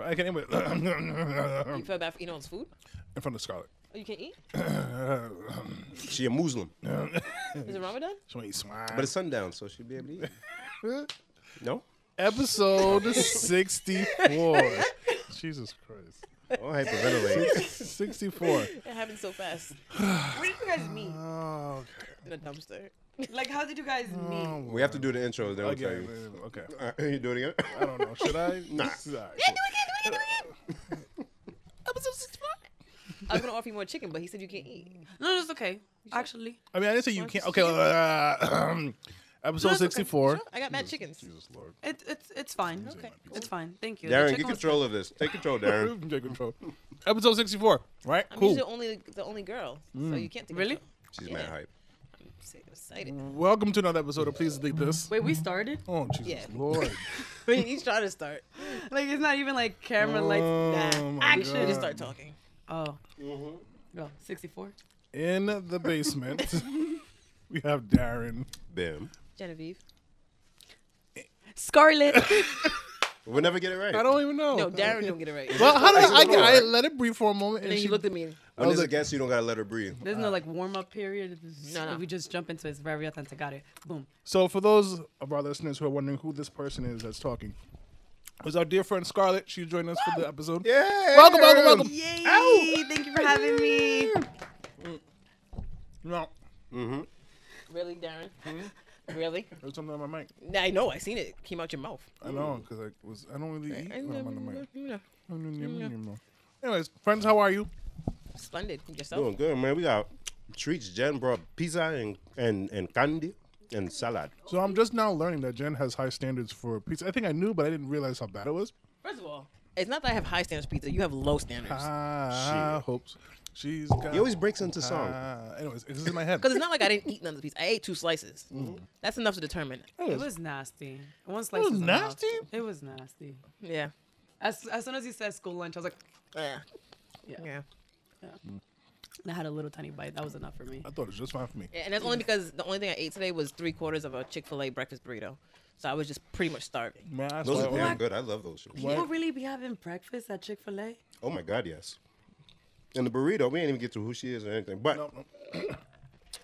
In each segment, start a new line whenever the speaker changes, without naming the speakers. I can anyway
You
in
feel bad for eating all this food?
front of Scarlett.
Oh, you can't eat?
She a Muslim, but
Is it Ramadan?
She want to eat swine.
it's sundown, so she'll be able to eat. No?
episode sixty-four. Jesus Christ.
Don't hyperventilate.
64.
It happened so fast.
Where did you guys meet?
Oh,
In a dumpster.
Like, how did you guys meet?
we have to do the intro, then we'll
okay.
tell you.
Okay. okay.
All right, you do it again?
I don't know. Should I? nah.
Episode 64. I was gonna offer you more chicken, but he said you can't eat.
No, it's okay. Actually,
I mean, I didn't say you can't. Okay. Uh, episode
okay.
64.
I got mad chickens.
Jesus Lord.
it, it's it's fine.
Okay.
It's fine. Thank you. The
Darren,
chicken
get
was-
control of this. Take control, Darren.
Take control. Episode 64. Right?
I'm
cool. Mm.
usually only the only girl, so you can't. Think
Really?
She's mad hype.
I'm so excited.
Welcome to another episode of Please Delete This.
Wait, we started?
Oh, Jesus
Yeah.
Lord.
Wait, he's trying to start.
Like, it's not even like camera lights.
Oh, my
action.
Should
God.
just start talking.
Oh.
Mm-hmm.
No, 64.
In the basement, we have Darren.
Bam.
Genevieve.
Scarlet.
We'll never get it right.
I don't even know.
No, Darren don't get it right.
Well, how did I,
Actually,
I,
no.
let it breathe for a moment?
and then
she
you looked at me. and-
When
was
there's a
like-
guest, you don't gotta let her breathe.
There's no like warm up period. It's-
Uh. No, no.
We just jump into it. It's very authentic. Got it. Boom.
So, for those of our listeners who are wondering who this person is that's talking, it's our dear friend Scarlett. She joined us for the episode.
Yeah.
Welcome, welcome, welcome.
Yay! Thank you for having me.
No,
Really, Darren?
Hmm?
Really?
there's something on my mic.
Nah, I know. I seen it. Came out your mouth.
I know because I was. I don't really eat
I
when I'm on the mic.
know.
I don't even know. Anyways, friends, how are you?
Splendid. Yourself.
Doing good, man. We got treats. Jen brought pizza and, and, and candy and salad.
So I'm just now learning that Jen has high standards for pizza. I think I knew, but I didn't realize how bad it was.
First of all, it's not that I have high standards pizza. You have low standards.
Ah, hopes. She's got.
He always breaks into song.
Ah, anyways, it's in my head.
Because it's not like I didn't eat none of the pizza. I ate two slices.
Mm-hmm.
That's enough to determine. it.
It was nasty. One slice
was
is enough.
nasty?
It was nasty.
Yeah.
As, as soon as you said school lunch, I was like,
Yeah.
yeah.
Yeah.
And I had a little tiny bite. That was enough for me.
I thought it was just fine for me.
And that's only because the only thing I ate today was three quarters of a Chick fil A breakfast burrito. So I was just pretty much starving.
Man, I
Those
swear-
are damn good. I love those shit.
People really be having breakfast at Chick Fil A.
Oh my God, yes. And the burrito, we ain't even get to who she is or anything. But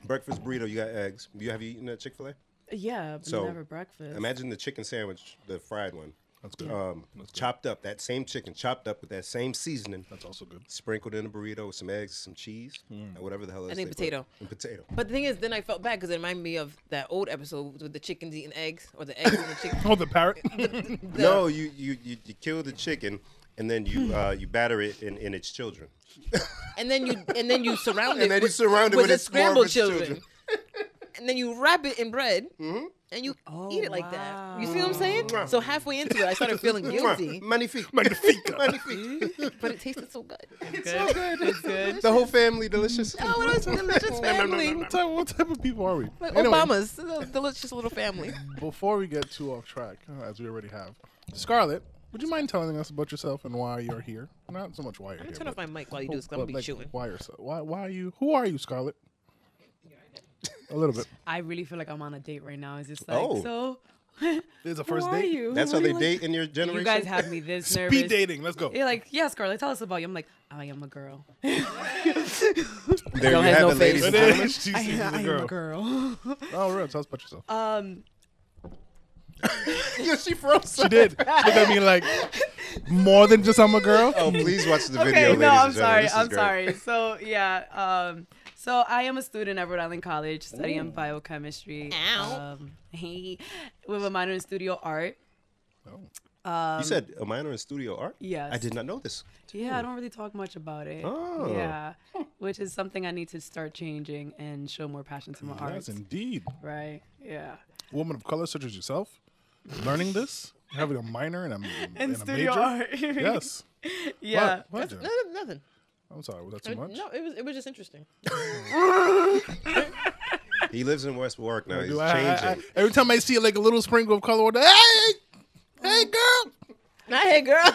breakfast burrito, you got eggs. You have you eaten at Chick Fil A?
Yeah, but
So,
never breakfast.
Imagine the chicken sandwich, the fried one,
That's good.
um, chopped up. That same chicken, chopped up with that same seasoning,
That's Hmm. also good. sprinkled
sprinkled in a burrito with some eggs, some cheese, and whatever the hell. else
then
they put.
potato.
And potato.
But the thing is, then I felt bad because it reminded me of that old episode with the chickens eating eggs or the eggs and the chicken.
Oh, the parrot.
No, you you you, you kill the chicken. And then you uh, you batter it in, in its children.
And then you and then you surround it
then you
with,
surround it
with
with
the
its more
scrambled
of its
children.
children. Mm-hmm.
and then you wrap it in bread and you
Oh,
eat it like that. You see what I'm saying? So halfway into it, I started feeling guilty,
Magnifique. Magnifique. Magnifique.
but it tasted so good.
It's so good. It's good. The whole family delicious.
Oh, it was a delicious family.
what, type, what type of people are we?
Like
Anyway,
Obama's a delicious little family.
Before we get too off track, uh, as we already have, Scarlett, would you mind telling us about yourself and why you're here? Not so much why you're here.
I'm gonna turn off
but-
my mic while you do this. 'cause I'm gonna
but,
be
like,
chewing.
Why yourself? Why? Why are you? Who are you, Scarlett? A little bit.
I really feel like I'm on a date right now. It's just like,
Oh.
so
It's a
who
first
are
date.
you?
That's how
What do
they
you
date in your
want-
generation.
You guys have me this nervous.
Speed dating. Let's go.
You're like, yeah, Scarlett, tell us about you. I'm like, I am a girl.
There
Don't
you
have
have
no
it, ladies
face.
It
and gentlemen.
is. She's, she's a girl.
girl.
Oh, real. Tell us about yourself.
um,
yeah, she froze.
she did. Look at me like more than just I'm a girl.
Oh, please watch the video,
okay,
ladies
no, I'm
and gentlemen.
sorry.
This is
I'm
great.
sorry. So yeah, um, so I am a student at Rhode Island College studying biochemistry.
Ow.
Um, with a minor in studio art.
Oh,
you said a minor in studio art.
Yes.
I did not know this.
Yeah, I don't really talk much about it.
Oh.
Yeah, which is something I need to start changing and show more passion to my
Yes,
art.
indeed.
Right? Yeah.
Woman of color such as yourself, learning this, having a minor and a
And
and a
studio
major.
art.
Yes.
yeah.
What? What,
No,
Jen?
no, nothing.
I'm sorry. Was that
It-
too much?
No, it was it was just interesting.
He lives in West Warwick now. He's
Do I- I- I-
changing.
every time I see like a little sprinkle of color, water, hey, hey, girl.
Not hey, girl.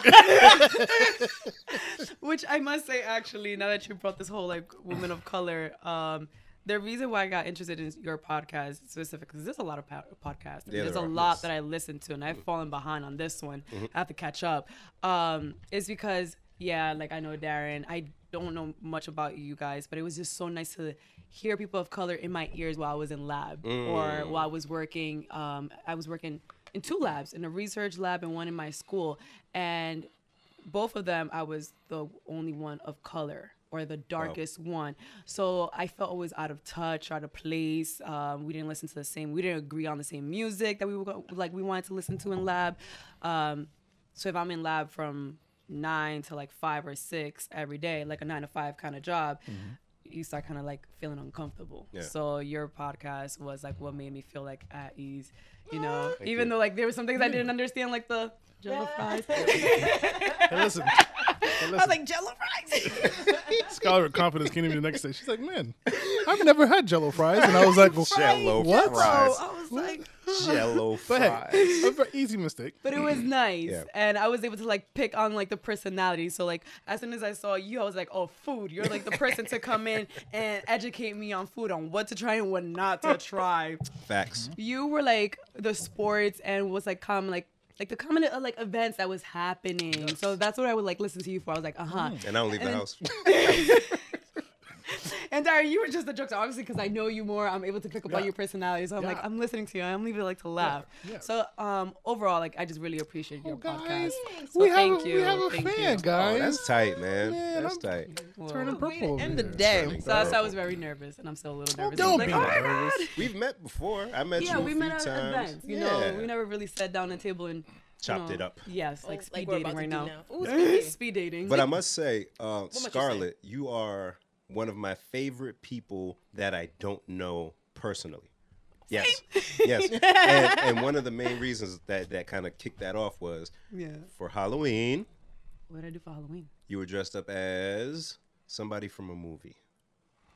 Which I must say, actually, now that you brought this whole like woman of color um, the reason why I got interested in your podcast specifically, because there's a lot of po- podcasts.
Yeah,
there's
there
a
are,
lot
yes. Mm-hmm.
that I listen to, and I've fallen behind on this one. I have to catch up. Um, it's because, yeah, like I know Darren, I don't know much about you guys, but it was just so nice to hear people of color in my ears while I was in lab
Mm.
or while I was working. Um, I was working in two labs, in a research lab and one in my school. And both of them I was the only one of color or the darkest one. So I felt always out of touch, out of place. Um, we didn't listen to the same, we didn't agree on the same music that we were go- like we wanted to listen to in lab. Um, so if I'm in lab from nine to like five or six every day, like a nine to five kind of job, you start kind of like feeling uncomfortable.
Yeah.
So your podcast was like what made me feel like at ease, you know, even though like there were some things I didn't understand, like the jello fries.
Hey, listen. Hey,
I
listen.
was like Jello fries.
Scholar with confidence came to me the next day. She's like, man, I've never had jello fries. And I was like, well,
Jello
what?
fries.
I was like, Oh,
Jello
But
fries.
hey, a very easy mistake.
but it was nice,
Yeah.
and I was able to like pick on like the personality. So like as soon as I saw you, I was like, oh, food. You're like the person to come in and educate me on food, on what to try and what not to try.
Facts.
You were like the sports and was like common like. Like the common uh, like events that was happening, so that's what I would like listen to you for. I was like, uh huh.
Mm,
And I don't leave the house.
And Darren, you were just the jokes, obviously, because I know you more. I'm able to pick up on
Yeah.
your personality, so I'm like,
Yeah.
I'm listening to you. I'm leaving like to laugh.
Yeah. Oh,
So, um, overall, like, I just really appreciate your
guys,
podcast. So
we, have
thank
a,
you.
we have a
thank
fan,
you.
guys.
Oh, that's tight, man.
Man,
that's
I'm-
tight.
Well,
Turning purple. over
End the
here.
day.
So that's why I was very nervous, and I'm still a little nervous.
don't
I'm
be
like, "Oh my God."
nervous.
We've met before. I met
Yeah,
you a
we
few
met at
times.
events. You
yeah.
know, we never really sat down at a table and you
Chopped
know,
it up.
Yes, like
like
speed
we're
dating
about
right
to do
now.
now. Ooh, speed dating.
Speed dating.
But I must say, uh,
say?
Scarlett, you are one of my favorite people that I don't know personally. Yes, yes. And, and one of the main reasons that that kind of kicked that off was
yeah.
for Halloween,
What did I do for Halloween?
you were dressed up as somebody from a movie.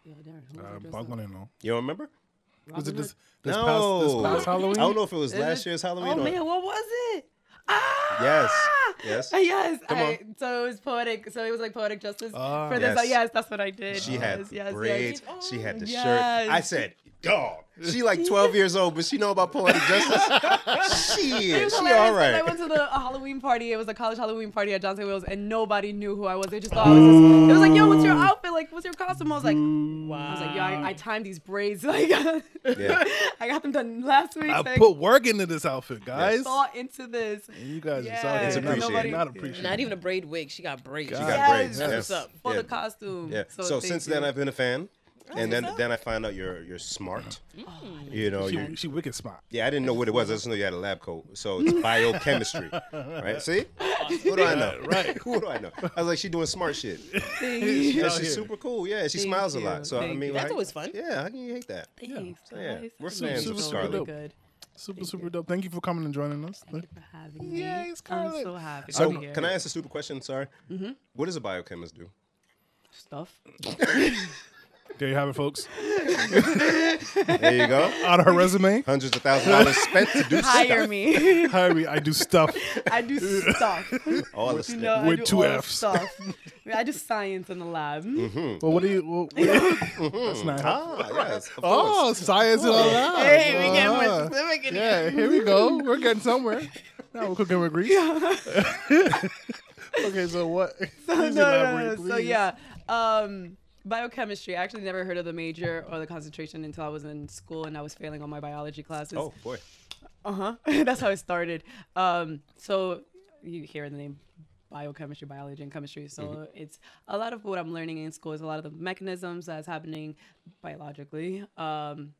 Yo, Darren, who was I
Um,
I'm
dressed
bugging
up?
in though.
You don't remember?
Uh, Was it
Robin
this,
Hood?
this,
no.
past, this past Halloween?
I don't know if it was
Is
last
it-
year's Halloween.
Oh
or,
man, what was it? Ah,
Yes, yes.
Ah, yes.
Come
I- so it was poetic. So it was like poetic justice
Ah.
for this.
Yes.
Yes. yes, that's what I did.
She had
yes, yes,
braids.
Yes.
She had the
Yes.
shirt. I said, dog. She like 12 years old, but she know about poetic justice. she
It
is.
was
She
hilarious
all
'cause I
right.
went to the a Halloween party. It was a college Halloween party at Johnson Wills, and nobody knew who I was. They just thought I was. Just, it was like, yo, what's your outfit? Like, what's your costume? I was like, I was like, yo, I, I timed these braids. Like,
Yeah.
I got them done last week.
I
like,
put work into this outfit, guys.
thought into this.
And you guys
Yeah.
are sorry.
It's
It's not,
appreciated.
not appreciated.
Not even a braid wig. She got braids.
She
She
Yes.
got braids.
That's
Yes.
what's up.
For
yeah.
the costume.
Yeah. So,
thank
since
you.
then, I've been a fan.
Oh,
And then, then I find out you're you're smart. You know, you
She, she wicked smart.
yeah. I didn't know what it was. I just know you had a lab coat. So it's biochemistry, right? See, what do I know?
Right.
what do I know? I was like, she doing smart shit.
Thank you.
Yeah,
out
she's
here.
super cool. Yeah, she
Thank
smiles a
you.
lot. So I
Thank
mean,
you.
That's
like,
always fun.
Yeah, how can you hate that?
Thanks,
Yeah.
guys.
We're
Thank
fans
you.
of
So
Scarlett.
really good.
Super, super dope. Thank you for coming and joining us.
Thank you for having me.
Yay,
I'm
Scarlett.
so happy.
So
to be here.
can I ask a stupid question? Sorry. What does a biochemist do?
stuff?
There you have it, folks.
There you go.
On her resume,
Hundreds of thousands of dollars spent to do
Hire
stuff.
me.
Harry, I do stuff.
I do stuff.
All this
You
stuff.
know, I
With
do
two
all
Fs. Mm-hmm.
Stuff. I do science in the lab.
Well, what do you? Well, that's not.
Ah, yes. Of
Oh,
course.
science and all that.
Hey, we get
Uh-huh.
more
Ah.
specific in here.
Yeah, here we go. We're getting somewhere. Now we're cooking with grease. okay, so what?
no,
Please
no, no,
elaborate,
no. So
please.
yeah, um, biochemistry. I actually never heard of the major or the concentration until I was in school and I was failing all my biology classes.
Oh boy. Uh-huh.
Uh huh. That's how it started. Um, so you hear the name biochemistry, biology, and chemistry. So
Mm-hmm.
it's a lot of what I'm learning in school is a lot of the mechanisms that's happening biologically. Um,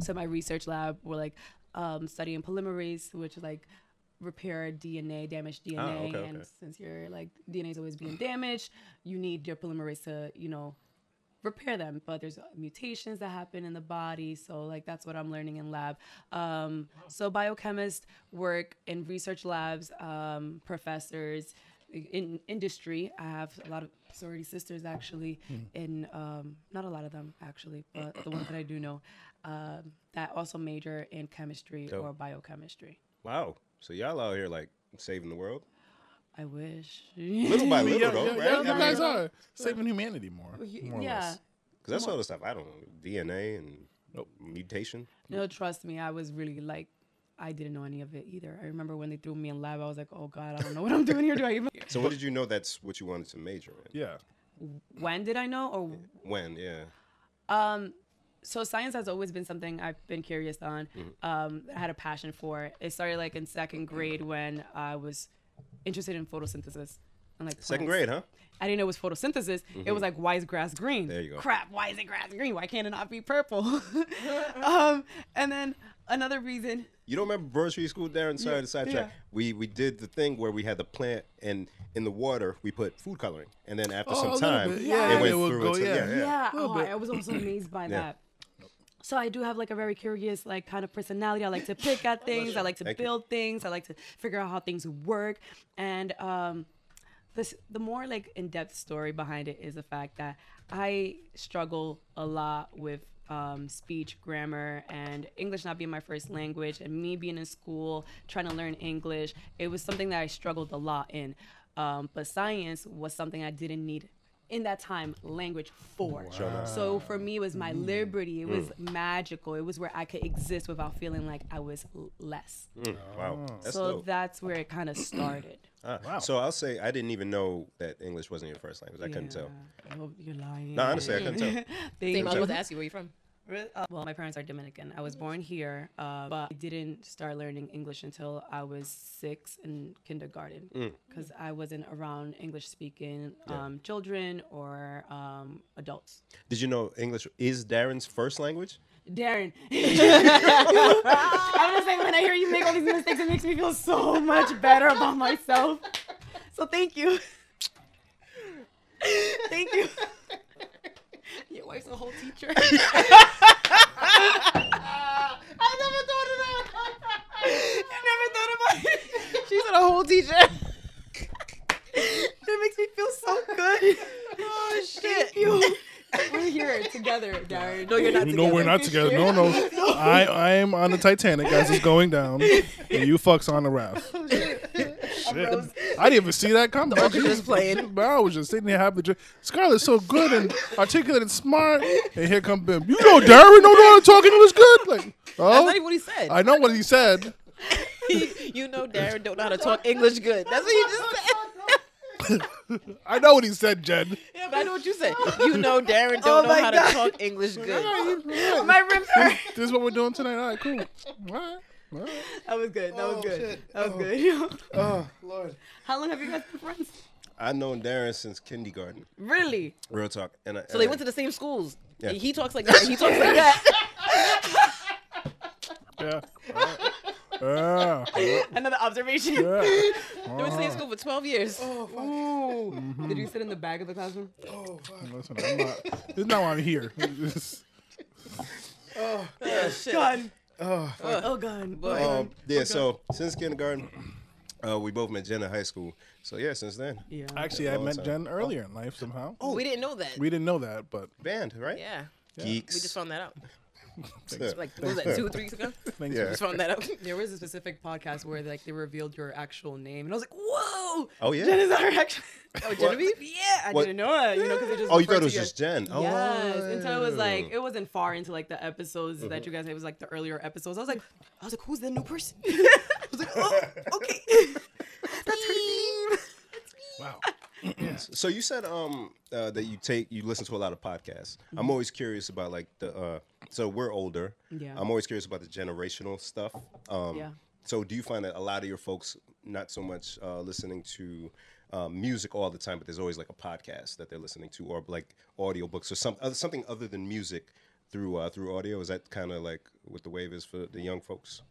so my research lab, we're like um, studying polymerase, which is like repair DNA, damaged DNA,
Ah, okay,
and
okay.
since your like DNA is always being damaged, you need your polymerase to you know repair them but there's uh, mutations that happen in the body so like that's what i'm learning in lab um, so biochemists work in research labs um, professors in industry i have a lot of sorority sisters actually
Hmm.
in um, not a lot of them actually but the ones that i do know um, that also major in chemistry
Dope.
or biochemistry
Wow. So y'all out here like saving the world,
i wish
little by little
Yeah,
though,
yeah,
right?
yeah,
I
you
mean,
guys are saving humanity more. more or
yeah
less.
Because that's all the stuff I don't know. DNA and mutation.
No, trust me, I was really like, I didn't know any of it either. I remember when they threw me in lab, I was like, oh God, I don't know what I'm doing here. Do I even?
So when did you know that's what you wanted to major in?
Yeah.
When did I know? Or
When? Yeah.
so science has always been something I've been curious on.
Mm-hmm.
Um, I had a passion for. It started like in second grade when I was interested in photosynthesis. And like
Second
plants.
grade, huh?
I didn't know it was photosynthesis. It was like, why is grass green?
There you go.
Crap, why is it grass green? Why can't it not be purple? um, and then another reason.
You don't remember Burgery School, Darren? Sorry to sidetrack.
yeah.
We we did the thing where we had the plant and in the water we put food coloring, and then after
Oh, a
some
little
time
bit. Yeah,
it went
it would
through.
go-
into,
yeah.
Yeah,
Little
oh,
bit.
I was also amazed by
Yeah.
that. So I do have like a very curious like kind of personality. I like to pick at things. I like to
Thank you.
build things. I like to figure out how things work. And um, this the more like in depth story behind it is the fact that I struggle a lot with um, speech, grammar, and English not being my first language, and me being in school trying to learn English. It was something that I struggled a lot in. Um, but science was something I didn't need in that time language for. So for me, it was
Mm.
my liberty. It was magical. It was where I could exist without feeling like I was l- less.
Wow, that's
so
dope.
that's where it kind of started.
Ah,
Wow.
So I'll say I didn't even know that English wasn't your first language. I couldn't tell.
Yeah. Oh, you're lying.
No, honestly, I couldn't tell.
They-
Same, I was about to ask you where you from.
Uh, well, my parents are Dominican. I was born here, uh, but I didn't start learning English until I was six in kindergarten because I wasn't around English speaking um, children or um, adults.
Did you know English is Darren's first language?
Darren, I'm just saying when I hear you make all these mistakes, it makes me feel so much better about myself. So thank you. thank you. Your wife's a whole teacher. I never thought of that. I never thought about it.
She's a whole teacher.
That makes me feel so good. Oh shit. Thank you. We're here together, Darren. No, you're not.
No, we're not together. No, no. I, I am on the Titanic as it's going down, and you fucks on the raft. Oh, Shit. I didn't even see that coming. The orchestra's playing. But I was just sitting there having a drink. Scarlett's so good and articulate and smart, and here come Bim. You know Darren, no, no, I'm talking English good. Like,
That's not even
oh,
what he said.
I know what he said.
you know Darren don't know how to talk English good. That's what you just said.
I know what he said, Jen.
Yeah, but I know what you said. Oh You know Darren don't know
my
how
God.
to talk English good.
My rims are.
This is what we're doing tonight. All right, cool. All right. All right.
That was good. That was
Oh,
good.
shit.
That was good.
Oh, Lord.
How long have you guys been friends?
I've known Darren since kindergarten.
Really?
Real talk. And I,
So they went to the same schools.
Yeah.
He talks like that. He talks like that.
Yeah. Yeah.
Another observation.
yeah.
They were in the same school for 12 years.
Ooh. Did
Mm-hmm.
you sit in the back of the classroom?
Listen, I'm not. It's not why I'm here. It's-
God. Oh, oh God. Boy.
Um, yeah, so since kindergarten, uh, we both met Jen in high school. So yeah, since then.
yeah.
actually, I
Long
met
time.
Jen earlier in life somehow.
Oh.
We didn't know that.
We didn't know that, but
Band, right?
yeah.
Geeks.
We just found that out.
Yeah.
Like, what was that, two, three weeks ago?
thanks.
Yeah.
for-
Just found that out.
There was a specific podcast where like they revealed your actual name, and I was like, "Whoa,
Oh yeah.
that is our actual."
Oh, Genevieve?
yeah, I
What?
didn't know that. You know, because it just
oh, you
referred
thought it
to
was
you
just Jen. Oh.
Yes, until it was like it wasn't far into like the episodes
Mm-hmm.
that you guys. It was like the earlier episodes. I was like, I was like, who's the new person? I was like, oh, okay, that's her name.
Wow.
So you said um uh, that you take you listen to a lot of podcasts.
Mm-hmm.
I'm always curious about like the uh so we're older.
Yeah.
I'm always curious about the generational stuff. Um
Yeah.
so do you find that a lot of your folks not so much uh, listening to uh, music all the time, but there's always like a podcast that they're listening to or like audiobooks or some, uh, something other than music through uh, through audio? Is that kind of like what the wave is for the young folks?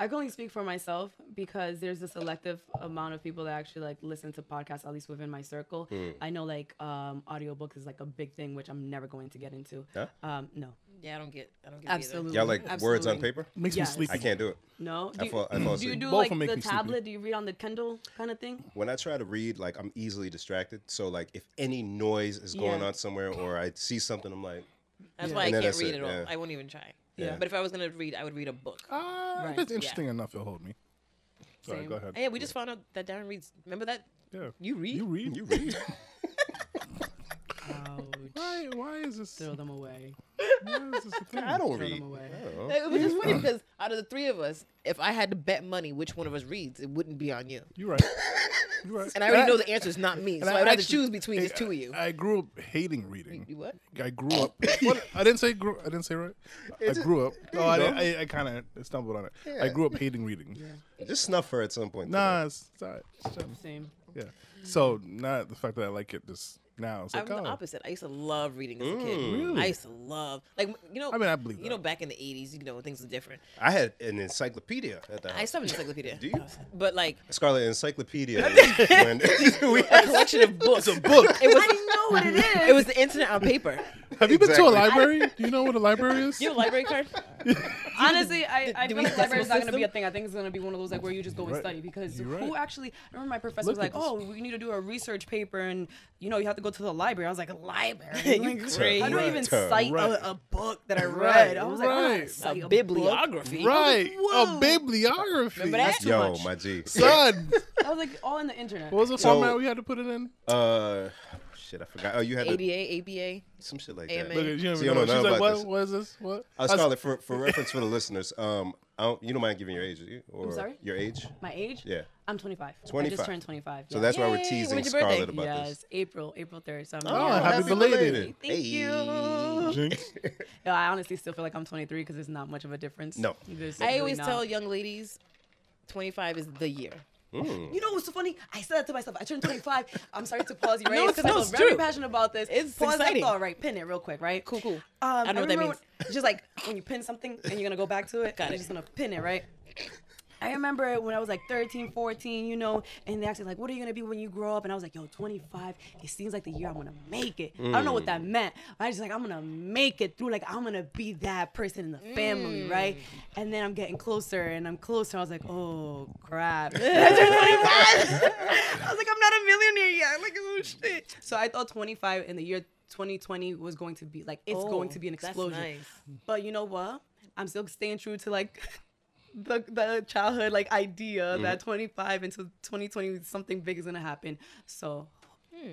I can only speak for myself because there's a selective amount of people that actually like listen to podcasts, at least within my circle.
Mm.
I know like um audiobooks is like a big thing, which I'm never going to get into.
Huh?
Um, no,
Yeah, I don't get I don't get
absolutely.
Y'all like words on
Absolutely.
paper?
Makes
Yes.
me
I
sleepy.
can't do it.
No, do
I
you,
fall, I fall
do,
asleep.
you do
Both
like
will make
the
me sleepy.
tablet? Do you read on the Kindle kind of thing?
when I try to read, like I'm easily distracted. So like if any noise is going
Yeah.
on somewhere or I see something, I'm like,
That's why I
And then
can't
that's
read
it,
at all.
yeah.
I won't even try.
Yeah.
But if I was gonna read, I would read a book.
Ah,
Right.
That's interesting enough. It'll hold me. Sorry,
Same.
go ahead.
Hey, we just found out that Darren reads. Remember that?
yeah.
You read?
You read.
you read.
Why? Why is this?
Throw them away.
Why is this a thing?
I don't
Throw
read.
them away.
I don't know.
It was just funny because out of the three of us, if I had to bet money which one of us reads, it wouldn't be on you.
You're right. You're right.
And I already know the answer is not me, so
and
I would have to
actually-
choose between these two of you.
I grew up hating reading.
You what?
I grew up. what? I didn't say grew. I didn't say right. I grew up. No, I, didn't- I, I kind of stumbled on it. I grew up hating reading.
Just snuff her at some point.
Nah, it's, it's all right. It's all right.
Same.
Yeah. So not the fact that I like it just now. It's
I'm
like,
the
oh,
opposite. I used to love reading as a kid. I used to love, like you know.
I mean, I believe
you
that.
know back in the '80s, you know things were different.
I had an encyclopedia at the
I
house.
still have an encyclopedia.
Do you?
But like
Scarlet Encyclopedia. is when we
a collection of books. It's a book. It was.
know what it is.
It was the internet on paper.
have you been to a
Exactly.
library? Do you know what a library is?
You have a library card?
Honestly, I, I
do
feel
we
like library
decimal
is not going to be a
system?
thing. I think it's going to be one of those like where you just go and
right.
study because
You're
who
right.
actually? I remember my professor
Look
was like,
at
"Oh, we need to do a research paper, and you know you have to go to the library." I was like, "Library? Like,
crazy.
I don't even cite
Right.
a, a book that I
Right,
read." I was like, "I don't
right.
cite
A
book."
bibliography.
Right.
Whoa.
A bibliography.
Remember that?
Yo, my G.
Son,
I was like, "All in the internet."
what was the
So-
format we had to put it in?
Uh, shit, I forgot. Oh, you had a,
ADA, ABA.
some shit like
AMA.
that.
Look, you don't even
So you
know.
don't know
She's like,
about
what?
this.
What is this? What?
Uh,
I was-
Scarlett, for, for reference for the listeners, um, I don't, you don't mind giving your age, do you? Or
sorry?
Your age?
My age?
Yeah.
I'm 25. I
25.
just turned 25.
So
yeah.
that's why we're
Yay,
teasing
when's your birthday?
Scarlett about
yes,
this.
April, April 3rd. So I'm
Oh,
yeah.
happy belated.
Thank you.
Jinx.
Yo, I honestly still feel like I'm 23 because there's not much of a difference.
No.
There's
I
really
always
not.
tell young ladies, 25 is the year. Mm.
You know what's so funny? I said that to myself. I turned 25. I'm sorry to pause you, right?
No, it's-
Because
no,
I
it's
feel very
true.
passionate about this.
It's
pause
exciting.
that thought, right? Pin it real quick, right?
Cool, cool.
Um,
I know what that
remember
means.
when- just like when you pin something and you're gonna go back to it,
Got
you're
it.
just gonna pin it, right? I remember when I was like 13, 14, you know, and they asked me like, "What are you gonna be when you grow up?" And I was like, "Yo, 25. It seems like the year I'm gonna make it." I don't know what that
Mm.
meant. But I was just like, "I'm gonna make it through. Like, I'm gonna be that person in the family, right?"
Mm.
And then I'm getting closer and I'm closer. I was like, "Oh crap!" I turned 25. I was like, "I'm not a millionaire yet." Like, oh shit. So I thought 25 in the year 2020 was going to be like it's
Oh,
going to be an
that's
explosion.
nice.
But you know what? I'm still staying true to like the the childhood like idea
Mm-hmm.
that 25 until 2020 something big is gonna happen. So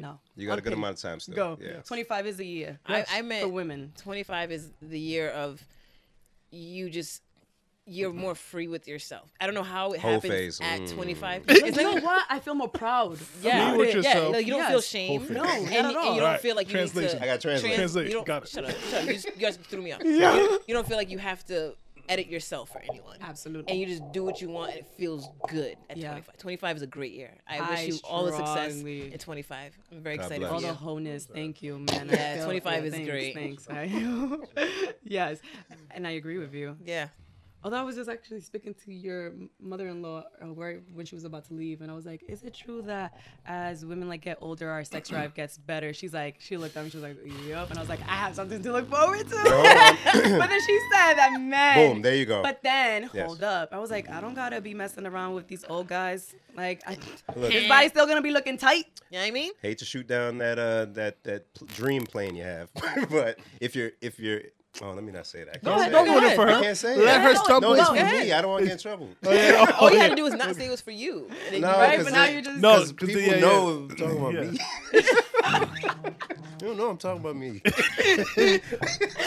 no,
You got a good
I'm pink.
amount of time still.
Go.
Yeah.
25 is a year.
Hmm. I, I meant
for women.
25 is the year of you just, you're more free with yourself. I don't know how it
Mm-hmm. Whole
happens
phase.
at
Mm.
25.
You
It's
know
like,
what? I feel more proud.
yeah,
Free with
yeah,
yourself.
like, you don't feel
Yes.
shame.
Whole
No,
phase.
and,
Not
and
at all.
you don't
Alright,
feel like you
translation.
need to.
I
got translation.
Translate.
You don't,
Got it.
Shut up. Shut up. You, just, you guys threw me off. You, you don't feel like you have to edit yourself for anyone.
Absolutely.
and you just do what you want and it feels good at
Yeah.
25. 25 is a great year. I,
I
wish you all the success
strongly-
at 25. I'm very
God
excited
bless.
for
all
you.
the wholeness. Thank you, man. I
Yeah,
feel-
25 is
thanks,
great.
Thanks. I, yes, and I agree with you.
yeah.
Although I was just actually speaking to your m- mother-in-law uh, where, when she was about to leave, and I was like, "Is it true that as women like get older, our sex drive gets better?" She's like, she looked at me, she was like, "Yep," and I was like, "I have something to look forward to." but then she said that men.
Boom, there you go.
But then
Yes.
hold up, I was like, I don't gotta be messing around with these old guys. Like, I,
Look.
his body's still gonna be looking tight.
You know what I mean?
Hate to shoot down that uh that that pl- dream plane you have, but if you're if you're oh let me not say that.
Don't,
ahead,
don't
go
ruin it
ahead.
for her.
I can't say
Let
it.
her
No,
stumble. Oh,
No, it's
Go
for
ahead.
me. I don't want to get in trouble.
Oh,
All you had to do was not say it was for you. And then
No,
you- right?
But
Because
now
it-
you're just
No,
'Cause
because
people
yeah,
know I'm talking about
yeah.
me. you don't know I'm talking about me.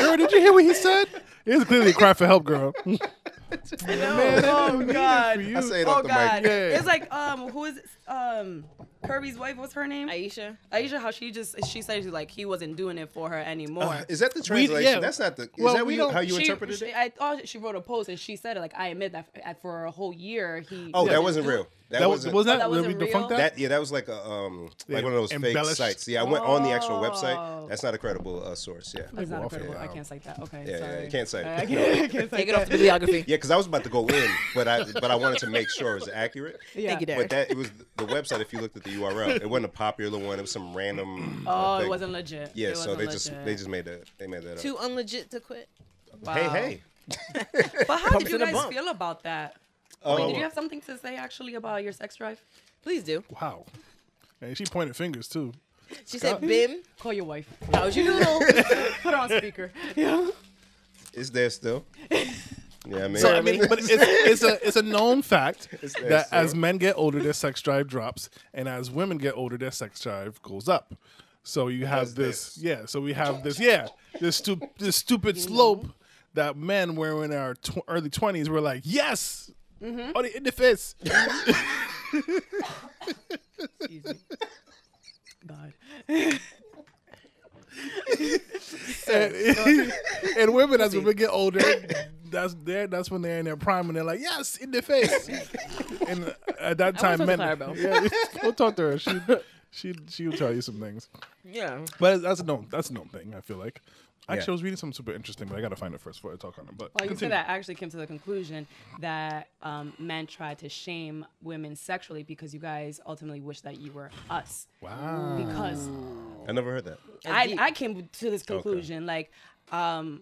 Girl, did you hear what he said? It was clearly a cry for help, girl. Man, I
oh
didn't mean it
God.
for you.
I say it
Oh
off the
God!
Yeah.
It's like um, who is um, Kirby's wife? What's her name?
Aisha.
Aisha, how she just she said like he wasn't doing it for her anymore.
mic. Uh, Is that the translation?
yeah.
That's not the. Is
Well,
that
we
what you,
don't-
how you
she,
interpreted
she-
it?
I thought she wrote a post and she said it like I admit that f- at- for a whole year he.
Oh, that
didn't
wasn't
do it."
real. That,
That was
wasn't.
was that.
that
Did
wasn't
we defunct
real?
that?
That yeah, that was like a um
Yeah,
like one of those
embellished.
fake sites. Yeah, I went on the actual website.
Oh.
That's not a credible uh, source. Yeah.
That's not
Wow.
incredible.
Yeah.
I can't cite that. Okay,
Yeah,
sorry.
yeah, you can't cite it.
Uh, I can't, I can't cite
Take it off
that.
the bibliography.
Yeah, because I was about to go in, but I but I wanted to make sure it was accurate.
Yeah.
Thank you,
But
Derek.
that it was the website. If you looked at the URL, it wasn't a popular one. It was some random. uh,
Oh, it
thing.
wasn't legit.
Yeah,
It
so
wasn't
they just
legit.
they just made that they made that up.
Too unlegit to quit.
Wow.
Hey, hey.
But how did you
in a
guys
bump.
feel about that?
Oh,
Wait, did you have something to say actually about your sex drive?
Please do.
Wow. And she pointed fingers too.
She said, Bim,
Call your wife.
how's your noodle?
Put her on speaker. yeah.
is there still? yeah, I mean,
So I mean, but it's, it's a it's a known fact
there,
that
so-
as men get older, their sex drive drops, and as women get older, their sex drive goes up. So you have this, yeah. So we have this, yeah. This stu- this stupid slope that men were in our tw- early twenties were like, yes, on the in the face.
Excuse me. God.
and, and women, as women get older, that's there. That's when they're in their prime, and they're like, "Yes, in the face." and uh, at that time,
talk to
men.
Clarabelle.
Yeah, we'll talk to her. She, she, she'll tell you some things.
Yeah.
But that's a known, that's a known thing. I feel like. Actually, I
Yeah.
was reading something super interesting, but I gotta find it first before I talk on it. But
Well, you
continue.
said that I actually came to the conclusion that um, men try to shame women sexually because you guys ultimately wish that you were us.
Wow.
Because
I never heard that.
I, I came to this conclusion like, um,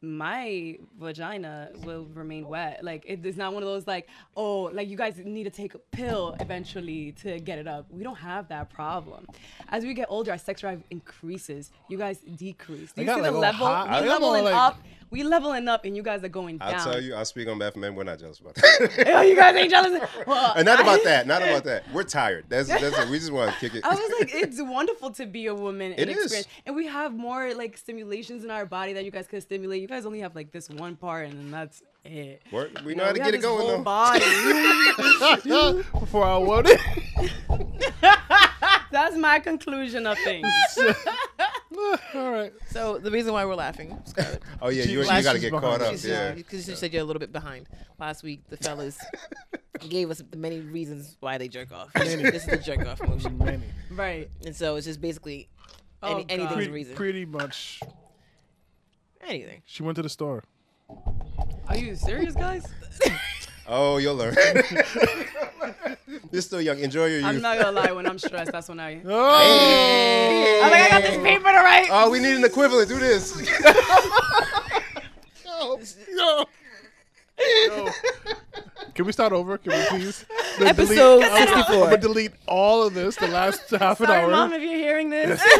my vagina will remain wet. Like it is not one of those like, oh, like you guys need to take a pill eventually to get it up. We don't have that problem. As we get older, our sex drive increases. You guys decrease. Do you
got,
see
like,
the
all
level?
hot. I
We
got all,
leveling
like-
up. We leveling up, and you guys are going down.
I'll tell you, I'll speak on behalf of men. We're not jealous about that.
Oh, you guys ain't jealous. Well,
and not about that. Not about that. We're tired. That's that's it. We just want to kick it.
I was like, it's wonderful to be a woman.
It
and
is.
experience. and we have more like stimulations in our body that you guys can stimulate. You guys only have like this one part, and then that's it.
We're- we
You
know how to
we
get
have
it
this
going,
whole
though.
Body.
before I wrote it.
that's my conclusion of things.
All right.
So the reason why we're laughing, Scarlett,
oh yeah, you, you
Last
got to
is
get
behind
caught up.
us.
Yeah.
because you said you're a little bit behind. Last week, the fellas gave us the many reasons why they jerk off. this is the jerk off motion,
Many.
Right.
and so it's just basically
Oh,
any,
God.
anything's a
Pretty,
reason.
pretty much.
Anything.
She went to the store.
Are you serious, guys?
Oh, you'll learn. You're still young. Enjoy your youth.
I'm not gonna lie. When I'm stressed, that's when I.
Oh.
I'm like, I got this paper to write.
Oh, we need an equivalent. Do this.
No. No. Can we start over? Can we please? Then delete-
Episode
I'm- I'm
64.
gonna delete all of this. The last half an
Sorry,
hour.
mom, if you're hearing this.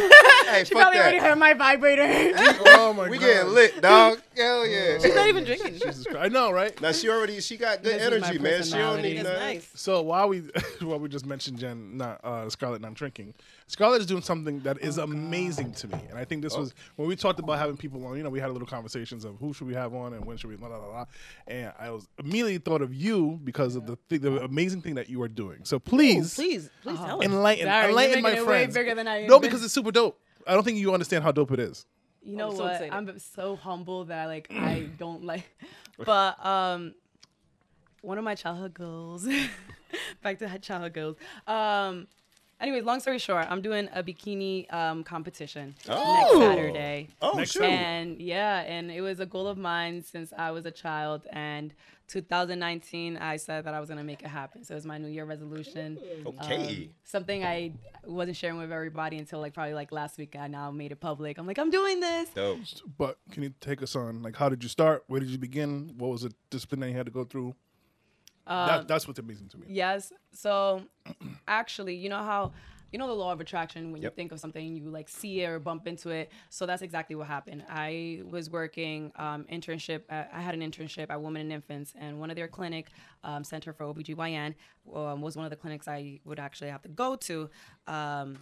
Hey,
she
fuck
probably already
that.
heard my vibrator.
Oh my
We
god.
getting lit, dog. Hell yeah.
She's not even drinking.
Jesus Christ. I know, right?
Now she already she got good
This is my
energy, man. She don't
personality.
need
That's
nothing.
nice.
So while we while we just mentioned Jen not uh, Scarlett not drinking, Scarlett is doing something that is amazing to me, and I think this
Oh.
was when we talked about having people on. You know, we had little conversations of who should we have on and when should we, la la la, la. And I was immediately thought of you because of the th- the amazing thing that you are doing. So please,
Please, please tell us.
enlighten,
Sorry, you're
enlighten
making
my
it way
friends.
bigger than I
no,
am.
because it's super dope. I don't think you understand how dope it is.
You know
Oh,
I'm so
what?
excited.
I'm so humble that like I don't like, but um, one of my childhood goals, back to childhood goals. Um, anyways, long story short, I'm doing a bikini um competition next
Oh.
Saturday.
Oh,
Next
shoot.
time.
And yeah, and it was a goal of mine since I was a child. And 2019, I said that I was gonna make it happen. So it was my New Year resolution.
Okay.
Um, something I wasn't sharing with everybody until like probably like last week. I now made it public. I'm like, I'm doing this.
Dope.
But can you take us on? Like, how did you start? Where did you begin? What was the discipline that you had to go through?
Um,
that, that's what's amazing to me.
Yes. So actually, you know how you know the law of attraction when
Yep.
you think of something you like see it or bump into it. So that's exactly what happened. I was working um, internship. I, I had an internship at Women and Infants, and one of their clinic um, center for OBGYN um, was one of the clinics I would actually have to go to. Um,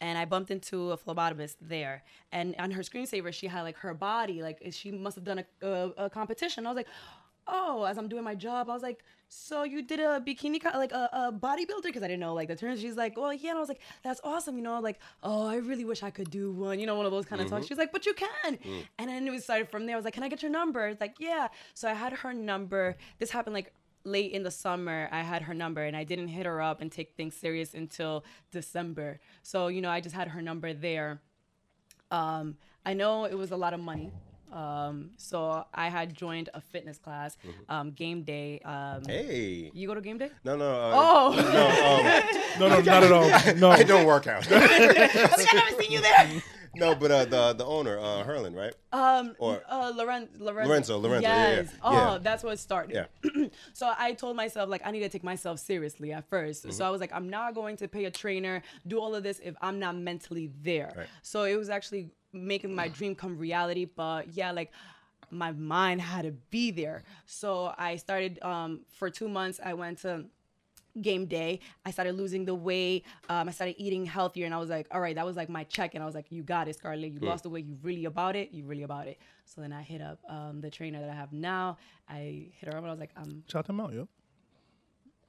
and I bumped into a phlebotomist there. And on her screensaver, she had like her body, like she must have done a, a, a competition. I was like, oh, as I'm doing my job, I was like, so you did a bikini, co- like a, a bodybuilder? Because I didn't know like the terms. She's like, oh yeah, and I was like, that's awesome, you know, like oh, I really wish I could do one, you know, one of those kind of talks. She's like, but you can, and then it started from there. I was like, can I get your number? It's like yeah, so I had her number. This happened like late in the summer i had her number and i didn't hit her up and take things serious until december so you know i just had her number there um, I know it was a lot of money. Um, so I had joined a fitness class, um, game day. Um,
Hey.
You go to game day?
No, no. Uh,
Oh,
No, no, not at all. No,
I don't work out.
I've never seen you there.
no, but uh, the the owner, uh, Herlin, right?
Um,
Or-
uh, Loren- Lorenzo.
Lorenzo, Lorenzo, yeah, yeah,
Yes.
yeah.
Oh,
Yeah.
that's what started.
Yeah.
so I told myself like I need to take myself seriously at 1st
Mm-hmm.
So I was like, I'm not going to pay a trainer, do all of this if I'm not mentally there.
Right.
So it was actually making my dream come reality. But yeah, like my mind had to be there. So I started um, for two months. I went to game day. I started losing the weight. Um, I started eating healthier, and I was like, all right, that was like my check. And I was like, you got it, Scarlett. You lost the weight. You really about it. You really about it. So then I hit up um, the trainer that I have now. I hit her up, and I was like, um,
Shout them out, yo.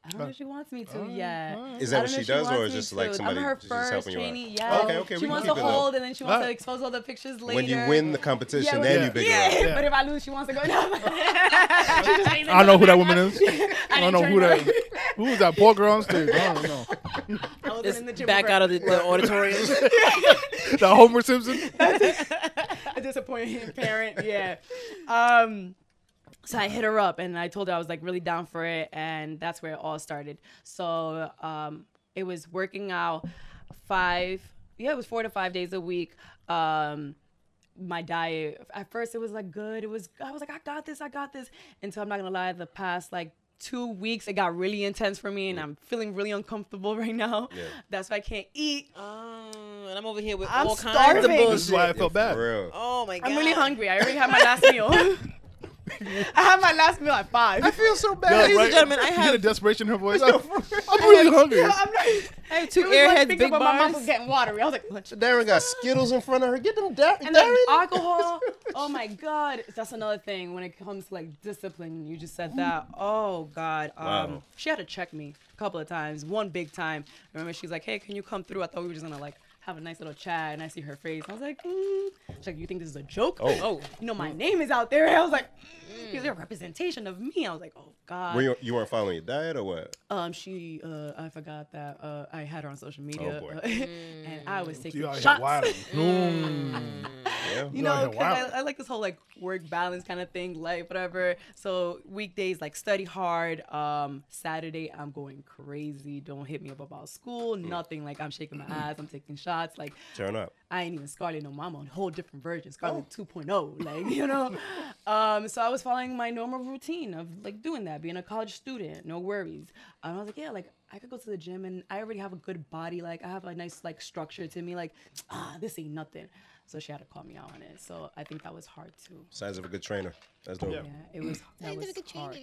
I don't know if she wants me to yet.
Is that
I
what
don't know
she
if
does, or is
wants me
this like
to.
somebody
I'm her
just
first
helping you out?
trainee. Yeah.
Okay, okay, we
She
can
wants
keep
to
it up.
hold, and then she wants
Alright.
to expose all the pictures later.
When you win the competition,
when-
then
yeah.
you bigger
yeah,
up.
but if I lose, she wants to go. No.
I don't know who that woman is. I
didn't
don't know
turn
who that.
her.
Who was that poor girl on stage? I don't know.
I wasn't in the gym.
Back out of the, the auditorium.
That Homer Simpson.
a disappointed parent. Yeah. Um, so I hit her up and I told her I was like really down for it, and that's where it all started. So um, it was working out five, yeah, it was four to five days a week. Um, my diet at first it was like good. It was I was like I got this, I got this. And so I'm not gonna lie, the past like two weeks it got really intense for me, and I'm feeling really uncomfortable right now. That's why I can't eat.
Um, and I'm over here with
I'm
all kinds of
starving.
This is
bullshit.
why I felt
For
bad.
real.
Oh my god.
I'm really hungry. I already had my last meal. I had my last meal at five.
I feel so
Yeah,
bad.
and
right?
gentlemen, I
you
have-
get a desperation in her voice. I'm, I'm really hungry.
I'm not.
I have two
It was like
airheads,
thinking
big
about My mouth was
bars.
getting watery. I was like, lunch.
Darren got Skittles in front of her. Get them, Dar-
And then
Darren.
alcohol. Oh my God. That's another thing when it comes to like discipline. You just said that. Oh God. Um,
Wow.
She had to check me a couple of times. One big time. I remember she's like, hey, can you come through? I thought we were just gonna like have a nice little chat. And I see her face. I was like, mm. she's like, you think this is a joke? Oh. You know my name is out there. I was like, mm. is there a representation of me? I was like, oh God.
Were you, you weren't following your diet or what?
Um, she, uh, I forgot that uh, I had her on social media,
boy.
uh, and I was
Oh,
taking
You out here
shots. Mm.
wild.
Yeah.
You
you out
know,
here
'cause
wild.
I, I like this whole like work balance kind of thing, life, whatever. So weekdays, like study hard. Um, Saturday, I'm going crazy. Don't hit me up about school,
Mm.
nothing. Like I'm shaking my ass, I'm taking shots. Like
Turn up.
I ain't even Scarlet no mama, on a whole different version,
Oh.
Scarlet 2.0, oh, like you know. um, so I was following my normal routine of like doing that, being a college student, no worries. And I was like, yeah, like I could go to the gym and I already have a good body, like I have a nice like structure to me, like ah, this ain't nothing. So she had to call me out on it. So I think that was hard too.
Signs of a good trainer. That's dope.
Yeah.
Yeah, it was that was hard.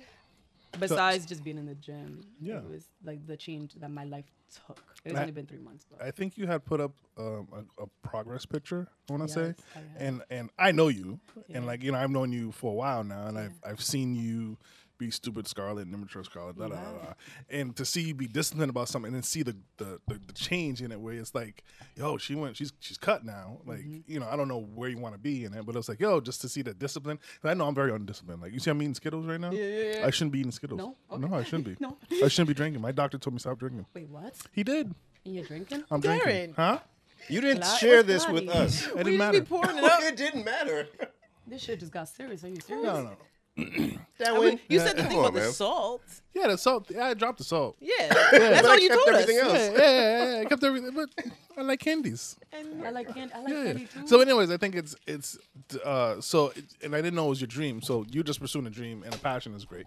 Besides just being in the gym,
Yeah.
it was like the change that my life took. It's
I-
only been three months. Though.
I think you had put up um, a, a progress picture. I want to
Yes, I
say,
have.
and and I know you, and like you know, I've known you for a while now, and I've I've seen you be stupid Scarlet and immature Scarlet, da, da, da, da. and to see you be disciplined about something, and then see the, the the the change in it, where it's like, yo, she went, she's she's cut now. Like
Mm-hmm.
you know, I don't know where you want to be in it, but it was like, yo, just to see the discipline. 'Cause I know I'm very undisciplined. Like you see, I'm eating Skittles right now.
yeah,
I shouldn't be eating Skittles.
No?
I shouldn't be.
No.
I shouldn't be drinking. My doctor told me stop drinking.
Wait, what?
He did.
And you're drinking?
I'm drinking.
Darren.
Huh?
You didn't
Blood
share
was
this with
bloody.
us.
It didn't
We just
matter.
be pouring it up.
it didn't matter.
This shit just got serious. Are you serious?
No, no.
That uh,
Wait, you said the
Come
thing
on,
about
man.
the salt.
Yeah, the salt. Yeah, I dropped the salt. Yeah,
Yeah, that's
But I
all you
kept
told us.
everything else.
yeah, yeah, yeah. I kept everything, but I like candies.
I like candy. I like
Yeah.
candy too.
So, anyways, I think it's it's uh so it, and I didn't know it was your dream. So you're just pursuing a dream, and a passion is great.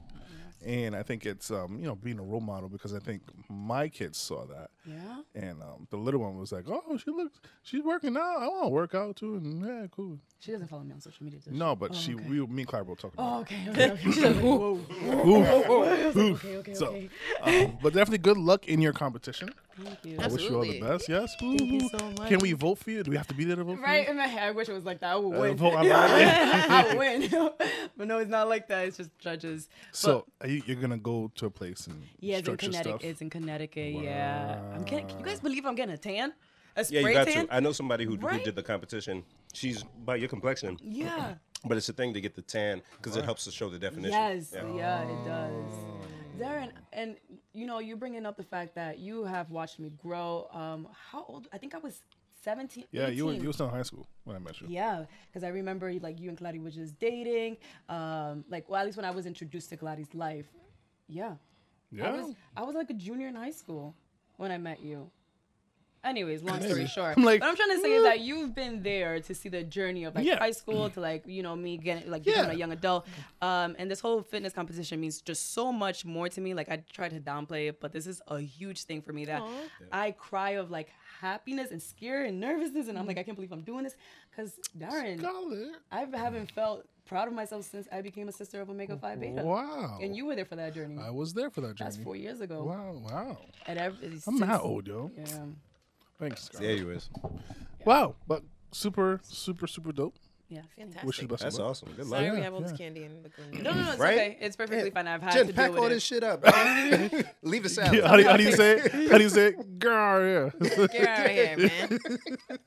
And I think it's um you know being a role model because I think my kids saw that.
Yeah.
And um, the little one was like, "Oh, she looks, she's working out. I want to work out too." And yeah, cool.
she doesn't follow me on social media. Does
No, but she, we, me and Clyde were talking. about
She? Oh, Okay. Okay. Okay. She's like, whoa. Okay. Okay.
So,
okay.
um, but definitely good luck in your competition.
Thank you.
I wish you all the
Absolutely.
best. Yes.
you
Woo-hoo.
so much.
Can we vote for you? Do we have to be there to vote
Right in my head, I wish it was like that. I would
for you? Uh,
win.
vote online.
I would win. but no, it's not like that. It's just judges.
so are you, you're gonna go to a place and
Yeah, it's in
structure
Connecticut.
stuff.
It's in Connecticut. Yeah. I'm getting, can you guys believe I'm getting a tan? A spray
Yeah, you got
tan?
to. I know somebody who, who
Right?
did the competition. She's by your complexion,
yeah.
but it's a thing to get the tan because it helps to show the definition.
Yes,
Yeah.
yeah, it does.
Oh.
Darren, and you know, you're bringing up the fact that you have watched me grow. Um, how old? I think I was 17.
yeah, you were
18.
you were still in high school when I met you.
Yeah, because I remember like you and Gladys were just dating. Um, like, well, at least when I was introduced to Gladys' life. Yeah. I
Yeah.
was, I was like a junior in high school when I met you. Anyways, long story short,
I'm like,
what I'm trying to say is that you've been there to see the journey of like
Yeah.
high school to like you know me getting like
Yeah.
becoming a young adult, um, and this whole fitness competition means just so much more to me. Like I tried to downplay it, but this is a huge thing for me that I cry of like happiness and scare and nervousness, and I'm like I can't believe I'm doing this because Darren,
Golly.
I haven't felt proud of myself since I became a sister of Omega Phi Beta.
Wow.
And you were there for that journey.
I was there for that
That's
journey.
four years ago.
Wow, wow.
At every,
I'm not old, yo.
Yeah.
Thanks.
There
Scarlett.
you is.
Wow, but super, super, super dope.
Yeah.
Fantastic.
Wish you the best. of
That's
luck.
awesome. Good luck.
Sorry, we
Yeah,
have all this
yeah.
candy and the green.
No, no, no, it's
Right?
okay. It's perfectly fine. I've had
Jen,
to
pack
deal
all
with
this
it.
shit up. Leave the salad.
Yeah, how, do you, how do you say it? How do you say it? Girl, yeah.
Get out of here, man.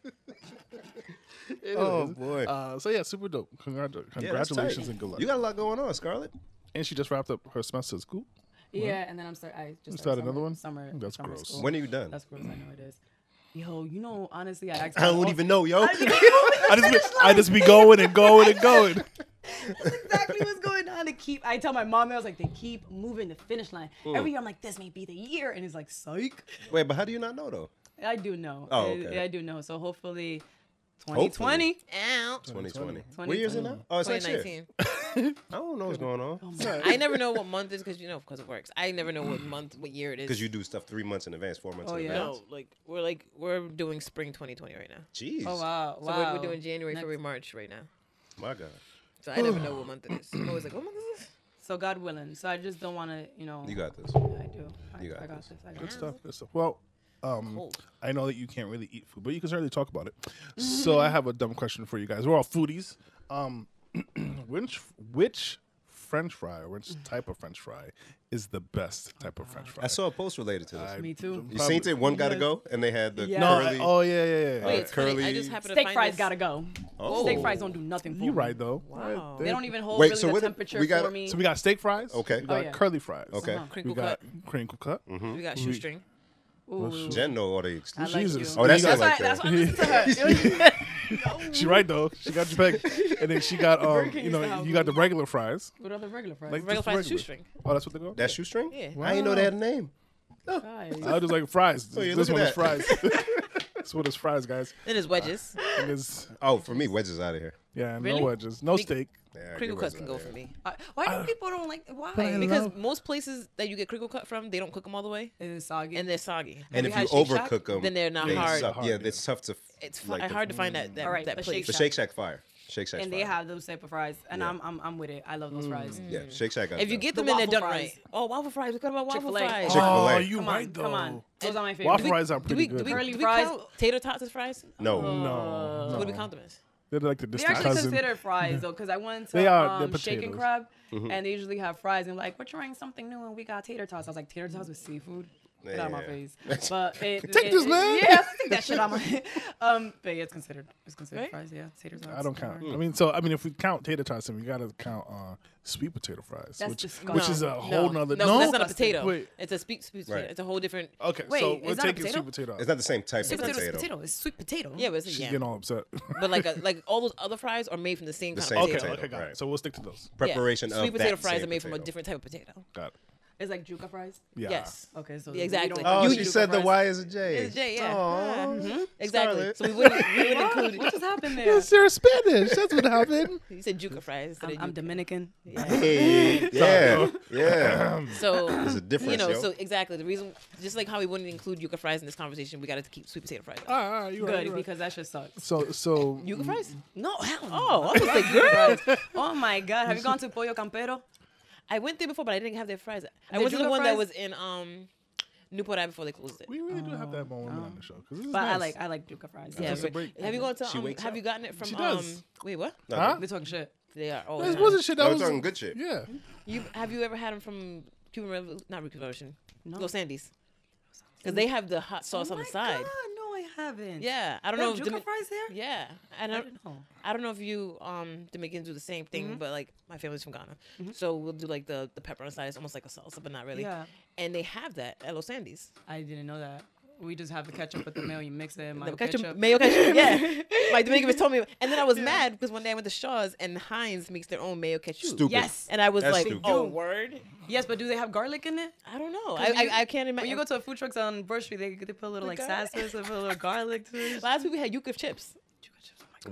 oh boy.
Uh, so yeah, super dope. Congratu-
Yeah, that's
congratulations
tight.
and good luck.
You got a lot going on, Scarlett.
and she just wrapped up her semester at school.
Yeah, and then I'm sorry. I just
start
started
another one?
Summer.
That's
summer
gross.
school.
When are you done?
That's gross. I know it is. Yo, you know, honestly, I asked.
I don't
myself-
even know, yo.
I just, be, I just be going and going and going.
exactly what's going on. They keep. I tell my mom, I was like, they keep moving the finish line every year. I'm like, this may be the year, and it's like, psych.
Wait, but how do you not know though?
I do know.
Oh,
I-
okay.
I, do know. So hopefully, 2020.
Hopefully.
Out.
2020. What year is it now? Oh, it's next year.
2019.
I don't know what's going on.
I never know what month is because you know, because it works. I never know what month, what year it is.
Because you do stuff three months in advance, four months
Oh,
in
yeah.
advance.
no, like we're like we're doing spring 2020 right now.
Jeez.
Oh wow!
So
wow.
we're, we're doing January,
Next-
February, March right now.
My God.
So I never know what month it is. I'm always like, what month is this?
So God willing. So I just don't want to, you know.
You got this.
I do. I,
you got
I got
this.
this. I got
Good
this.
stuff. Good stuff. Well,
Mm-hmm.
um,
Cold.
I know that you can't really eat food, but you can certainly talk about it. So I have a dumb question for you guys. We're all foodies. Um, which which French fry, or which type of French fry, is the best type of French fry?
I saw a post related to this.
Me too.
you seen it? One got to go, and they had the
Yeah.
No, I-
curly.
oh yeah, yeah, yeah.
Wait,
yeah.
it's funny. I
curly-
just happened to
Steak
find
fries
this.
gotta go.
Oh.
Steak fries don't do nothing for
you
me.
right though.
Wow.
They- e
They don't even hold
Wait,
really
so
the
what-
temperature
we got-
for me.
So we got steak fries.
Okay.
We got
yeah.
curly fries.
Okay. Mm-hmm.
We
Crinkle
got
cut.
crinkle cut.
We got shoestring.
Ooh,
Jen know all the
I like
Jesus.
you.
Oh, that's
You
not
got-
that's why.
like that.
That's why I listen to her.
She right though. She got your bag, and then she got um,
King
you
is the
know, you got the
album.
regular fries.
what are the regular fries?
Like
Regular
just
fries, shoestring.
Oh, that's what they go.
That shoestring?
Yeah.
I didn't know they had a name.
Fries.
I was just like fries.
Oh,
This,
yeah,
this
look
one is
at
fries. this one is fries, guys.
Then there's wedges.
And it's,
Oh, for me, wedges out of here.
yeah,
Really?
no wedges, no steak.
Yeah,
crinkle
get
cuts
wedges
can go
outta here.
for me.
Uh, Why do people don't like? Why?
But I
Because
Because
love-
most places that you get crinkle cut from, they don't cook them all the way,
it is soggy.
and they're soggy.
And
We
if
had
you
Shake Shack,
overcook them,
then they're not hard.
Yeah, it's tough to.
It's fi-
like the-
hard to find that that,
All right,
that
but
place.
The Shake Shack fire. Shake Shack.
and they have those type of fries, and
Yeah.
I'm, I'm I'm with it. I love
Mm.
those fries.
Yeah, Shake Shack. got
If you
that.
get
The
them in there
waffle
done
fries.
right. Oh, waffle fries. We got about waffle
Chick-fil-A.
fries.
Chick- Chick-fil-A.
Oh, you
Come
right
on,
though.
come on. Those are my favorite.
Waffle
We-
fries are
do
pretty
we, do
good.
we,
Curly
do we
fries.
count tater tots as fries?
no,
no,
So
no.
what do we count them as?
They're like the
They
distant
actually
cousin.
consider fries though, because I went to
They are, they're
um, Shake and
potatoes.
Crab, and they usually have fries. And like, we're trying something new, and we got tater tots. I was like, tater tots with seafood. Get out of my
Yeah.
face. But it,
Take
it-
this,
it-
man.
Yeah, take that shit out my. Um, but yeah, it's considered. It's considered
Right?
fries. Yeah, tater tots.
I don't count.
whatever.
I mean, so I mean, if we count tater tots, then we gotta count uh, sweet potato fries,
That's
which
disgusting.
which is a whole nother.
No,
No,
that's not a potato.
Wait. Oh,
It's a sweet, sweet potato.
Right.
It's a whole different.
Okay,
Wait,
so
is
we're
that a
taking
potato?
sweet potato.
It's not the same type
Sweet
of
potato is
potato.
potato. It's sweet potato.
Yeah, but it's a
She's
yam.
getting all upset.
But like, a, like all those other fries are made from the same
The
kind
same
of
okay,
potato.
potato,
okay, got
right.
it. So we'll stick to those.
Yeah.
Preparation of
sweet potato
that
fries
same
are made from a
potato.
different type of potato.
Got it.
It's like juca fries.
Yeah.
Yes.
Okay, so
Exactly.
we don't-
Oh,
You-
you,
you
said the
fries.
Y is a J.
It's a J, yeah. Mm-hmm.
Aw.
Exactly.
Scarlet.
So we wouldn't, we wouldn't include.
What just happened there?
they're Spanish. That's what happened.
You said juca fries. instead
I'm,
of
I'm
yuca.
Dominican.
Hey, yeah, yeah.
So
There's a difference,
You know,
yo.
so exactly the reason, just like how we wouldn't include yuca fries in this conversation, we got to keep sweet potato fries. out.
All right, all right, Ah, you right,
Good,
you right.
because that shit sucks.
So, so
yuca fries?
mm.
No, hell no.
Oh, I was like, girl.
Oh my god, have you gone to Pollo Campero?
I went there before, but I didn't have their fries. I
The
went to the
yuca
one that
fries?
was in um Newport Ave before they closed it.
we really do have that moment on the show. 'cause this is
But I
nice.
like I like Duca fries.
Yeah,
That's a
but-
break.
have you gone to?
She
Um,
wakes
have
up.
you gotten it from?
She
um,
does.
Wait, what?
Huh?
We're talking shit.
They are. Oh,
This
yeah.
wasn't shit. That
No, we're
was
talking good shit.
Yeah.
You have you ever had them from Cuban Revolution? Not Revolution.
No. Oh
Los Oh Andes. Because they have the hot sauce on the side.
no, I haven't.
Yeah, I don't know. If
They have
Domin-
Duca fries there?
Yeah, I don't. I
didn't know.
don't know if you um Dominicans do the same thing,
Mm-hmm.
but like my family's from Ghana, so we'll do like the the pepper on the side. It's almost like a salsa, but not really.
Yeah.
And they have that at Los Andes.
I didn't know that. we just have the ketchup with the mayo. You mix it, mayo
Mayo
ketchup.
ketchup. Mayo ketchup. Yeah. My Dominican told me. And then I was mad because one day I went to Shaw's and Heinz makes their own mayo ketchup.
Stupid.
Yes.
And I was
That's
like,
stupid.
oh, word?
yes, but do they have garlic in it?
I don't know. I, I, I can't
When
imagine.
you go to a food trucks on Broad Street, they, they put a little like
garlic.
sassas, they put a little garlic to it.
Last week we had yuca chips.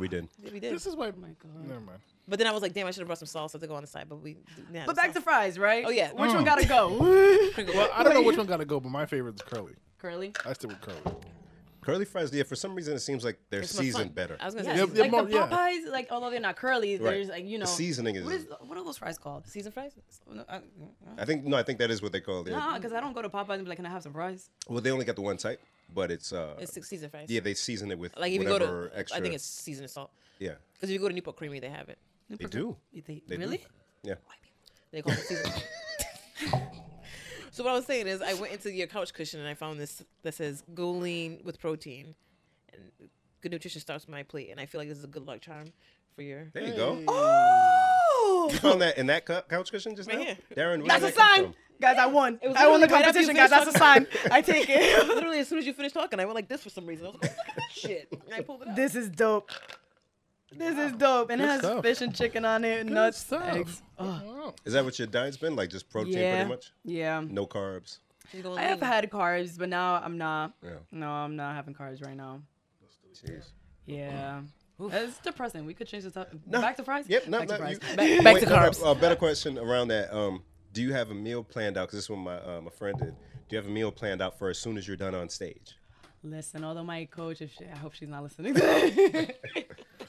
We did.
Yeah, we did.
This is why.
Oh my God.
Never mind.
But then I was like, damn, I should have brought some salsa to go on the side. But we. Nah,
But back to fries, right?
Oh, yeah.
Which one gotta go?
Well, I don't know which one got to go, but my favorite is curly.
Curly.
I stick with curly.
Curly fries, yeah, for some reason it seems like they're seasoned better.
I was going to
Yes.
Yeah,
say
yeah,
like
more-
the
yeah.
Popeyes, like although they're not curly,
Right.
there's like you know
The seasoning is-
What, is, what are those fries called?
seasoned fries.
No, I,
I think no, I think that is what they call it.
because I don't go to Popeyes and be like, can I have some fries?
Well, they only got the one type, but it's uh
It's six seasoned fries.
yeah, they season it with
Like if you go
whatever
to,
extra.
I think it's seasoned salt.
yeah,
Because if you go to Newport Creamery, they have it.
they do.
They,
They do.
really?
Yeah.
They call it seasoned. so what I was saying is, I went into your couch cushion and I found this that says "Goline with protein," and good nutrition starts with my plate. And I feel like this is a good luck charm for your.
There you go.
Oh,
You found that in that cou- couch cushion just
Right
now,
here.
Darren. Where
that's a
did that come
sign,
from?
guys. I won.
was
I won the
literally right after you
competition, guys. That's
finished
a sign. I take it.
Literally, as soon as you finished talking, I went like this for some reason. I was like, "What the shit. And I pulled it. Out.
This is dope. This is dope, and
Good
it has
stuff.
fish and chicken on it, nuts,
stuff.
eggs.
Wow.
Is that what your diet's been like? Just protein,
Yeah.
pretty much.
Yeah.
No carbs.
She's going
I have
lean.
had carbs, but now I'm not.
Yeah.
No, I'm not having carbs right now.
Jeez.
Yeah. It's depressing. We could change the topic. Back to fries?
Yep. No,
Back
no,
to fries.
you-
back, back
Wait,
to
no, no,
carbs.
uh, better question around that. Um, do you have a meal planned out? Because this is what my uh, my friend did. Do you have a meal planned out for as soon as you're done on stage?
Listen, although my coach, if she, I hope she's not listening, to this.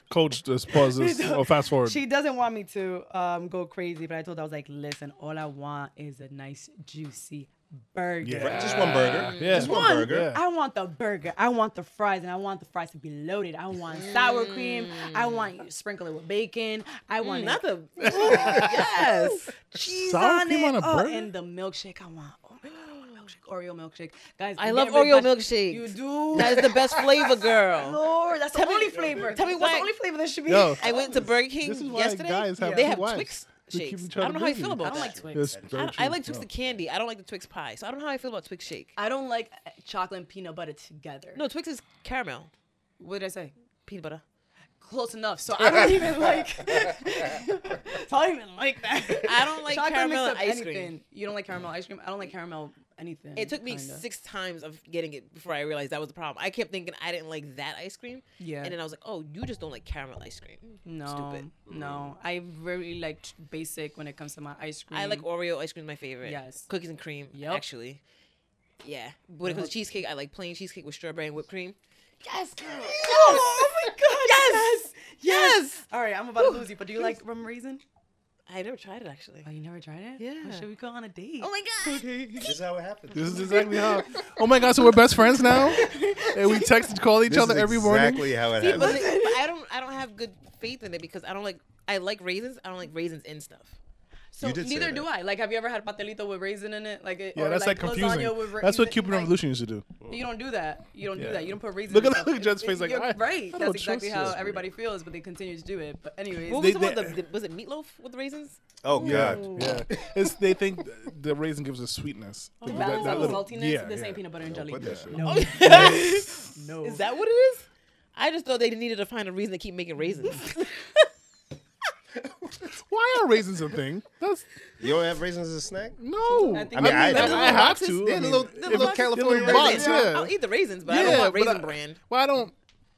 Coach just pauses or Oh, fast forward.
she doesn't want me to um, go crazy. But I told her I was like, listen, all I want is a nice juicy burger.
Yeah.
Just one burger.
Yeah.
Just one,
One,
burger.
I want the burger. I want the fries, and I want the fries to be loaded. I want sour cream. I want you to sprinkle it with bacon. I
Mm,
want
Not
it-
the. yes.
cheese
Sour
on
cream
it.
on a
oh,
burger?
and the milkshake. I want. Oh my God, I want milkshake, Oreo milkshake, guys.
I
get
love
everybody-
Oreo milkshakes.
You do.
That is the best flavor, girl.
Lord, that's the only flavor.
tell me
That's
why-
the only flavor that should be.
Yo,
I went to Burger King
this is why
yesterday.
guys have
they
two
have
wives.
Twix
They keep
shakes.
each
I
other
don't know how I
busy.
feel about
I don't
that.
like Twix.
It's very
I, I
true.
like Twix
No.
the candy. I don't like the Twix pie, so I don't know how I feel about Twix shake.
I don't like uh, chocolate and peanut butter together.
No, Twix is caramel,
what did I say?
peanut butter.
Close enough. So I don't even like. so I don't even like that.
I don't like
chocolate
caramel
mixed
and
up
ice
anything.
cream.
You don't like caramel ice cream. I don't like caramel anything.
It took me
kinda.
six times of getting it before I realized that was the problem. I kept thinking I didn't like that ice cream.
Yeah.
And then I was like, oh, you just don't like caramel ice cream.
No,
Stupid.
no. I really like t- basic when it comes to my ice cream.
I like Oreo ice cream, is my favorite.
Mm. Yes.
Cookies and cream,
Yep.
actually. Yeah. But when it comes
Uh-huh.
to cheesecake, I like plain cheesecake with strawberry and whipped cream. Yes, girl. Yes.
Oh my god.
Yes. Yes.
All right, I'm about to lose you. But do you like rum raisin?
I never tried it, actually.
Oh, you never tried it?
Yeah.
Well, should we go on a date?
Oh my God.
This is how it happens.
This is exactly how. Oh my God! So we're best friends now, and we text and call each
This
other
is
every morning.
exactly how it
See, but,
happens.
the- but I don't. I don't have good faith in it because I don't like. I like raisins. I don't like raisins in stuff.
So
You did say
neither
that.
do I. Like, have you ever had patelito with raisin in it? Like, it,
Yeah,
or,
that's like confusing.
lasagna with
That's what
raisin?
Cuban
Like,
Revolution used to do.
You don't do that. You don't
Yeah.
do that. You don't put raisins.
Look
in
at-
stuff.
look at Jed's
It-
face like,
you're
I-
right.
I don't
That's exactly
trust
how
this.
everybody feels, but they continue to do it. But anyways,
What
They-
was, some of
they-
the, the- was it meatloaf with raisins?
Oh god.
Yeah, it's, they think th- the raisin gives us sweetness. They do that-
balance
that
of
little-
saltiness.
yeah,
this
yeah.
ain't peanut butter and jelly.
put that shit.
No, no.
Is that what it is? I just thought they needed to find a reason to keep making raisins.
Why are raisins a thing? That's
You don't have raisins as a snack?
no.
I think-
I
mean,
mean,
I-
I,
They're
little
I have
boxes.
to.
They're
I mean,
little- they're
if-
little
they're
California
little
raisins.
box,
I'll-
yeah.
I'll eat the raisins, but I
Yeah,
don't want
but
raisin
I-
brand.
Well, I don't.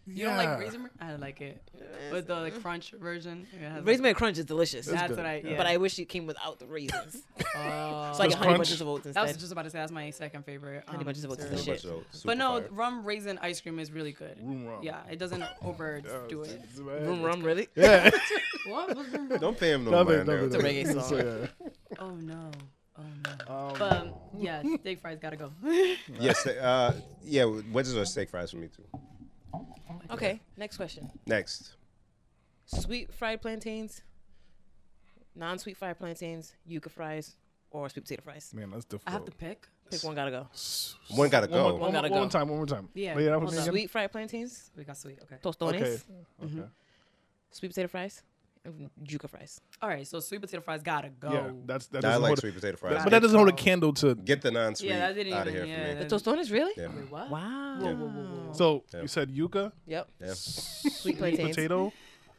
You don't
yeah.
like raisin? bran? I like it with the like crunch version. It has,
Raisin Bran Crunch is delicious,
That's
good.
what I. Yeah.
but I wish it came without the raisins.
Oh.
so I
Just
get honey
crunch?
bunches of oats
I was
instead.
just about to say that's my second favorite.
Honey
um,
bunches of oats is the
cereal.
shit.
So, super
But no,
fire.
rum raisin ice cream is really good.
Room rum.
Yeah, it doesn't overdo it.
Vroom, vroom, really?
Yeah.
What? What's rum?
don't pay him no
Love it,
mind.
love
there.
it,
It's a
love
reggae
it.
song.
So, yeah.
Oh no. Oh no.
Um,
But um, yeah, steak fries gotta go. Wait,
Yes. Uh, yeah. Wedges or steak fries for me too.
Okay, next question.
Next.
Sweet fried plantains, non-sweet fried plantains, yuca fries, or sweet potato fries.
man, that's difficult.
I have to pick.
Pick one, gotta go.
One gotta
One, more-
go.
one,
gotta
more- one
go.
more time. One more time.
Yeah,
Wait, that
hold
was
on.
again?
Sweet fried plantains,
We got sweet. Okay.
tostones,
Okay. Okay.
sweet potato fries, Juca fries.
All right, so sweet potato fries gotta go.
Yeah, that's that.
Now I
doesn't
like
hold a-
sweet potato fries.
But that doesn't hold a candle to.
Get the non-sweet
Yeah, that didn't
out of
even-
here
yeah,
for me.
The
that-
tostones, really?
Yeah.
Wait, what?
Wow.
Whoa, whoa, whoa, whoa, whoa.
So
Yeah.
you said yuca,
Yep.
Yeah.
Sweet
sweet
plantains.
potato,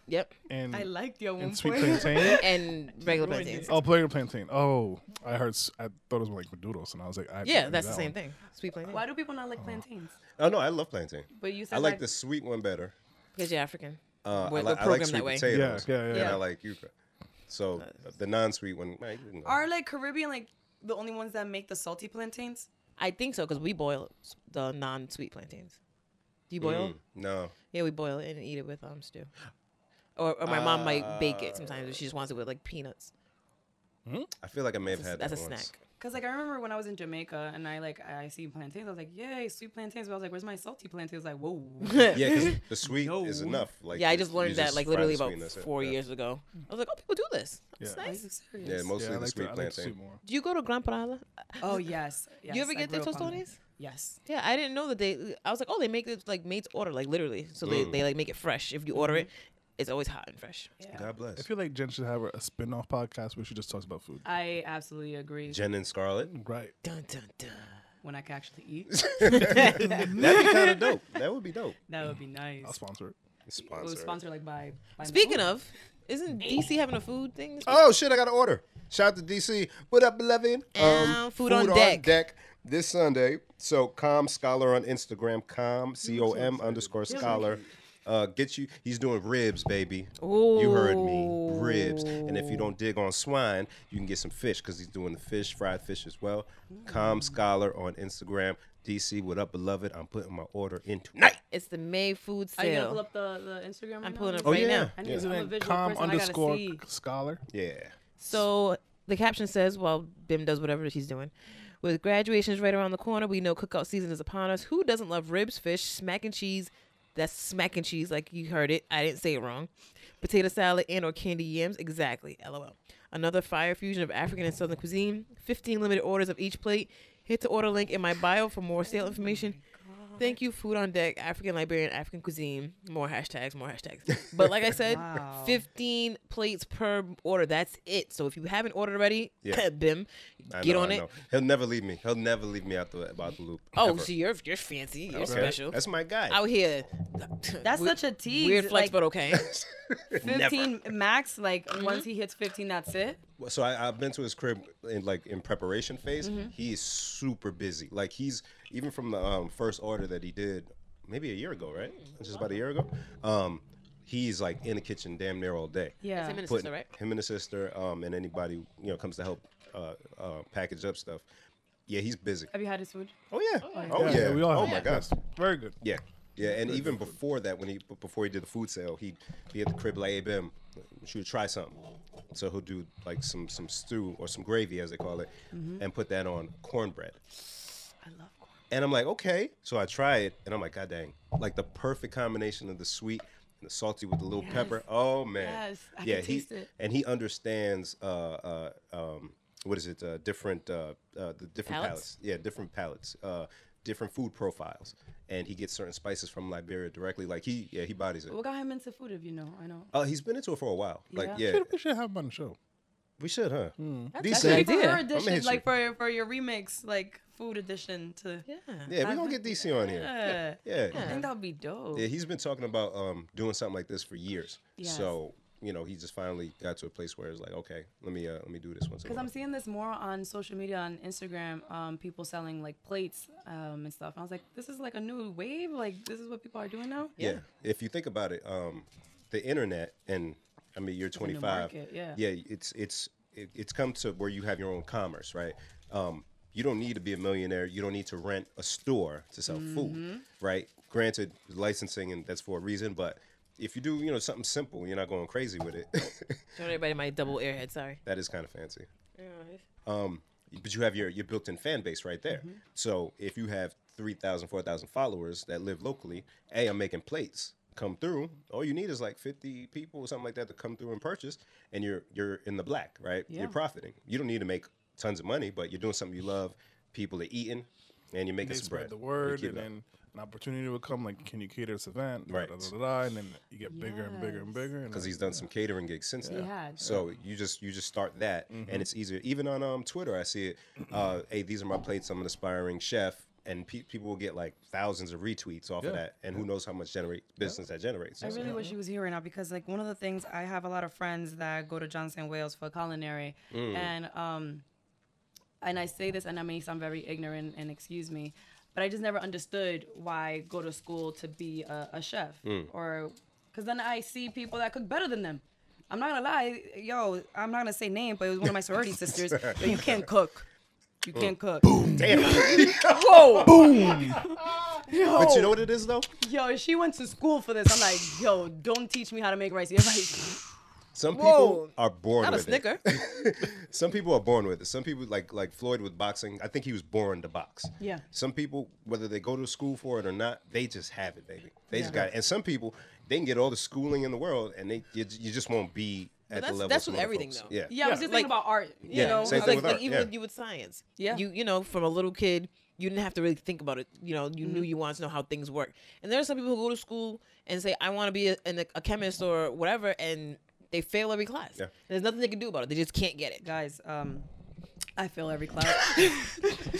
Yep.
and
I liked you at one
and sweet
point.
plantain.
And regular
ruined
plantains.
Oh, player plantain. Oh, I heard. s- I thought it was like Madudos, and I was like, I
Yeah,
knew
that's the
that
same
one.
thing. Sweet plantains.
Why do people not like plantains?
Oh no, I love plantain.
But you said
I like the sweet one better.
Because you're African.
Uh,
We're-
I, like
we're
I like
programmed
sweet
that way. Uh,
potatoes.
Yeah, yeah, yeah.
And
Yeah.
I like yuca. So the non-sweet one. man, you know.
Are like Caribbean like the only ones that make the salty plantains?
I think so because we boil s- the non-sweet plantains. Do you boil?
Mm, no.
Yeah, we boil it and eat it with um stew. Or, or my mom might bake it sometimes. But she just wants it with like peanuts.
I feel like I may have had
That's a
that once.
snack.
Cause like I remember when I was in Jamaica and I like I see plantains, I was like, yay, sweet plantains. But I was like, where's my salty plantains? I was like, whoa.
Yeah, 'cause the sweet
No.
is enough. Like
Yeah, I
you-
just
you
learned that
just
like
fry the
literally
sweet
about
and that's it.
four
Yeah.
years ago. I was like, oh, people do this. That's
Yeah.
nice.
Yeah, mostly
Yeah, I
the
like the,
sweet
I like the
plantain.
sweet more.
Do you go to Gran Parada?
Oh yes, yes.
you ever
I
get their
grew up on that.
tostones?
Yes.
Yeah, I didn't know that they. I was like, oh, they make it like maid's order, like literally. So
Mm.
they, they like make it fresh. If you order it, it's always hot and fresh.
Yeah.
God bless.
I feel like Jen should have a, a spin-off podcast where she just talks about food.
I absolutely agree.
Jen and Scarlet.
Right.
Dun dun dun.
When I can actually eat,
That'd be kind of dope. That would be dope.
that would be nice.
I'll sponsor it.
It was
Sponsor.
sponsored like by. by
Speaking of, isn't DC having a food thing? This week?
Oh shit! I got to order. Shout out to DC. What up, beloved?
Um, food on deck.
this Sunday. So com scholar on Instagram. Com c o m underscore scholar. Uh, get you. He's doing ribs, baby. You heard me. Ribs. And if you don't dig on swine, you can get some fish because he's doing the fish, fried fish as well. Com scholar on Instagram. DC, what up, beloved? I'm putting my order in tonight.
It's the May food
Are you gonna pull
sale.
up the, the Instagram? Right
I'm pulling
now?
it up right
Oh, yeah.
now.
I need
Yeah.
I'm a visual
Com
person. I
underscore
gotta see.
scholar.
Yeah.
So the caption says, "Well, Bim does whatever he's doing." With graduations right around the corner, we know cookout season is upon us. Who doesn't love ribs, fish, smack and cheese? That's smack and cheese, like you heard it. I didn't say it wrong. Potato salad and or candy yams, exactly. LOL. Another fire fusion of African and Southern cuisine. Fifteen limited orders of each plate. Hit the order link in my bio for more sale information. Thank you, Food on Deck, African Liberian, African cuisine. More hashtags, more hashtags. But like I said,
Wow.
15 plates per order. That's it. So if you haven't ordered already,
Yeah.
Bim,
I
get
know,
on
I
it.
know. He'll never leave me. He'll never leave me out the about the loop.
Oh,
ever.
so you're you're fancy. You're
Okay.
special.
That's my guy.
Out here.
That's
Weird-
such a tease.
Weird flex,
like,
but okay.
15 max. Like once he hits 15, that's it.
Well, so I, I've been to his crib in like in preparation phase. He is super busy. Like he's even from the um, first order that he did maybe a year ago, right? Which is about a year ago. Um, he's like in the kitchen damn near all day.
Yeah.
Him and his
Putting-
sister, right?
Him and his sister, um, and anybody you know comes to help uh, uh, package up stuff. Yeah, he's busy.
Have you had his food?
Oh yeah. Oh yeah.
we all
oh
have
my
that.
gosh.
That's Very good.
Yeah. Yeah, and even before that, when he b- before he did the food sale, he'd be at the crib like, "Hey, Bim, she would try something." So he'll do like some some stew or some gravy, as they call it, and put that on cornbread.
I love corn.
And I'm like, "Okay." So I try it, and I'm like, "God dang!" Like the perfect combination of the sweet and the salty with the little pepper. Oh man!
Yes, I can
yeah, he
taste it.
and he understands uh, uh, um, what is it? Uh, different uh, uh, the different
Palates?
palates. Yeah, different palates. Uh, different food profiles, and he gets certain spices from Liberia directly. Like he, yeah, he bodies it.
What got him into food? If you know, I know.
Uh, he's been into it for a while. Like
Yeah.
yeah,
Should- We should have him on the show.
we should, huh?
That's
DC,
an
like for
idea.
her
I'm
gonna
edition,
hit
like
you.
for for your remix, like food edition to. Yeah.
yeah, we gonna get DC on here.
Yeah.
Yeah.
I
yeah,
think that would be dope.
He's been talking about um, doing something like this for years.
Yes.
So you know, he just finally got to a place where it's like, okay, let me uh, let me do this once. in a
Because I'm
while.
seeing this more on social media, on Instagram, um, people selling like plates um, and stuff. And I was like, this is like a new wave. Like, this is what people are doing now.
yeah. If you think about it, um, the internet and I mean you're
a new
25.
market, yeah.
it's it's it, it's come to where you have your own commerce, right? Um, you don't need to be a millionaire. You don't need to rent a store to sell
Mm-hmm.
food, right? Granted, licensing and that's for a reason, but if you do, you know, something simple, you're not going crazy with it.
Showing everybody my double airhead. Sorry.
that is kind of fancy but you have your your built-in fan base right
Mm-hmm.
there. So if you have 3,000, 4,000 followers that live locally, hey, I'm making plates come through. All you need is like 50 people or something like that to come through and purchase, and you're you're in the black, right?
Yeah.
You're profiting. You don't need to make tons of money, but you're doing something you love. People are eating, and you're making
They
some
spread
bread.
the
You're
word, and
keeping up.
then an opportunity would come, like, can you cater this event? Da-
Right.
Da, da, da, da, and then you get bigger and bigger and
Yes.
bigger. and
because
then-
he's done some catering gigs since then.
Yeah. Mm-hmm.
So you just you just start that, and it's easier. Even on um, Twitter, I see it. Uh, hey, these are my plates. I'm an aspiring chef, and pe- people will get like thousands of retweets off of that, and who knows how much generate business that generates.
I really wish he was here right now because like one of the things I have a lot of friends that go to Johnson Wales for culinary and um and I say this and I may sound very ignorant and excuse me, but I just never understood why go to school to be a, a chef or because then I see people that cook better than them. I'm not gonna lie, yo, I'm not gonna say name, but it was one of my sorority sisters. But you can't cook. You can't cook.
Damn.
Whoa!
but you know what it is though.
Yo, she went to school for this. I'm like, yo, don't teach me how to make rice. You're like,
Some
Whoa.
people are born
Not a
with it.
snicker.
Some people are born with it. Some people like like Floyd with boxing. I think he was born to box.
Yeah.
Some people, whether they go to school for it or not, they just have it, baby. They just got it. And some people, they can get all the schooling in the world, and they you, you just won't be at
that's-
the level.
that's
some
with
other
everything,
folks.
though.
Yeah.
Yeah, I was just thinking
Like-
about art. You
Yeah,
know,
same
I
thing
like,
with
was like,
like
art,
even
yeah.
with you with science.
Yeah.
You you know, from a little kid, you didn't have to really think about it. You know, you knew
Mm-hmm.
you wanted to know how things work. And there are some people who go to school and say, I want to be a, an, a chemist or whatever, and they fail every class.
Yeah.
There's nothing they can do about it. They just can't get it.
guys, um, I fail every class.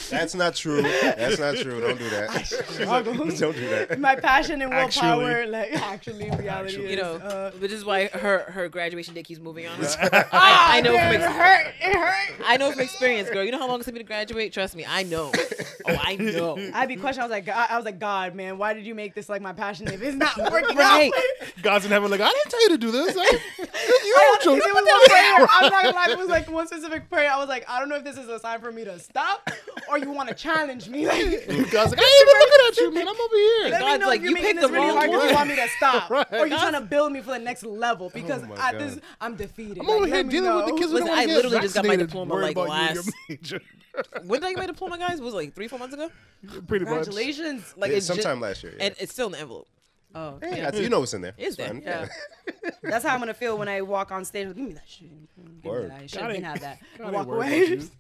That's not true. That's not true. Don't do that. Don't do that.
My passion and willpower,
Actually.
like actually reality is.
You know,
uh,
which is why her her graduation date keeps moving on. I, I know from ex-
it hurt.
I know from experience, girl. You know how long it took me to graduate? Trust me, I know. Oh, I know.
I'd be questioning. I was like, God, I was like, God, man, why did you make this like my passion if it's not working
Right.
out?
God's in heaven, like, I didn't tell you to do this. I,
I
you
honestly,
chose
there was one prayer. I'm not gonna lie. It was like one specific prayer. I was like, I don't know if this is a sign for me to stop or you want to challenge me. Like,
God's like, I ain't even looking at you, man. I'm over here.
Let me
God's
know
like,
if you're
"You
making
picked
this
the
really
wrong
hard because
one."
you want me to stop,
Right. Oh
or you're trying to build me for the next level because
my
I,
God.
this, I'm defeated.
I'm over
Like,
here
let me
dealing with the
know.
kids. who
Listen,
don't wanna
I
get
literally just got my
vaccinated.
diploma,
Worry
like,
about you and your
last-
major.
When did I get my diploma, guys? Was it like three, four months ago?
Pretty much.
Congratulations!
Like
Yeah,
it's ju-
sometime last year. Yeah.
and it's still in the envelope.
Oh,
Hey, I- you know what's in there.
It's there.
fine.
yeah. That's how I'm gonna feel when I walk on stage. Give me that shit. Give me
Word.
that. I
God
shouldn't
ain't-
have that.
God ain't
walk
worried
away.
about you.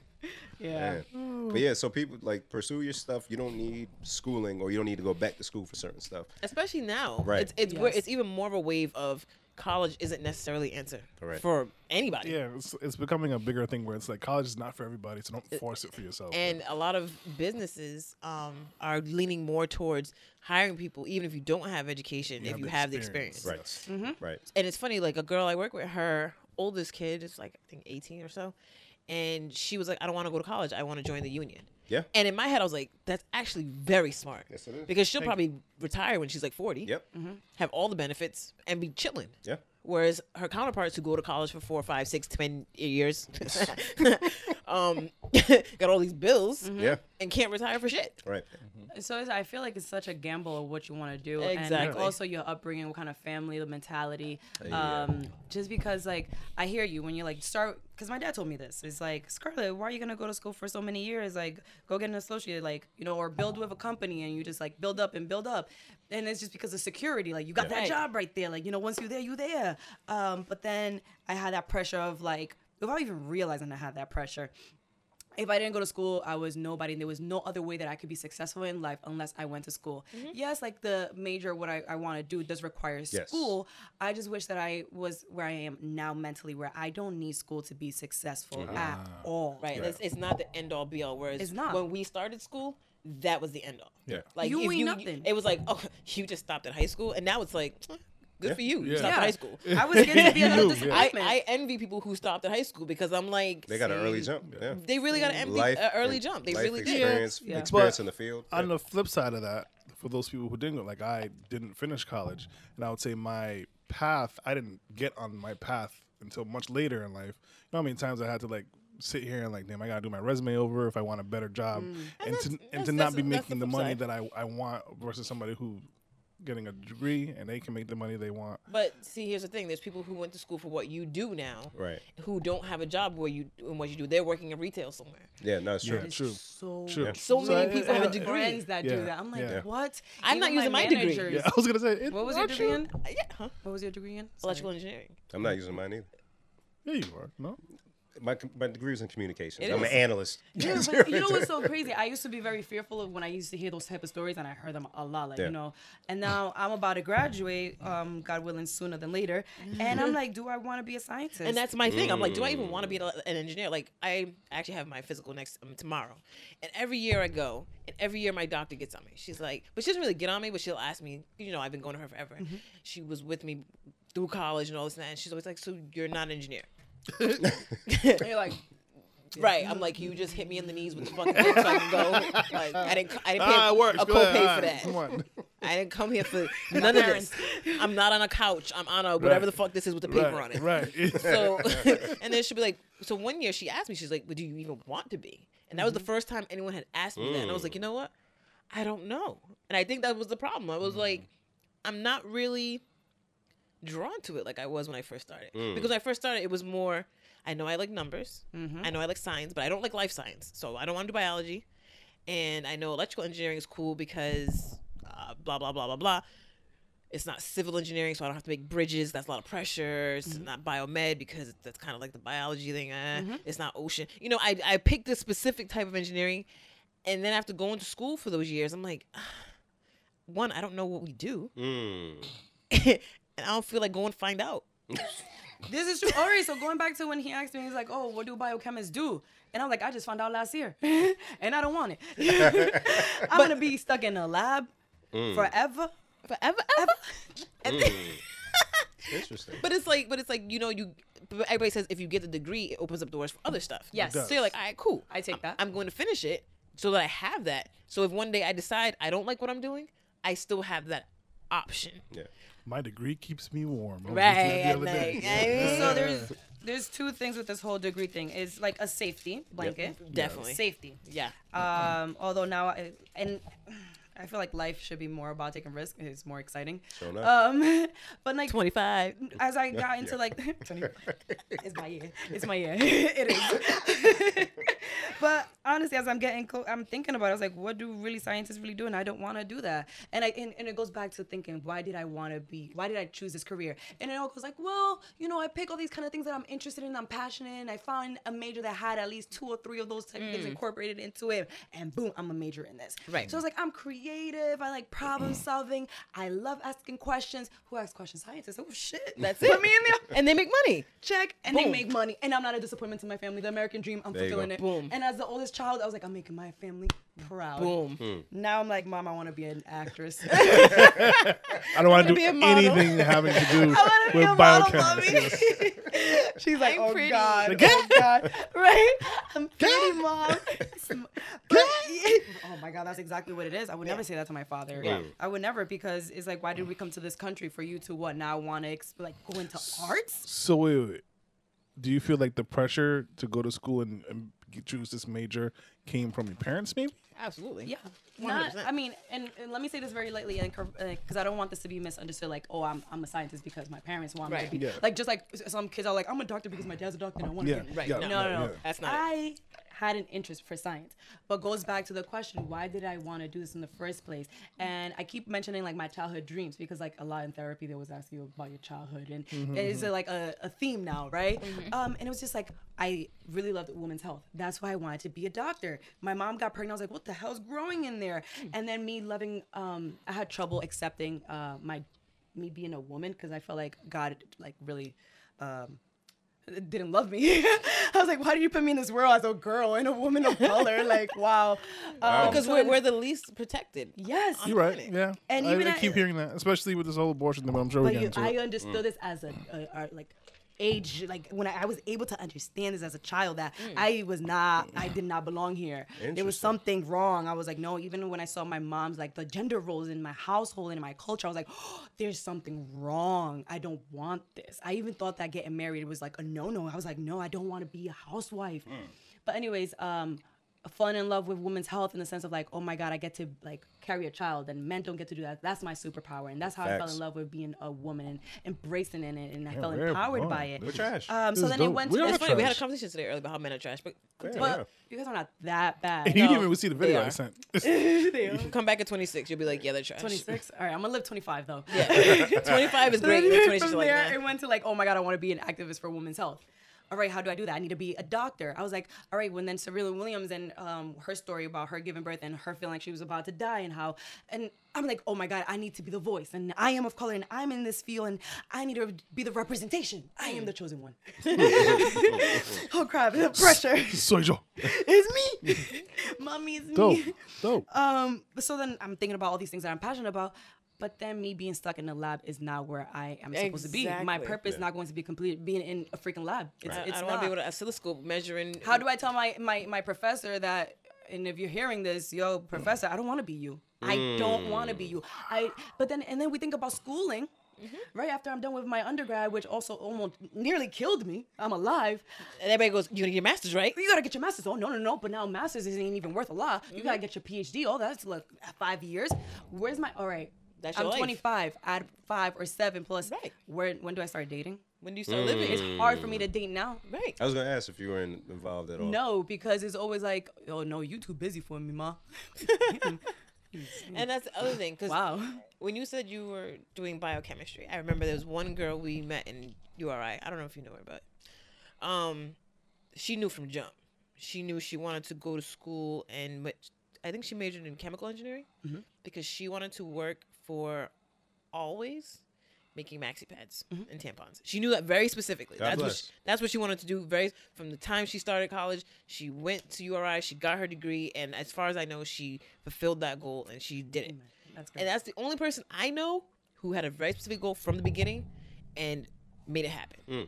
yeah.
Mm-hmm. Yeah. But yeah, so people like pursue your stuff. You don't need schooling, or you don't need to go back to school for certain stuff.
especially now.
Right.
It's it's where
Yes.
it's even more of a wave of college isn't necessarily the answer
Correct.
for anybody.
Yeah, it's, it's becoming a bigger thing where it's like college is not for everybody, so don't force it for yourself.
And a lot of businesses um, are leaning more towards hiring people, even if you don't have education, if
have
you
the
have the
experience.
experience.
Right. Right.
And it's funny, like a girl I work with, her oldest kid is like I think 18 or so, and she was like, "I don't want to go to college. I want to join the union."
Yeah.
And in my head, I was like, "That's actually very smart."
Yes, it is.
Because she'll probably retire when she's like 40.
Yep.
have all the benefits and be chilling.
Yeah.
Whereas her counterparts who go to college for four, five, six, ten years, um, got all these bills
Mm-hmm.
Yeah.
and can't retire for shit.
Right.
So it's, I feel like it's such a gamble of what you want to do, and
Exactly.
like also your upbringing, what kind of family, the mentality.
Yeah.
Um, just because like I hear you when you're like start, because my dad told me this. It's like Scarlett, why are you gonna go to school for so many years? Like go get an associate, like you know, or build with a company, and you just like build up and build up. And it's just because of security. Like you got that
Right.
job right there. Like you know, once you're there, you're there. Um, but then I had that pressure of like without even realizing I had that pressure if I didn't go to school, I was nobody. And there was no other way that I could be successful in life unless I went to school.
Mm-hmm.
Yes, like the major, what I, I want to do does require school. I just wish that I was where I am now mentally, where I don't need school to be successful
Mm-hmm.
at
Ah.
all.
Right. It's, it's not the end all be all. Whereas
It's not.
when we started school, that was the end all.
Yeah.
Like
You
if
ain't
you,
nothing.
It was like, oh, you just stopped at high school, and now it's like, eh, good for you. You
Yeah.
stopped at high school.
I was getting to be
You
another
knew, yeah.
I,
disappointment.
I envy people who stopped at high school because I'm like,
They got an early
see,
jump. Yeah.
They really got an envy, uh, early
and
jump. They
life
really did.
experience,
Yeah.
experience
But
in the field.
on the flip side of that, for those people who didn't go, like I didn't finish college, and I would say my path, I didn't get on my path until much later in life. You know how many times I had to like sit here and like, damn, I gotta do my resume over if I want a better job, and, to and
Mm. that's-
to
that's-
not be
that's the
making the
flip
money
side.
that I I want versus somebody who getting a degree and they can make the money they want.
But see, here's the thing: there's people who went to school for what you do now,
Right.
Who don't have a job where you in what you do. They're working in retail somewhere.
Yeah. No, it's true.
Yeah, true.
so
True.
So many people have a
uh,
degree.
friends that do
Yeah.
that. I'm like,
Yeah.
what?
I'm not using my degree.
managers-
Yeah, I was gonna say. It,
What was your
not
degree
true.
in?
Uh, yeah, huh?
What was your degree in? Sorry.
Electrical engineering.
I'm not using mine either.
Yeah, you are. No,
my my degree was in communications.
It
I'm
is.
an analyst.
Yeah, but you know what's so crazy? I used to be very fearful of when I used to hear those type of stories, and I heard them a lot, like
Yeah.
you know. And now I'm about to graduate, um, God willing, sooner than later. And I'm like, do I want to be a scientist?
And that's my thing. I'm like, do I even want to be an an engineer? Like, I actually have my physical next um, tomorrow, and every year I go, and every year my doctor gets on me. She's like, but she doesn't really get on me, but she'll ask me. You know, I've been going to her forever.
Mm-hmm.
She was with me through college and all this and that. And she's always like, so you're not an engineer.
And you're like,
Right, I'm like you just hit me in the knees with the fucking thing so I can go. Like I didn't, I didn't pay
Ah,
a,
it works.
a
Go ahead.
copay
Ah,
for that.
Come on.
I didn't come here for none of this. I'm not on a couch. I'm on a whatever
Right.
the fuck this is with the paper on
Right.
it.
Right.
So, and then she'd be like, so one year she asked me, she's like, well, do you even want to be? And that was the first time anyone had asked me that. And I was like, you know what? I don't know. And I think that was the problem. I was like, I'm not really drawn to it like I was when I first started. Because when I first started, it was more, I know I like numbers, I know I like science, but I don't like life science. So I don't want to do biology. And I know electrical engineering is cool because uh, blah, blah, blah, blah, blah it's not civil engineering, so I don't have to make bridges. That's a lot of pressure. It's
Mm-hmm.
not biomed because it- that's kind of like the biology thing. Uh, It's not ocean. You know, I, I picked this specific type of engineering. And then after going to school for those years, I'm like, "Ah, one, I don't know what we do.
Mm.
and I don't feel like going to find out.
this is true. All right, so going back to when he asked me, he's like, oh, what do biochemists do? And I'm like, I just found out last year, and I don't want it. I'm gonna be stuck in a lab forever.
Forever, ever. And then-
Interesting.
But it's like, but it's like you know, you. But everybody says if you get the degree, it opens up doors for other stuff.
Yes. It does.
So you're like, all right, cool.
I take
I'm-
that.
I'm going to finish it so that I have that. So if one day I decide I don't like what I'm doing, I still have that option.
yeah.
My degree keeps me warm. I was listening
Right.
to
at
the other day.
night. I mean,
So there's there's two things with this whole degree thing. It's like a safety blanket,
Definitely.
safety.
Yeah.
Um, although now, I, and I feel like life should be more about taking risks. It's more exciting.
Sure enough.
um, but like
25.
as I got into like, 20 it's my year. It's my year. it is. but honestly, as I'm getting, clo- I'm thinking about. it. I was like, what do really scientists really do? And I don't want to do that. And I and, and it goes back to thinking, why did I want to be? Why did I choose this career? And it all goes like, well, you know, I pick all these kind of things that I'm interested in. I'm passionate. in. I found a major that had at least two or three of those type of things incorporated into it, and boom, I'm a major in this.
Right.
So it's like I'm creative. I like problem solving. I love asking questions. Who asks questions? Scientists. Oh shit.
That's it.
Put me in there
And they make money.
check and they
Boom.
make money and i'm not a disappointment to my family the american dream i'm
There you
fulfilling
go.
it
Boom.
and as the oldest child i was like i'm making my family proud
Boom.
now i'm like mom i want to be an actress
I don't want to do
be a model.
anything having to do
wanna be
with
a model,
biochemistry.
mommy. she's like
I'm
oh
pretty."
god oh god right i'm pretty mom Sm- but- oh my god that's exactly what it is i would never say that to my father i would never because it's like why did we come to this country for you to what now want to exp- like go into arts
So wait, wait, wait. do you feel like the pressure to go to school and, and get- choose this major came from your parents? Maybe.
Absolutely.
Yeah. Not,
100%.
I mean, and, and let me say this very lightly, and because I don't want this to be misunderstood, like, oh, I'm, I'm a scientist because my parents want me
Right.
to be.
Yeah.
Like, just like s- some kids are like, I'm a doctor because my dad's a doctor and I want to
Yeah.
be.
Right.
Yeah,
No,
No, no,
yeah,
no.
yeah.
That's not it.
I had an interest for science, but goes back to the question: Why did I want to do this in the first place? And I keep mentioning like my childhood dreams because like a lot in therapy they always ask you about your childhood, and it's uh, like a, a theme now, right? Um, and it was just like I really loved women's health. That's why I wanted to be a doctor. My mom got pregnant. I was like, what the hell's growing in there? And then me loving, um, I had trouble accepting uh, my me being a woman because I felt like God like really. Um, didn't love me. I was like, why did you put me in this world as a girl and a woman of color? like, wow. Um,
Because
so
we're,
then-
we're the least protected.
yes,
You're right. Yeah.
And
I,
even
I
at-
keep hearing that, especially with this whole abortion thing. but I'm sure we
But
get
you,
into
I
it.
understood this as a, a, a like age, like when I, I was able to understand this as a child that I was not, I did not belong here. There was
Interesting.
something wrong. I was like, no. Even when I saw my mom's like the gender roles in my household and in my culture, I was like, there's something wrong. I don't want this. I even thought that getting married was like a no no. I was like, no, I don't want to be a housewife. But anyways, um, fun in love with women's health in the sense of like, oh my god, I get to like carry a child, and men don't get to do that. That's my superpower, and that's how I fell
Facts.
in love with being a woman and embracing in it, and I
Yeah,
felt
we're
empowered by
wrong.
it.
We're trash.
Um,
This
so
is
then it
dope.
went.
We
to
are
this,
It's funny. We had a
Trash.
conversation today earlier about how men are trash, but
Yeah.
but you guys are not that bad.
you
No,
didn't even see the
they
video
are.
I sent.
come back at 26, you'll be like, yeah, they're trash.
26. All right, I'm gonna live 25 though.
Yeah. 25 is great. but 26 is
From
like,
there,
nah.
it went to like, oh my god, I want to be an activist for women's health.
all right, how do I do that? I need to be a doctor. I was like, all right, when then Serena Williams and um, her story about her giving birth and her feeling like she was about to die and how, and I'm like, oh my God, I need to be the voice and I am of color and I'm in this field and I need to be the representation. I am the chosen one. oh crap, the pressure.
Soy yo.
It's me. Mommy, it's
Dope.
me.
Dope.
Um, but so then I'm thinking about all these things that I'm passionate about. But then me being stuck in the lab is not where I am supposed to be. My
Exactly.
purpose is not going to be complete being in a freaking lab. It's,
I-
it's
I don't
not.
want to be with an oscilloscope measuring.
How do I tell my, my, my professor that, and if you're hearing this, yo, professor, I don't want to be you. I don't want to be you. I, but then, and then we think about schooling.
Mm-hmm.
Right after I'm done with my undergrad, which also almost nearly killed me, I'm alive.
And everybody goes, "You're gonna get your master's, right?"
You gotta get your master's. Oh no, no, no! But now master's isn't even worth a lot. You gotta get your PhD. Oh, that's like five years. Where's my? All right,
That's
I'm
your life.
25. Add five or seven plus.
Right.
Where? When do I start dating?
When do you start living?
It's
It's
hard for me to date now.
right.
I was gonna ask if you were in, involved at all.
No, because it's always like, oh no, you too busy for me, ma.
And that's the other thing, because
Wow.
when you said you were doing biochemistry, I remember there was one girl we met in URI. I don't know if you know her, but um, she knew from jump. She knew she wanted to go to school and went, I think she majored in chemical engineering because she wanted to work for always making maxi pads and tampons. She knew that very specifically.
God
that's what
bless.
she, that's what she wanted to do. Very from the time she started college, she went to URI, she got her degree, and as far as I know, she fulfilled that goal and she did it.
That's great.
And that's the only person I know who had a very specific goal from the beginning and made it happen.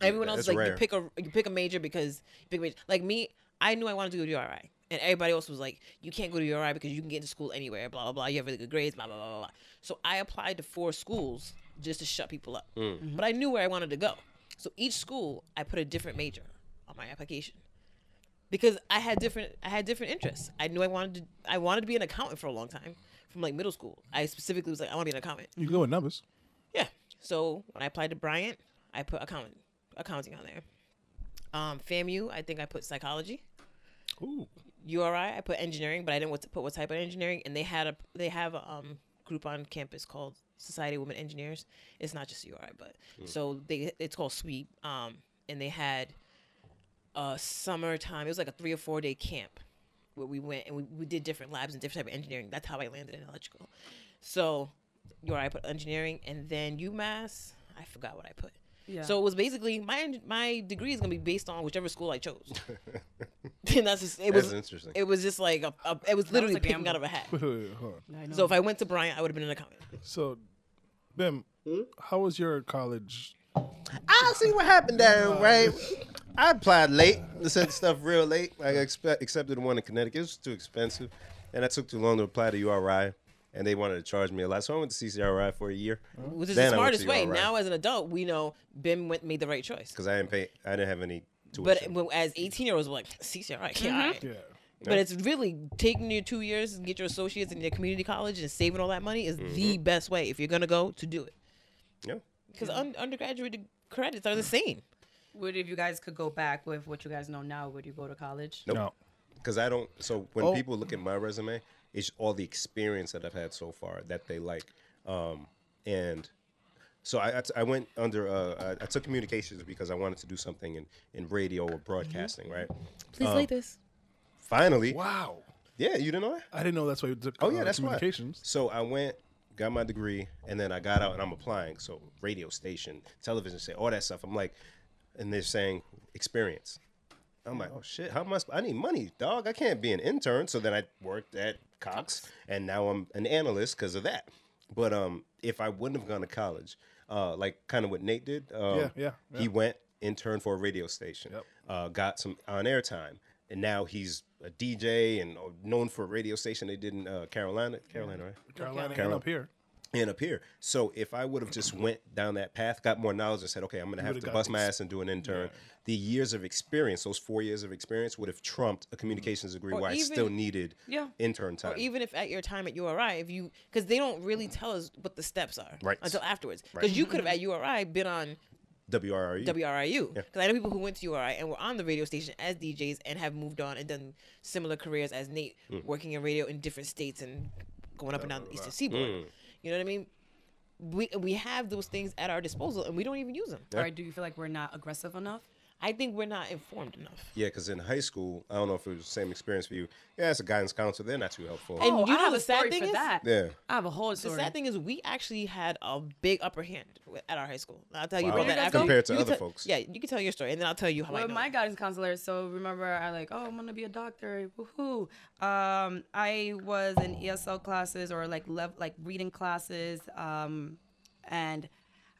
Everyone else is
That's
like you
rare.
pick a you pick a major because you pick a major. Like me, I knew I wanted to go to URI. And everybody else was like, you can't go to URI because you can get into school anywhere, blah, blah, blah. You have really good grades, blah, blah, blah, blah, blah. So I applied to four schools just to shut people up.
Mm.
But I knew where I wanted to go. So each school, I put a different major on my application because I had different I had different interests. I knew I wanted to I wanted to be an accountant for a long time from like middle school. I specifically was like I want to be an accountant.
You go with numbers.
Yeah. So when I applied to Bryant, I put accountant accounting on there. Um, FAMU, I think I put psychology.
Ooh.
URI, I put engineering, but I didn't want to put what type of engineering. And they had a they have a um, group on campus called Society of Women Engineers. It's not just URI, but so they it's called SWEEP. Um, and they had a summertime. It was like a three or four day camp where we went and we, we did different labs and different type of engineering. That's how I landed in electrical. So URI I put engineering, and then UMass. I forgot what I put.
Yeah.
So it was basically my en- my degree is gonna be based on whichever school I chose. and that's just, it
That's
was
interesting.
it was just like a, a it was literally
a
picking
gamble.
out of a hat.
Wait, wait, wait, hold on.
So if I went to Bryant, I would have been in a comment.
So, Bim,
Hmm?
how was your college?
I see what happened there, right? I applied late. They sent stuff real late. I expe- accepted the one in Connecticut. It was too expensive, and I took too long to apply to URI, and they wanted to charge me a lot. So I went to CCRI for a year,
Which is
Then
the
I went
smartest
to
way.
URI.
Now as an adult, we know Bim went made the right choice.
because I didn't pay. I didn't have any
But
tuition.
when- as 18 year olds, we're like, CCRI, yeah.
Yeah.
But it's really taking your two years and get your associates in your community college and saving all that money is
Mm-hmm.
the best way if you're gonna go to do it.
yeah.
Because
Mm-hmm.
un- undergraduate deg- credits are the same.
What if you guys could go back with what you guys know now? Would you go to college?
Nope.
No.
because I don't. So when
Oh.
people look at my resume, it's all the experience that I've had so far that they like. Um, and so I, I t- I went under. Uh, I, I took communications because I wanted to do something in in radio
Mm-hmm.
or broadcasting, right?
Please like this.
Finally,
Wow.
yeah, you didn't know that.
I didn't know that's why you took.
Oh yeah,
uh,
that's
communications.
Why. So I went, got my degree, and then I got out and I'm applying. So radio station, television station, all that stuff. I'm like, and they're saying experience. I'm like, oh shit, how am I? Sp- I need money, dog. I can't be an intern. So then I worked at Cox, and now I'm an analyst because of that. But um, if I wouldn't have gone to college, uh, like kind of what Nate did, um,
Yeah, yeah, yeah.
he went interned for a radio station,
Yep.
uh, got some on air time, and now he's a DJ and uh, known for a radio station they did in uh, Carolina, Carolina, right?
Carolina, and
Carolina.
up here.
and up here. So if I would have just went down that path, got more knowledge, and said, okay, I'm gonna have
would've
to
got
bust my
ex-
ass and do an intern, the years of experience, those four years of experience, would have trumped a communications degree
Mm-hmm. Or
where I
even-
still needed
Yeah.
intern time.
Or even if at your time at URI, if you because they don't really tell us what the steps are
Right.
until afterwards. Because
Right. Mm-hmm.
you could have at URI been on
WRRE.
WRIU. Because I know people who went to URI and were on the radio station as DJs and have moved on and done similar careers as Nate,
Hmm.
working in radio in different states and going up and down the Eastern Seaboard.
Hmm.
You know what I mean? We we have those things at our disposal and we don't even use them.
Or do you feel like we're not aggressive enough?
I think we're not informed enough.
Yeah, because in high school, I don't know if it was the same experience for you. Yeah, it's a guidance counselor. They're not too helpful.
And
Oh,
you
I
know
have
the
a
sad
story
thing
for
is-
that.
yeah.
I have a whole
The
story.
sad thing is, we actually had a big upper hand at our high school. I'll tell you
Wow.
about that
Where you guys
after.
go?
Compared to
You can
other
tell-
folks.
Yeah, you can tell your story, and then I'll tell you how I
Well,
know.
my guidance counselor. So remember, I like, oh, I'm gonna be a doctor. Woohoo! Um, I was in ESL classes or like lev- like reading classes, um, and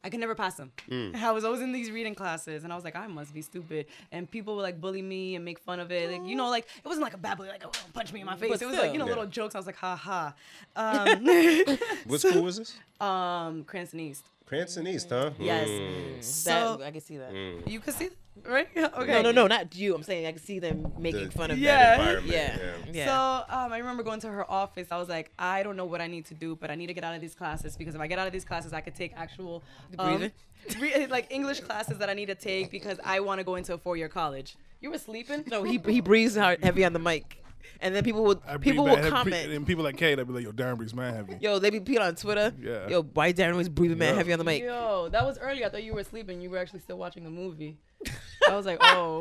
I could never pass them.
Mm.
I was always in these reading classes, and I was like, I must be stupid. And people would like bully me and make fun of it. Like, you know, like it wasn't like a bad bully, like oh, punch me in my face.
But
it was like you know
still.
little jokes. I was like, ha ha. Um,
What school was this?
um, Cranston East.
Cranston East, huh?
Yes.
Mm.
So
that, I can see that.
Hmm.
you could see, right? Okay.
No, no, no, not you. I'm saying I can see them making
The-
fun of
Yeah.
that.
Environment.
Yeah,
yeah.
yeah.
So um, I remember going to her office. I was like, I don't know what I need to do, but I need to get out of these classes because if I get out of these classes, I could take actual um,
Breathing?
re- like English classes that I need to take because I want to go into a four-year college. You were sleeping?
no, he he breathes hard, heavy on the mic, and then people would
I breathe
people
mad
would
heavy.
comment.
and people like Kay, they'd be like, "Yo, Darren breathes mad heavy."
Yo, they be peeing on Twitter.
Yeah.
Yo, why Darren was breathing man
Yeah.
heavy on the mic?
Yo, that was early. I thought you were sleeping. You were actually still watching a movie. I was like, oh.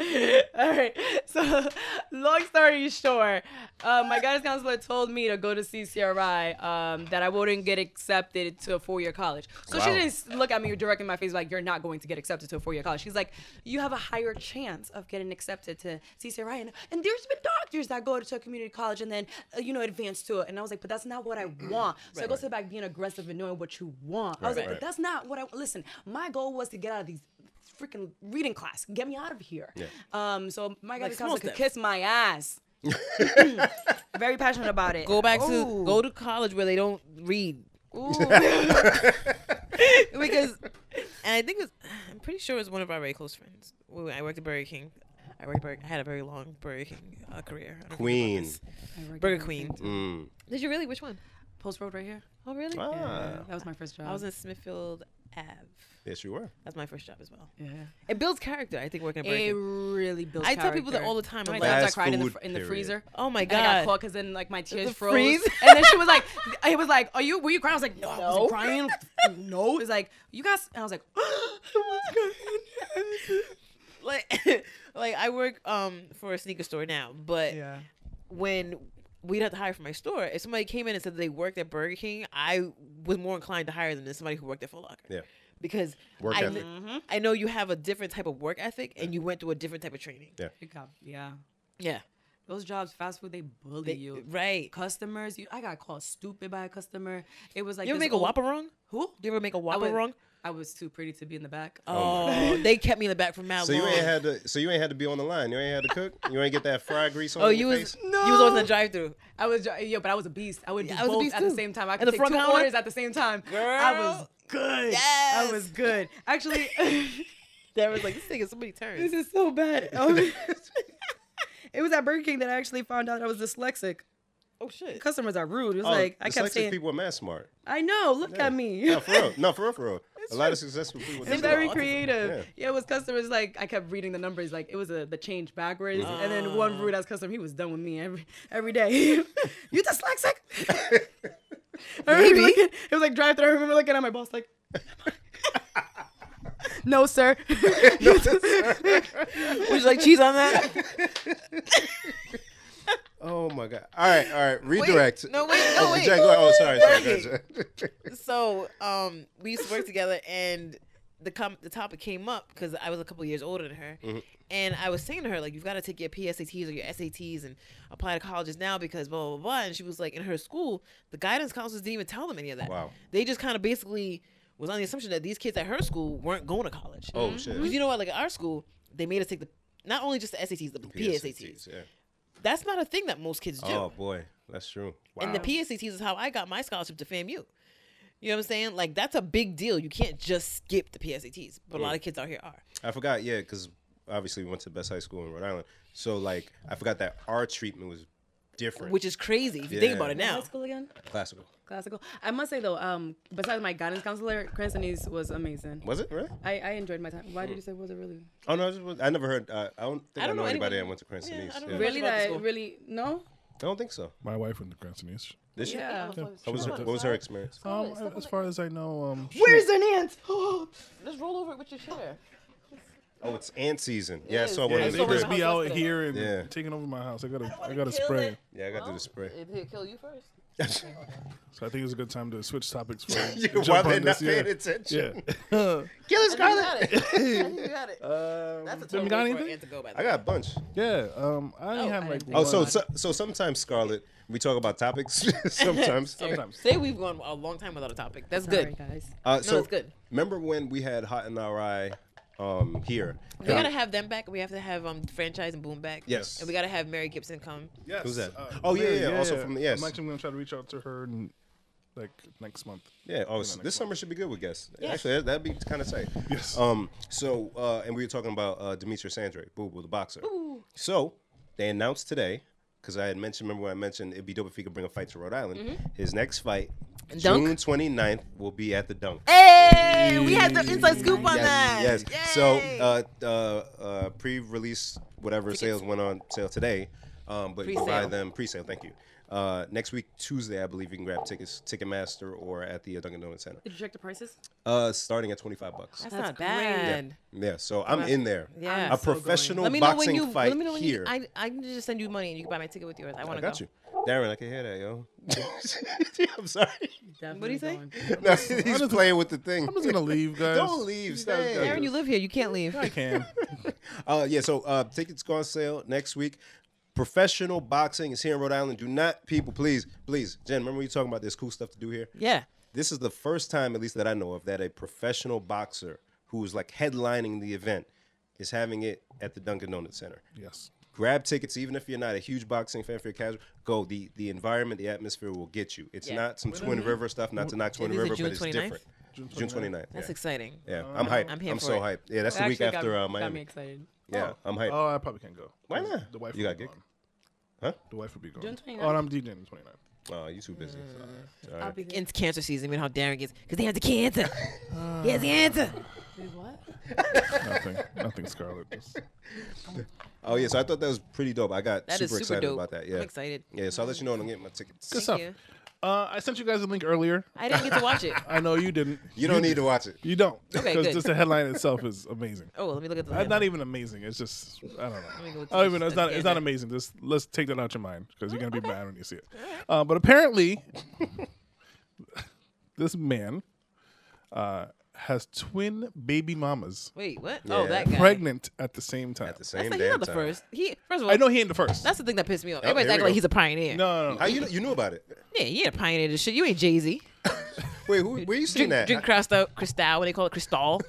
All right. So, long story short, um, my guidance counselor told me to go to CCRI, um, that I wouldn't get accepted to a four year college. So she
Wow.
didn't s- look at me directly in my face like, you're not going to get accepted to a four year college. She's like, you have a higher chance of getting accepted to CCRI. And, and there's been doctors that go to a community college and then, uh, you know, advance to it. And I was like, but that's not what I want. So it goes to the back being aggressive and knowing what you want. I was
Right,
like,
right.
but that's not what I listen. My goal was to get out of these freaking reading class. Get me out of here.
Yeah.
Um, so my guy
Like
like
small
could
steps.
kiss my ass. Very passionate about it. Oh.
Go back to
Ooh.
go to college where they don't read because, and I think it was, I'm pretty sure it was one of our very close friends. When I worked at Burger King. I worked. Burger, I had a very long Burger King uh, career. I don't know if you know
Queen.
this. Burger Queen. Did you really? Which one?
Post Road right here.
Oh, really?
Ah,
That was my first job.
I was in Smithfield Ave.
Yes, you were.
That's my first job as well.
yeah.
It builds character, I think, working at Burger
It
King.
really builds.
I tell people that all the time. I'm
How many
like,
times I
Fast
cried in the,
food
fr- in the
period.
freezer.
oh my
And I got
god.
caught because then like my tears
the
froze.
freeze?
And then she was like, it was like, are you were you crying? I was like, no, I wasn't crying. no, it's like you guys. And I was like, what's going on?
like like I work um for a sneaker store now, but when we'd have to hire for my store, if somebody came in and said they worked at Burger King, I was more inclined to hire them than somebody who worked at Foot Locker.
Yeah.
Because
Work
I,
ethic.
kn- I know you have a different type of work ethic and you went through a different type of training.
Yeah.
You got- Yeah.
Yeah.
Those jobs, fast food, they bully
They-
you.
right.
Customers, you. I got called stupid by a customer. It was like
You ever
this
make a
old-
Whopper wrong?
Who?
Do you ever make a
I
Whopper
was-
wrong?
I was too pretty to be in the back.
Oh, they kept me in the back for mad
So you
long.
ain't had to. So you ain't had to be on the line. You ain't had to cook. You ain't get that fried grease on
oh,
your
you was
face.
you was always in the drive-through.
I was, yeah, but I was a beast. I would do
Yeah, I was a
both
beast
at
too.
the same time. I
At
could
the
take
front
two
counter?
orders at the same time. I was
Girl.
good.
Yes.
I was good. Actually,
There was like this thing is so many
this
turns.
is so bad. Um, it was at Burger King that I actually found out I was dyslexic.
Oh shit.
Customers are rude. It was
Oh,
like I kept
dyslexic
saying,
people are mad smart.
"I know, look at me."
No, for real. No, for real. For real. a lot of successful people.
They're
do
It's
that.
very
autism.
creative.
Yeah.
Yeah. it was customers like I kept reading the numbers like it was a, the change backwards,
Mm-hmm.
and then one
Oh.
rude ass customer he was done with me every every day. you dyslexic? I remember
Maybe.
looking- it was like drive through. I remember looking at my boss like, no sir.
Would you like cheese on that?
Oh my god. All right. All right. Redirect.
no, wait, no,
Oh,
wait.
Jack, go- oh, sorry. sorry,
Wait.
sorry, sorry.
so um we used to work together and the com- the topic came up because I was a couple years older than her,
Mm-hmm.
and I was saying to her like, "You've got to take your PSATs or your SATs and apply to colleges now because blah blah blah." And she was like, "In her school, the guidance counselors didn't even tell them any of that.
Wow.
They just kind of basically was on the assumption that these kids at her school weren't going to college.
Oh shit.
because you know what? Like at our school, they made us take the not only just the SATs, but the PSATs.
yeah.
That's not a thing that most kids do.
Oh boy, that's true. Wow.
And the PSATs is how I got my scholarship to FAMU. You know what I'm saying? Like that's a big deal. You can't just skip the PSATs, but a lot of kids out here are.
I forgot, yeah, because obviously we went to the best high school in Rhode Island. So like, I forgot that our treatment was different.
Which is crazy if you think
Yeah.
about it now.
school again?
classical
Classical. I must say though, um, besides my guidance counselor, Cranston East was amazing.
was it really?
I, I enjoyed my time. Why did you say was it really?
Oh no, I, just, was- I never heard. Uh, I don't think I,
don't
know
know
anybody
anyone-
that went to Cranston
Yeah, I
East.
don't
yeah.
know.
Really
about the
that
school?
really no?
I don't think so.
My wife went to Cranston East.
Did she?
Yeah.
How was her, what was her experience?
Oh,
Um, as far as I know, um,
Where's an ant?
Just roll over it with your chair.
Oh, it's ant season. Yeah, I saw one.
Yeah,
of
they
so
these.
just
my
be
house
out
was there.
here and
Yeah.
taking over my house. I gotta, I, gotta
Kill
spray.
it.
Yeah, I got to do
Well,
the spray.
It, will kill you first.
So I think it's a good time to switch topics. For
Yeah,
jump
Why
on
they not
this, yeah.
paying attention?
Yeah.
Kill us,
I think you got it. I
Scarlet.
think you got it. That's a total
got
way for
anything?
an ant to go by the
I got a bunch.
Yeah. Um, I only
Oh,
have
I
like
didn't think
Oh,
one.
so so, so sometimes Scarlet, we talk about topics sometimes.
way.
sometimes.
Today we've gone a long time without a topic. That's
Sorry,
good.
guys.
Uh, so
it's good.
Remember when we had Hot and R.I. Um, here?
We gotta have them back. We have to have um franchise and boom back.
Yes.
And we gotta have Mary Gibson come.
Yes. uh,
Who's that? Oh, yeah, yeah, also from the- yes.
I'm actually gonna try to reach out to her and like next month.
Yeah. Oh,
next
so this
one.
summer should be good with guests.
Yes.
Actually, that, that'd be kind of tight.
Yes.
Um. So, uh, and we were talking about uh, Demetrius Andre, Boo Boo, the boxer. So they announced today because I had mentioned. Remember when I mentioned it'd be dope if he could bring a fight to Rhode Island. His next fight,
Mm-hmm. Dunk?
June 29th, will be at the Dunk.
Hey, we had the inside scoop on that.
Yes.
Yay.
So uh, uh, uh, pre-release whatever sales went on sale today, um, but you can buy
Pre-sale.
them pre-sale. Thank you. Uh, next week Tuesday, I believe you can grab tickets, Ticketmaster, or at the uh, Dunkin' Donuts Center.
Did you check the prices?
Uh, starting at twenty five bucks.
that's,
That's
not
great.
bad.
Yeah, so I'm in there.
Yeah.
a
I'm so
professional
Let me know when
boxing
you.
fight
Let me know when you.
here.
I I can just send you money and you can buy my ticket with yours. I want to
I got
go.
you, Darren. I can hear that, yo. I'm sorry.
Definitely
you say?
going.
No, he's playing with the thing.
I'm just gonna leave, guys.
Don't leave. Stop,
you.
stop.
Aaron, you live here. You can't leave.
I can.
Uh, yeah, so uh, tickets go on sale next week. Professional boxing is here in Rhode Island. Do not, people, please, please, Jen. Remember we were talking about there's cool stuff to do here.
Yeah.
This is the first time, at least that I know of, that a professional boxer who is like headlining the event is having it at the Dunkin' Donuts Center.
yes.
grab tickets even if you're not a huge boxing fan for your casual go the the environment the atmosphere will get you it's
Yeah.
not some twin river stuff not to knock twin
is it
river
June
but it's
29th?
different june 29th
That's
yeah.
exciting.
yeah i'm hyped i'm,
I'm here for
so
it.
hyped yeah that's the
Actually
week
got-
after uh,
Got me
miami
excited.
yeah i'm hyped
Oh, I probably can't go.
Why not?
The wife.
You
will
got
be
gig?
gone.
Huh?
The wife would be gone.
June
Oh,
29th.
and I'm DJing the 29th.
oh you too busy It's all
Mm.
right. It's all right.
be
It's cancer season. You know how Darren gets because they have the cancer. he
Uh.
has cancer.
What?
Nothing. Nothing, Scarlett. Just-
oh yeah so i thought that was pretty dope i got
That
super,
is super
excited
dope.
about that yeah
I'm excited.
yeah so i'll let you know when i'm getting my tickets
Good
Thank
stuff.
you.
Uh, I sent you guys a link earlier.
I didn't get to watch it.
I know you didn't.
you don't need to watch it
You don't.
Okay,
Because
good.
just the headline itself is amazing.
Oh, let me look at the.
Uh,
list.
Not even amazing. It's just I don't know.
me go
I don't even
to
know. It's not.
the-
It's not amazing. Just let's take that out your mind because you're gonna be mad when you see it. Uh, but apparently, this man uh, has twin baby mamas,
Wait, what? Oh,
Yeah.
that guy.
pregnant at the same time.
at the
That's
same
not, he's
damn
not the
time Oh,
first. He first of all,
I know he ain't the first.
That's the thing that pissed me off.
here
Everybody's
we
acting
go.
like he's a pioneer.
no, no, no.
how you know, you knew about it
Yeah, you ain't a pioneer to shit. You ain't Jay Z.
wait who, where you seeing
Drink,
that
drink Cristal, Cristal, what they call it, Cristal.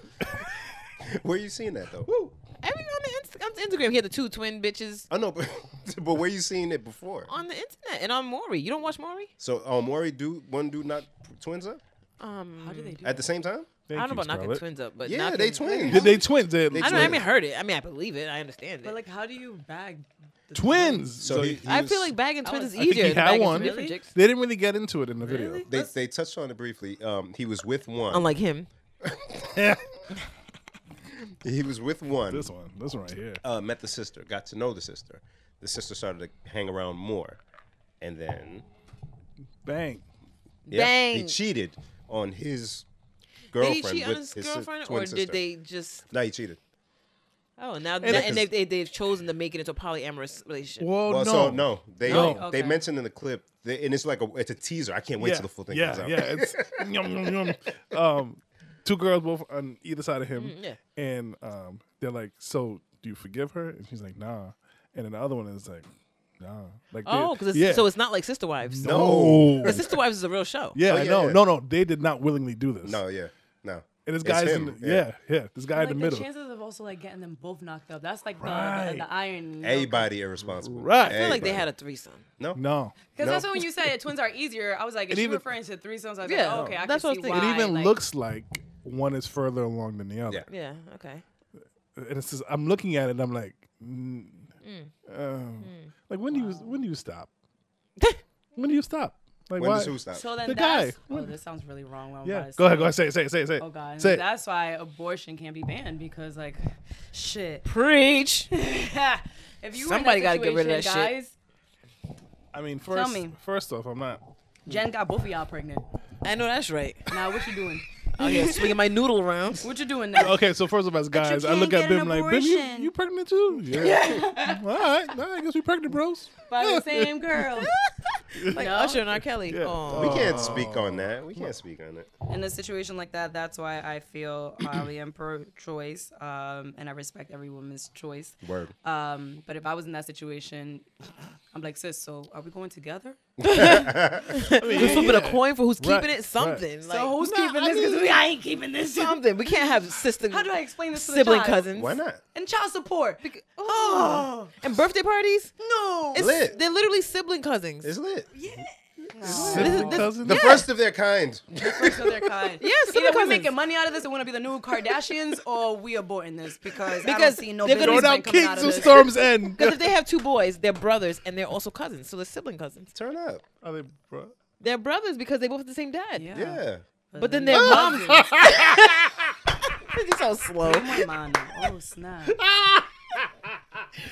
where you seeing that though
Every on the, Inst- on the Instagram, he had the two twin bitches
i know but, but where you seeing it before
on the internet and on Maury. You don't watch Maury?
So um, Maury, do one dude not twins up
Um,
How do they do
at the same time?
Thank
I don't know
you,
about knocking
Scarlett.
twins up, but
Yeah,
knocking-
they twins.
Did they twins? They
They
I
twins.
don't. know, I
twins.
haven't heard it. I mean, I believe it. I understand
But
it.
like, how do you bag? the
So,
So
he-
he, he
I
was-
feel like bagging twins
was-
is
I think
easier.
he
than
had
bagging
one.
two different chicks.
they didn't really get into it in the video.
Really?
they they touched on it briefly. Um, he was with one.
Unlike him.
he was with one.
This one, this one right here.
Uh, met the sister, got to know the sister. The sister started to hang around more, and then
Bang.
yeah, he
Bang.
cheated on his
Did
girlfriend
he cheat on
with
his
si-
girlfriend,
twin
or
sister.
did they just?
No, he cheated.
Oh, now and,
it's-
and they've, they, they've chosen to make it into a polyamorous relationship.
Well,
well,
no.
so no, they
No.
they
Okay.
mentioned in the clip, they, and it's like a it's a teaser. I can't wait till the full thing
yeah,
comes out.
Yeah, it's yum, yum, yum. Um, two girls both on either side of him.
Mm, yeah.
And um, they're like, So do you forgive her? And she's like, Nah. And then the other one is like, Nah. Like they-
Oh, because
yeah.
so it's not like Sister Wives.
No.
Because Sister Wives is a real show.
Yeah,
Oh,
I
yeah,
know.
yeah.
No, no, they did not willingly do this.
No, yeah, no.
And this
It's
guy's in
him,
the, yeah. yeah, This guy in
Like, the
the middle.
chances of also like getting them both knocked up. That's like the- the,
Right.
the, iron.
Everybody irresponsible.
Right. I
I feel like they
Everybody.
had a threesome.
no.
No.
Because that's
No.
when you said twins are easier. I was like, is
It
she
even-
referring to threesomes? I was
Yeah,
like, oh, okay, I
that's
can
what I
see
was
why.
It
thinking.
even
like,
looks like one is further along than the other.
Yeah.
Yeah. Okay.
and it's just I'm looking at it. I'm like, mm, um,
Mm.
like when do you when do you stop? when do you stop? Like
When
why?
does who stop?
So then
The
that's,
guy.
Oh, this sounds really wrong. What I'm about
yeah, go
to say.
ahead, go ahead, say it, say it, say it, say it.
Oh god,
say it.
that's why abortion can't be banned because like, shit.
Preach.
if you
Somebody
got
gotta
to
get rid of that shit.
guys,
I mean, first,
me.
first off, I'm not.
Jen got both of y'all pregnant.
I know that's right.
Now what you doing?
out here swinging my noodle around.
What you doing now?
Okay, so first of all, guys, I
can't
look at
get an
Bim like, Bim, you,
abortion."
you pregnant too? Yeah. all right, all right, I guess we pregnant, bros.
By the same girl.
Like
No.
Usher and R. Kelly. Oh.
We can't speak on that. We can't speak on it.
in a situation like that, that's why I feel I am pro-choice, um, and I respect every woman's choice.
Word.
Um, but if I was in that situation, I'm like, sis, so are we going together?
We're flipping a coin for who's
Right,
keeping it. Something. Like,
so who's
nah,
keeping this? Because I ain't keeping this.
something. We can't have sister.
How do I explain this to the
Sibling
child?
cousins.
Why not?
And child support.
Oh. And birthday parties?
no.
It's,
Lit.
They're literally sibling cousins.
It's lit.
Sibling
this-
cousin?
The first of their kind.
First of their kind.
Yes,
Either
sibling
we're
cousins.
making money out of this and want to be the new Kardashians, or we aborting this because, I don't
Because
see no
they're gonna
business
Throwing
man
out
coming out
kids
of
to
this.
Storm's End.
Because if they have two boys, they're brothers and they're also cousins. So they're sibling cousins.
Turn up.
Are they bro?
They're brothers because they both have the same dad.
Yeah.
But then their moms. They're just so slow.
My mind. Oh snap.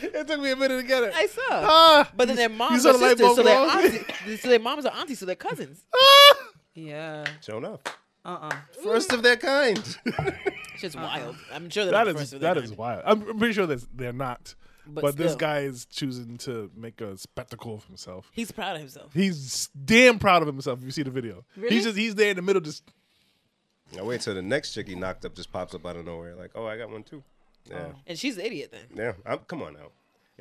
It took me a minute to get it.
I saw.
Ah,
But then their moms
saw
are
the light
sisters, so
bulb
they're
go off?
aunties. So their moms are aunties, so they're cousins.
ah.
Yeah.
Turn up.
Uh
Uh-uh.
uh
First of their kind.
It's just wild. I'm sure they're
That
not
is
the first of their
that is
kind.
wild. I'm I'm pretty sure that they're not. But,
But
this
still.
guy is choosing to make a spectacle of himself.
He's proud of himself.
He's damn proud of himself. If you see the video,
Really?
he's just he's there in the middle, just
Now wait till the next chick he knocked up just pops up out of nowhere. Like, oh, I got one too. Yeah.
And she's the idiot then.
Yeah. I'm, come on now.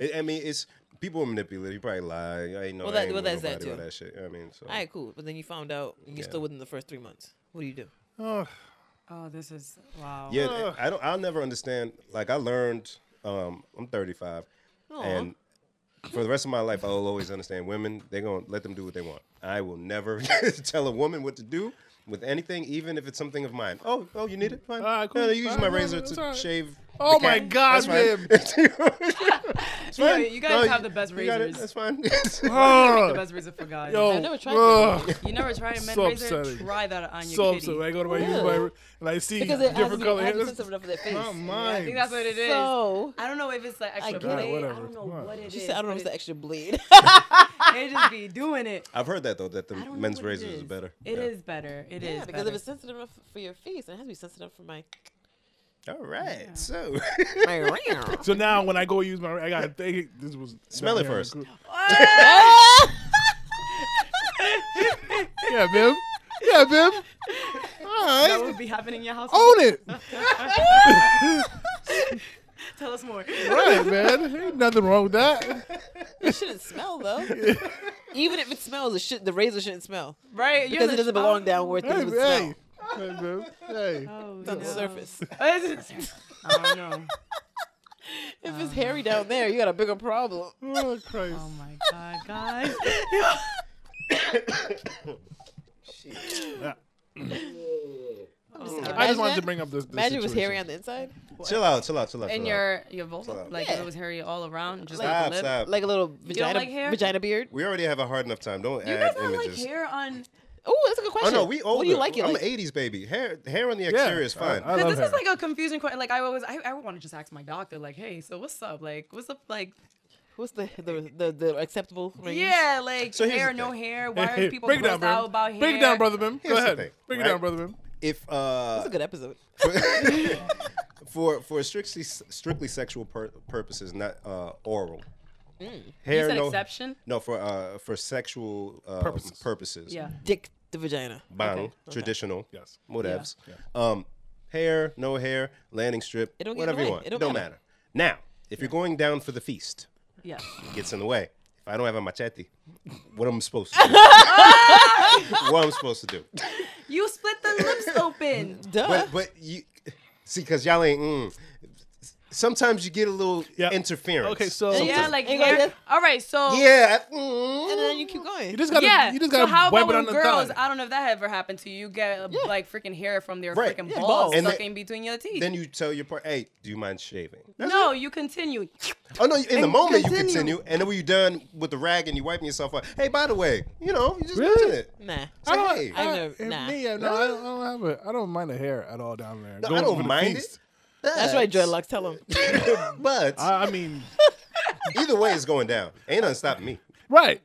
I I mean, it's people are manipulative. You probably lie. I ain't know.
Well,
I
that-
ain't
well,
with
that's that,
nobody with
too.
That shit. I mean, so
All right, cool. But then you found out and you're still within the first three months. What do you do?
oh,
Oh, this is wow.
yeah, I don't. I'll never understand. Like I learned. Um, I'm 35, and for the rest of my life, I will always understand women. They're gonna let them do what they want. I will never tell a woman what to do with anything, even if it's something of mine. Oh, oh, you need it? Fine.
All right,
No,
cool.
no, you use
Fine,
my
no,
razor
no, it's
to
all right.
shave.
Oh
the cat.
my God,
That's fine. It's
Yeah,
fine.
you guys have the best
you got it.
razors.
That's fine.
The
oh
best reason for guys.
yo,
never tried
ugh,
You never tried a men
So
razor?
upsetting.
Try that on your
so
kitty.
upset. When I go to my use my and I see
Because it has
different color
has
hair.
sensitive enough for their face.
Not
I think
mine.
that's what it is.
So
I don't know if it's like extra
get it.
blade. I
Whatever.
don't know
Come on.
what it
she
is,
said, I don't know if
but
it's the extra blade.
it, it just be doing it.
I've heard that though, that the
I don't know
men's
what it
razors
is.
are better.
It is
Yeah.
better. It is
yeah, because
better.
if it's sensitive enough for your face, then it has to be sensitive for my.
All right. So
my round.
So now when I go use my, I gotta think this was
Smell it first.
Yeah, Bim. Yeah, Bim. All
that
right,
would be happening in your house.
own it.
Tell us more.
Right, man. Ain't nothing wrong with that.
It shouldn't smell though. Even if it smells, it should, the razor shouldn't smell
Right?
because it doesn't belong down where
Hey,
things would
hey.
smell.
Hey, Bim. Hey.
Oh,
It's on the surface.
I don't know.
If it's hairy down there, you got a bigger problem.
Oh, Christ.
Oh
Um,
my god, guys.
I just wanted
Imagine
to
that.
bring up this, this
Imagine it was hairy
situation.
on the inside,
chill out, chill out, chill out.
And
chill out.
your your vulva,
Stop.
like if it was hairy all around, just like,
stop,
the lip.
stop.
like a little vagina
like hair?
vagina beard.
we already have a hard enough time. Don't
You
add
guys don't like
images.
hair on
Oh, that's a good
oh
question.
no, we older.
What do you like it
I'm
like?
an '80s baby. Hair, hair on the exterior is fine.
I, I love
Because this is
hair.
like a confusing question. Like I always, I, I want to just ask my doctor, like, hey, so what's up? Like, what's up? Like,
What's the the the, the acceptable range?
yeah, like
So here's
hair,
the
no
thing.
hair. Why
Hey,
are people
break it down,
grossed out
Bim.
about hair?
Break it down, brother Bim. Go
Here's the
ahead.
thing,
break it
right?
down, brother Bim.
if uh,
That's a good episode.
for for strictly strictly sexual pur- purposes, not uh, oral.
You
Hair,
said
no,
exception.
no, for uh, for sexual um,
Purposes.
purposes.
Yeah.
Dick the vagina.
bang, traditional,
Yes.
whatevs. Um, hair, no hair, landing strip,
It don't get in the
whatever you
way.
want.
It don't matter.
matter. Now, if you're going down for the feast,
Yeah.
gets in the way. If I don't have a machete, what am I supposed to do? what am I supposed to do?
You split the lips open.
Duh.
But but you see, cause y'all ain't. Mm, sometimes you get a little
Yeah.
interference.
Okay, so
yeah, like
And you gotta
hair.
just-
All right, so
yeah, I- mm,
and then you keep going.
you just gotta,
yeah.
you just
so
gotta
how
wipe
about
it on
when
the
girls?
thigh.
I don't know if that ever happened to you. You get like freaking hair from their
Right.
freaking
Yeah,
balls
balls.
And
stuck
then-
in between your teeth.
Then you tell your partner, "Hey, do you mind shaving?"
no, you continue.
Oh no! In the moment you
continue.
continue, and then when you're done with the rag and you wiping yourself off, hey, by the way, you know, you just
Really?
mention it.
nah.
Say, hey,
I
Uh,
know-
and
nah.
Me, I, no, I, don't, I don't have it. I don't mind the hair at all down there.
no, I
Going for
don't
the
mind
feast.
it.
That's right, dreadlocks. Tell him.
but
I, I mean,
either way, it's going down. Ain't nothing stopping me.
Right.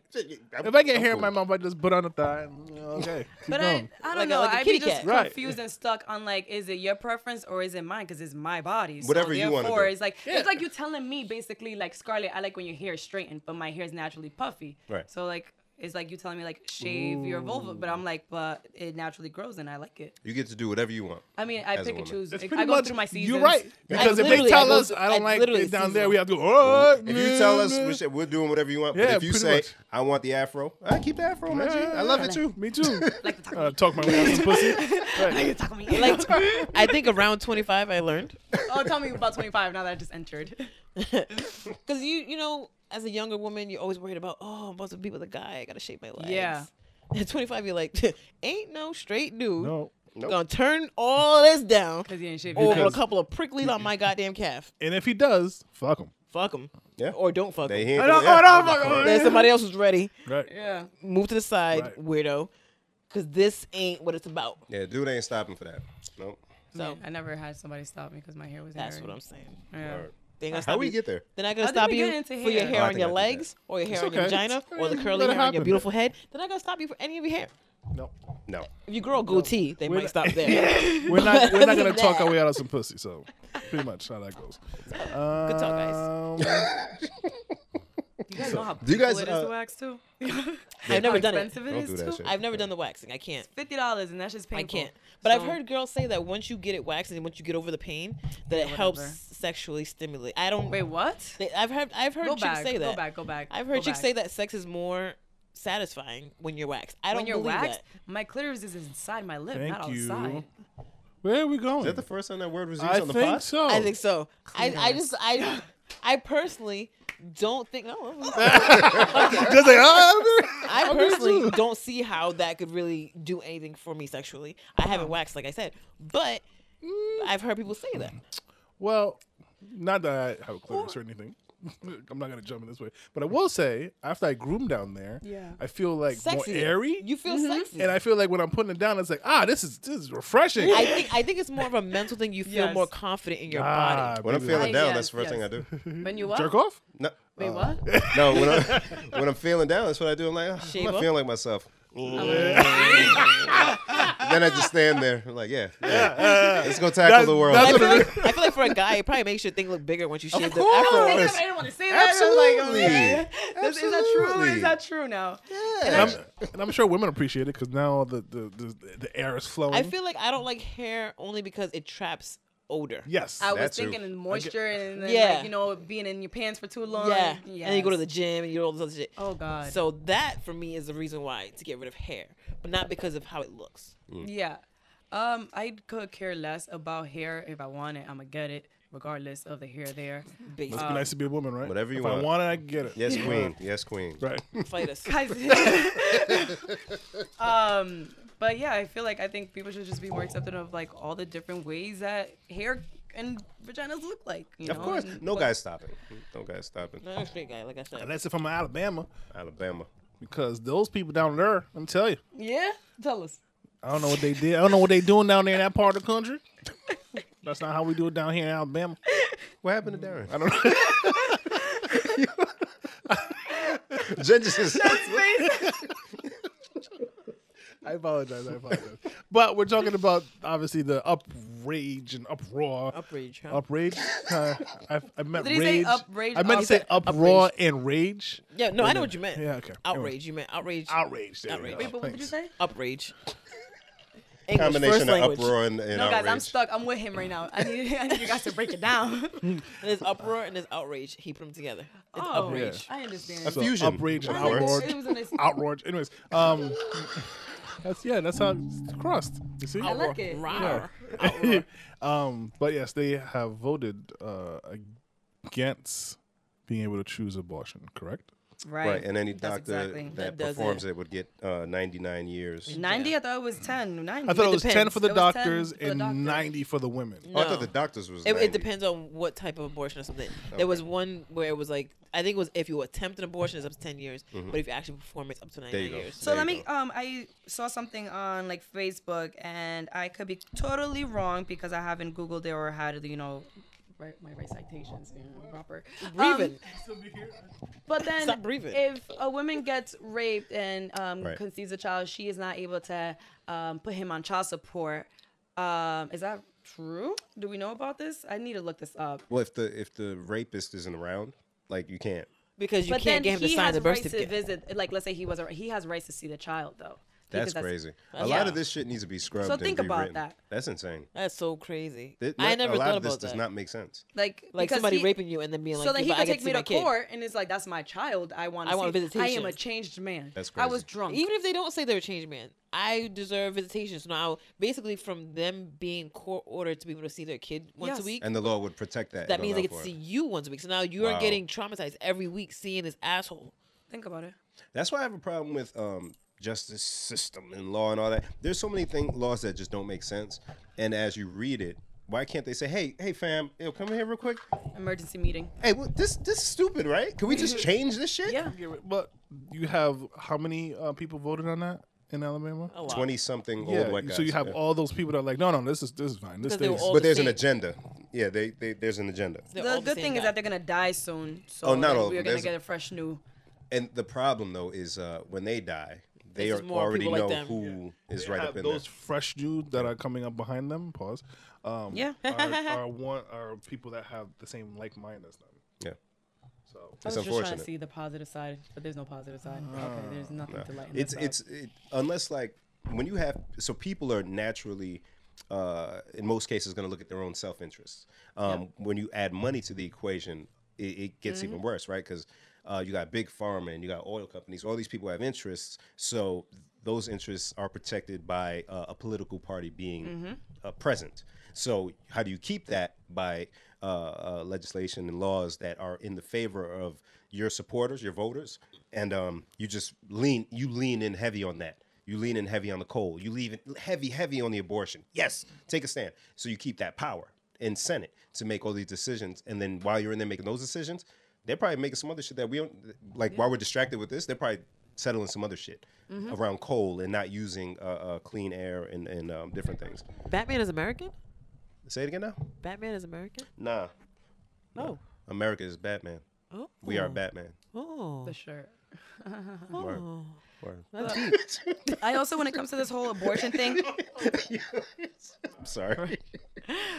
I'm-
If I get
I'm
hair in
cool.
my mouth, I just put on a thigh. And, you know, okay. keep
But
going.
I, I don't
Like a-
know.
like a
I'd
kitty
be just
cat.
Right.
confused and stuck on like, is it your preference or is it mine? Because it's my body. So
Whatever you
therefore,
wanna do.
It's like
Yeah.
it's like you telling me basically like Scarlett, I like when your hair is straightened, but my hair is naturally puffy.
Right.
So like it's like you telling me like shave your vulva, but I'm like, but it naturally grows and I like it.
You get to do whatever you want.
I mean, I
As a
pick and
woman.
choose.
It's
Like,
pretty
I go
much,
through my seasons.
You're right. Because if they
literally- I
tell
go
us,
through-
I don't
I
like
literally
it down
season.
there, we have to go, oh,
If you tell us, Michelle, we're doing whatever you want.
Yeah,
but if you
pretty
say,
much.
I want the afro, I keep the afro, man. I love it too.
Me too.
Like the taco.
Uh, talk my way out of this pussy.
Like, taco meat.
Like I think around 25 I learned
oh, tell me about 25 now that I just entered.
because you you know as a younger woman you're always worried about oh I'm about to be with a guy I gotta shape my legs.
Yeah.
At 25 you're like ain't no straight dude
No.
gonna turn all this down
Because you didn't shave your
over a
Because-
couple of pricklies on my goddamn calf.
And if he does, fuck him.
Fuck him.
Yeah.
Or don't fuck
They
him.
ain't
I don't-
gonna-
I don't
yeah.
fucking-
Then somebody else was ready.
Right.
Yeah.
Move to the side,
Right.
weirdo. Because this ain't what it's about.
Yeah, dude ain't stopping for that. Nope.
So
I never had somebody stop me because my hair was
that's
hairy.
what I'm saying.
Yeah.
All right.
They're not gonna
How
stop
we
you.
get there?
They're not gonna
I think
stop
we
you
get into
for your
hair.
hair
Oh,
on
I think
your
I did
legs or your hair on your
okay.
vagina
It's-
or the
eh,
curly
let it
hair on your
happen.
beautiful head. They're not gonna stop you for any of your hair.
No.
No.
If you grow a goatee, they might
not-
stop there.
We're not we're not gonna
Nah.
talk our way out of some pussy, so pretty much how that goes. Um, Good
talk, guys.
You guys know how
you guys,
painful it is
uh,
to wax too?
I've never
How
done it.
expensive it
Don't
is
do that
too?
shit.
I've never done the waxing. I can't.
Fifty dollars and that's just
I
painful.
can't. But I've
So,
heard girls say that once you get it waxed and once you get over the pain, that it helps
whatever.
sexually stimulate. I don't.
Wait, what?
They, I've heard I've heard
Go
chicks
back,
say
go
that.
back, go back,
I've heard
go
chicks
back.
say that sex is more satisfying when you're waxed. I don't
when you're
believe
waxed,
that.
my clitoris is inside my lip, not
Thank you.
outside.
Where are we
Is that
going?
the first time that word was used
I
on the
think
pod?
so.
I think so. I, I just I I personally don't think no.
Just like, ah,
I personally don't see how that could really do anything for me sexually. I
Uh-huh.
haven't waxed like I said, but
Mm.
I've heard people say that.
Well, not that I have a clitoris or anything. I'm not gonna jump in this way, but I will say after I groom down there,
Yeah.
I feel like
Sexy.
more airy, Mm-hmm.
You feel sexy.
and I feel like when I'm putting it down, it's like ah, this is this is refreshing.
I think I think it's more of a mental thing. You feel
Yes.
more confident in your
ah,
body.
When I'm
baby.
feeling
I-
down,
yes,
that's the first
yes.
thing I do.
When you what?
jerk off.
No.
Wait,
uh,
what?
No, when I'm, when I'm feeling down, that's what I do. I'm like, "Ah, I'm
Shave
not
up?
feeling like myself. then I just stand there. I'm like, yeah, yeah. let's go tackle
That's-
the world.
that's
I
what
feel, like, I feel like for a guy, it probably makes your thing look bigger once you shave the afro.
I
course.
didn't want to say that. I was
Absolutely.
like, oh, yeah. Is- Is that true?
Absolutely.
Is that true now?
And I'm, and I'm sure women appreciate it because now all the, the, the, the air is flowing.
I feel like I don't like hair only because it traps odor.
yes.
I
That
was
too.
thinking in moisture and then
Yeah.
like, you know being in your pants for too long.
Yeah. And then you go to
Yes.
the gym and you do all this other shit.
Oh God.
So that for me is the reason why to get rid of hair, but not because of how it looks.
Yeah. Um, I could care less about hair. If I want it, I'ma get it, regardless of the hair there.
Basically,
Uh,
It'd be nice to be a woman, right?
whatever you
if I
want.
want it, I can get it.
Yes, queen. Yes, queen.
Right.
fight us.
Guys. um, but yeah, I feel like I think people should just be more accepting of like all the different ways that hair and vaginas look like. You
Of
know?
course.
and
No
what-
guy's stopping. No guy's stopping.
No, I'm a straight guy, like I said.
Unless if I'm in Alabama,
Alabama.
because those people down there, I'm tell you,
Yeah. Tell us.
I don't know what they did. I don't know what they doing down there in that part of the country. That's not how we do it down here in Alabama.
What happened to Darren? I don't know. Jen just is-
I apologize. I apologize. but we're talking about obviously the outrage and uproar.
Outrage, huh?
Uprage. Uh, I, I meant
Did he say
rage.
uprage?
I meant to
Up-
say uproar and rage.
yeah, no, I know what you meant.
Yeah, okay.
Outrage, you meant outrage.
Outrage. there you
Outrage.
go.
Wait,
But what did you
Thanks.
say?
outrage. English,
combination
first
of
language.
uproar and, and
No, guys, I'm
outrage.
stuck. I'm with him right now. I need, I need you guys to break it down.
There's uproar and there's outrage. He put them together. It's
Oh,
outrage.
I understand.
So
Fusion.
Uprage and
I like
outrage.
It was a nice.
outrage. Anyways, um, that's yeah, that's how it's crossed. You see,
I like it.
Rawr.
um, but yes, they have voted uh, against being able to choose abortion. Correct?
Right.
Right, and any
That's
doctor
exactly.
That
that,
does
performs it. would get uh, 99 years.
90, I thought it was 10. 90.
I thought it, was ten
depends.
for the
It was 10
doctors
for the
and
doctors.
ninety for the women.
Oh, I thought
No.
the doctors was.
It,
90.
it depends on what type of abortion or something. There was one where it was like I think it was if you attempt an abortion it's up to ten years, but if you actually perform it's up to
Mm-hmm. There you
ninety
go.
years.
So
There
let
you
me.
go.
Um, I saw something on like Facebook, and I could be totally wrong because I haven't googled it or had you know right, my right citations and proper.
Breathing.
Um, but then,
Stop breathing.
if a woman gets raped and um,
Right.
conceives a child, she is not able to um, put him on child support. Um, is that true? Do we know about this? I need to look this up.
Well, if the if the rapist isn't around, like you can't.
because you
but
can't get
then
him to
he
sign
has
the birth
rights to
certificate.
visit. Like, let's say he was a, he has rights to see the child though.
That's
because
crazy. a lot of this shit needs to be scrubbed.
So
and
think about
rewritten.
that.
That's insane.
That's so crazy.
Th-
I
th-
never
a lot
thought
of this
about
does
that.
not make sense.
Like,
like
because
somebody
he-
raping you and then being like,
so then
"Yeah,
he
but I
could
get
take
see
me
my
to
kid."
court and it's like that's my child i want
I
to
want
i am
visitation.
a changed man
That's
i was
crazy.
drunk
Even if they don't say they're a changed man, I deserve visitations now. Basically, from them being court ordered to be able to see their kid once a
Yes.
week,
And the law would protect that.
that
and
means they
allow
get to
for it.
see you once a week. So now you are
Wow.
getting traumatized every week seeing this asshole.
think about it
That's why I have a problem with um, justice system and law and all that. There's so many things laws that just don't make sense. And as you read it, why can't they say, "Hey, hey, fam, yo, come here real quick.
emergency meeting
Hey, what, this this is stupid, right? Can we just change this shit?"
Mm-hmm. yeah
But you have how many uh, people voted on that in Alabama?
A
Oh.
lot.
Twenty something
yeah.
old white guys.
so you have
yeah.
all those people that are like, no, no, this is this is fine. This
Because they were
stays.
all-
but there's an
same.
agenda. Yeah, they, they there's an agenda.
They're all
the good
same
thing is
guy.
that they're gonna die soon so
Oh, not
like,
all of
we're
them.
gonna
There's-
get a fresh new
And the problem though is uh, when they die, they
This
are
is more
already
people like
know
them.
who is
They
right
have
up in
those fresh dudes that are coming up behind them. Pause. Um,
Yeah.
are, are one are people that have the same like mind as them.
there.
So
i
It's
was just trying to
unfortunate.
see the positive side but there's no positive side
Oh.
okay there's nothing to
Yeah,
lighten
it's
this up.
it's it, unless like when you have so people are naturally. Uh, in most cases, going to look at their own self interests. Um, When you add money to the equation, it, it gets even worse, right? Because uh, you got big pharma and you got oil companies. All these people have interests, so those interests are protected by uh, a political party being uh, present. So how do you keep that by uh, uh, legislation and laws that are in the favor of your supporters, your voters, and um, you just lean you lean in heavy on that. You lean in heavy on the coal. You lean in heavy, heavy on the abortion. Yes, take a stand. So you keep that power in Senate to make all these decisions, and then while you're in there making those decisions, they're probably making some other shit that we don't like. While we're distracted with this, they're probably settling some other shit
Mm-hmm.
around coal and not using uh, uh, clean air and, and um, different things.
Batman is American.
Say it again now.
Batman is American.
Nah,
No.
America is Batman.
Oh.
We are Batman.
Oh.
the shirt
Word. Word. I'm
i also when it comes to this whole abortion thing
sorry.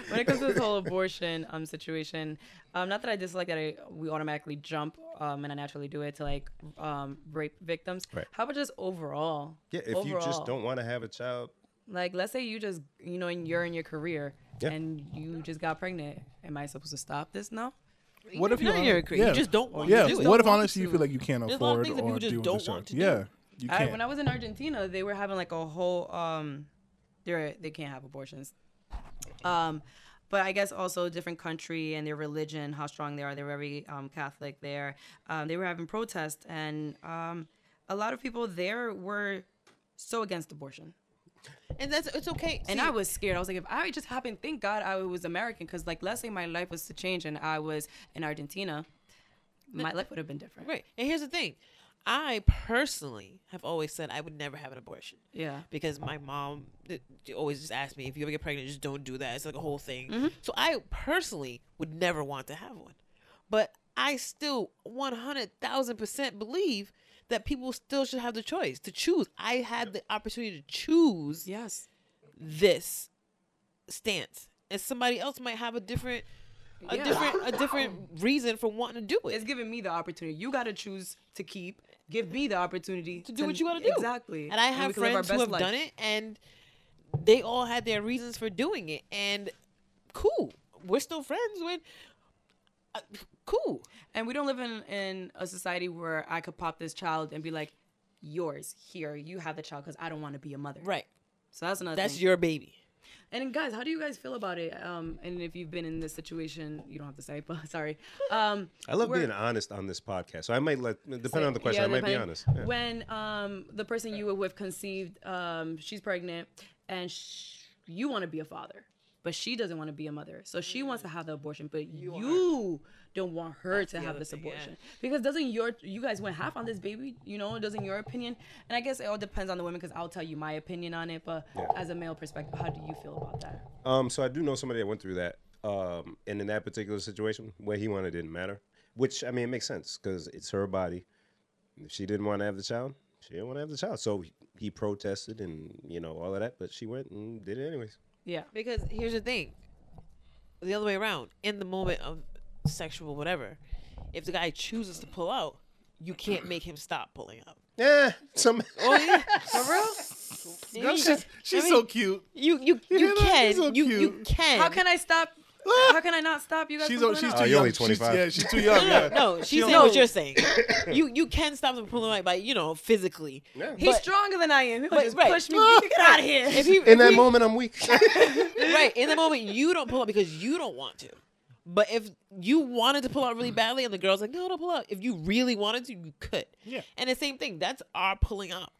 when it comes to this whole abortion um situation, um, not that I dislike that I, we automatically jump um and I naturally do it to like um rape victims.
Right.
How about just overall?
Yeah, if you just
Overall.
don't want to have a child,
like, let's say you just you know and you're in your career
Yeah.
and you just got pregnant. Am I supposed to stop this now?
what if you
No,
hon-
you're agree.
yeah.
You just don't want
yeah.
to do it.
what if
don't want
honestly you
to.
feel like you can't
There's a lot of
afford
things that
or
people just
deal with
don't
this
want
shit?
to do.
Yeah, you
I,
can't.
when I was in Argentina, they were having like a whole um, they they can't have abortions. Um, but I guess also different country and their religion, how strong they are. They're very um, Catholic there. Um, they were having protests, and um, a lot of people there were so against abortion.
And that's it's okay.
And
See,
I was scared. I was like, if I just happened, thank God I was American, because like let's say my life was to change and I was in Argentina, my life would have been different.
Right. And here's the thing. I personally have always said I would never have an abortion.
Yeah.
Because my mom th- she always just asked me if you ever get pregnant, just don't do that. It's like a whole thing.
Mm-hmm.
So I personally would never want to have one. But I still 100,000% believe that people still should have the choice to choose. I had the opportunity to choose
Yes.
this stance. And somebody else might have a different a
Yeah.
different a different reason for wanting to do it.
it's giving me the opportunity. You got to choose to keep. Give me the opportunity
to do what you got to do.
Exactly.
And I
we
have
can live our
friends who have
best life.
done it, and they all had their reasons for doing it. And cool, we're still friends. When uh, cool,
And we don't live in in a society where I could pop this child and be like, "Yours here. You have the child because I don't want to be a mother."
right?
So that's another.
That's
thing.
your baby.
And then guys, how do you guys feel about it? Um, and if you've been in this situation, you don't have to say, but sorry. Um,
I love
where-
being honest on this podcast. So I might let depending on the question,
Yeah,
I might be
depending-
honest. Yeah.
When um the person you were with conceived, um she's pregnant, and sh- you want to be a father, but she doesn't want to be a mother, so she
Mm.
wants to have the abortion, but you, don't want her to have
other
this
thing, yeah.
abortion because doesn't your you guys went half on this baby, you know? Doesn't your opinion? And I guess it all depends on the women because I'll tell you my opinion on it, but as a male perspective, how do you feel about that?
Um, so I do know somebody that went through that. Um, and in that particular situation, where he wanted didn't matter. Which I mean, it makes sense because it's her body. If she didn't want to have the child, she didn't want to have the child. So he- he protested and you know all of that, but she went and did it anyways.
Yeah.
Because here's the thing, the other way around. In the moment of sexual whatever, if the guy chooses to pull out, you can't make him stop pulling out.
Yeah, some.
Oh yeah, for real. You
she's she's
I mean-
so cute.
you you you
Yeah,
can
that's so
you you
cute.
can.
How can I stop?
Ah!
How can I not stop you guys?
She's
from
o-
pulling
she's
out?
Oh,
too
you're
young.
only
She's-
25.
yeah, she's too young. Yeah.
No, she's saying
don't-
what you're saying. You you can stop him from pulling out by you know physically.
Yeah.
He's
but-
stronger than I am. He'll
But-
just
right.
push me. Get out of here.
If he,
In
if
that
he-
moment, I'm weak.
right in the moment you don't pull out because you don't want to. But if you wanted to pull out really badly and the girl's like, no, don't pull out. If you really wanted to, you could.
Yeah.
And the same thing. That's our pulling out.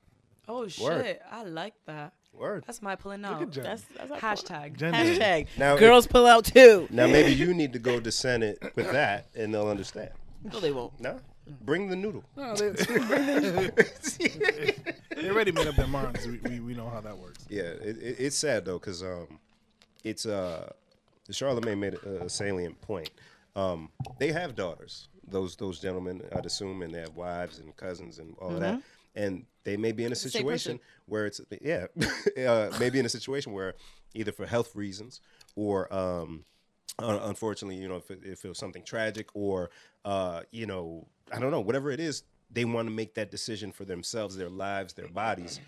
oh
Word.
shit! I like that.
Word.
That's my pulling
Look
out.
at Jen.
That's that's our pulling out.
Hashtag.
Jen is-
Hashtag.
Now if-
girls pull out too.
Now maybe you need to go to Senate with that, and they'll understand.
No, they won't.
No, bring the noodle.
No, they, they already made up their minds. We, we, we know how that works.
Yeah, it, it, it's sad though, cause um, it's uh, Charlemagne made a, a salient point. Um, they have daughters. Those those gentlemen, I'd assume, and they have wives and cousins and all that. And they may be in a
Mm-hmm. same
situation where it's yeah, uh, maybe in a situation where either for health reasons or um, un- unfortunately, you know, if it, if it was something tragic or uh, you know, I don't know, whatever it is, they want to make that decision for themselves, their lives, their bodies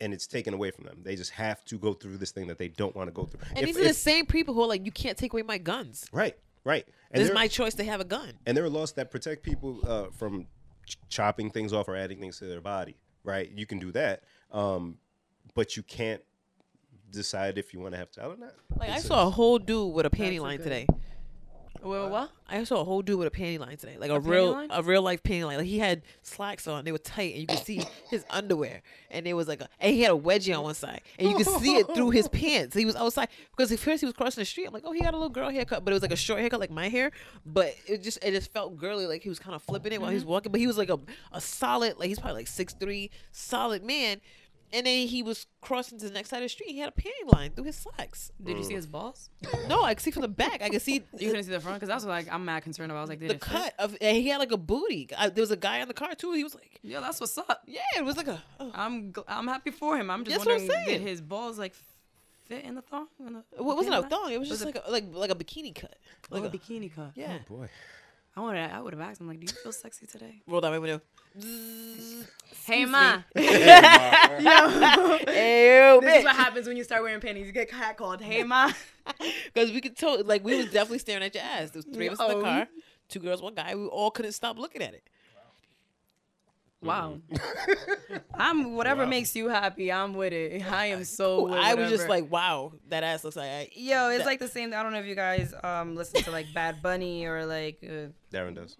and it's taken away from them. They just have to go through this thing that they don't want to go through.
And
If-
these are the
if-
same people who are like, you can't take away my guns.
right, right. And
This
there,
is my choice to have a gun.
and there are laws that protect people uh, from ch- chopping things off or adding things to their body. Right, you can do that, um, but you can't decide if you want to have child or not.
Like I
It's a-
saw a whole dude with a panty
a
line
good-
today.
Well, what?
I saw a whole dude with a panty line today, like a,
panty
real,
line?
a real life panty line. Like he had slacks on, they were tight, and you could see his underwear, and it was like, a, and he had a wedgie on one side, and you could see it through his pants. He was outside because at first he was crossing the street. I'm like, oh, he got a little girl haircut, but it was like a short haircut, like my hair, but it just it just felt girly, like he was kind of flipping it while
Mm-hmm.
he was walking. But he was like a a solid, like he's probably like six three, solid man. And then he was crossing to the next side of the street. He had a panty line through his slacks.
Did you see his balls?
No, I could see from the back. I could see
You couldn't see the front because I was like, I'm mad concerned about. I was like, did
the
it fit?
cut of and he had like a booty. I, there was a guy on the car too. He was like,
Yeah, that's what's up.
yeah, it was like a. oh.
I'm gl- I'm happy for him. I'm just
That's what I'm
wondering, did
saying.
his balls like fit in the thong? In the,
Well, it wasn't a
panty line?
thong. It was just
it-
like a, like like a bikini cut.
Oh,
Like
a
a,
bikini cut.
yeah.
boy.
I would I would have asked him like, do you feel sexy today?
Roll down my window.
Hey ma,
Ew,
this is what happens when you start wearing panties. You get cat called. Hey ma.
Because we could tell, like we was definitely staring at your ass. There was three of us in
Oh.
the car, two girls, one guy. We all couldn't stop looking at it.
Wow.
Mm-hmm.
I'm whatever makes you happy. I'm with it. I am so.
Ooh,
with
I was just
whatever.
like, wow, that ass looks like. I,
Yo, it's
that-
like the same. I don't know if you guys um listen to like Bad Bunny or like uh,
Darren does.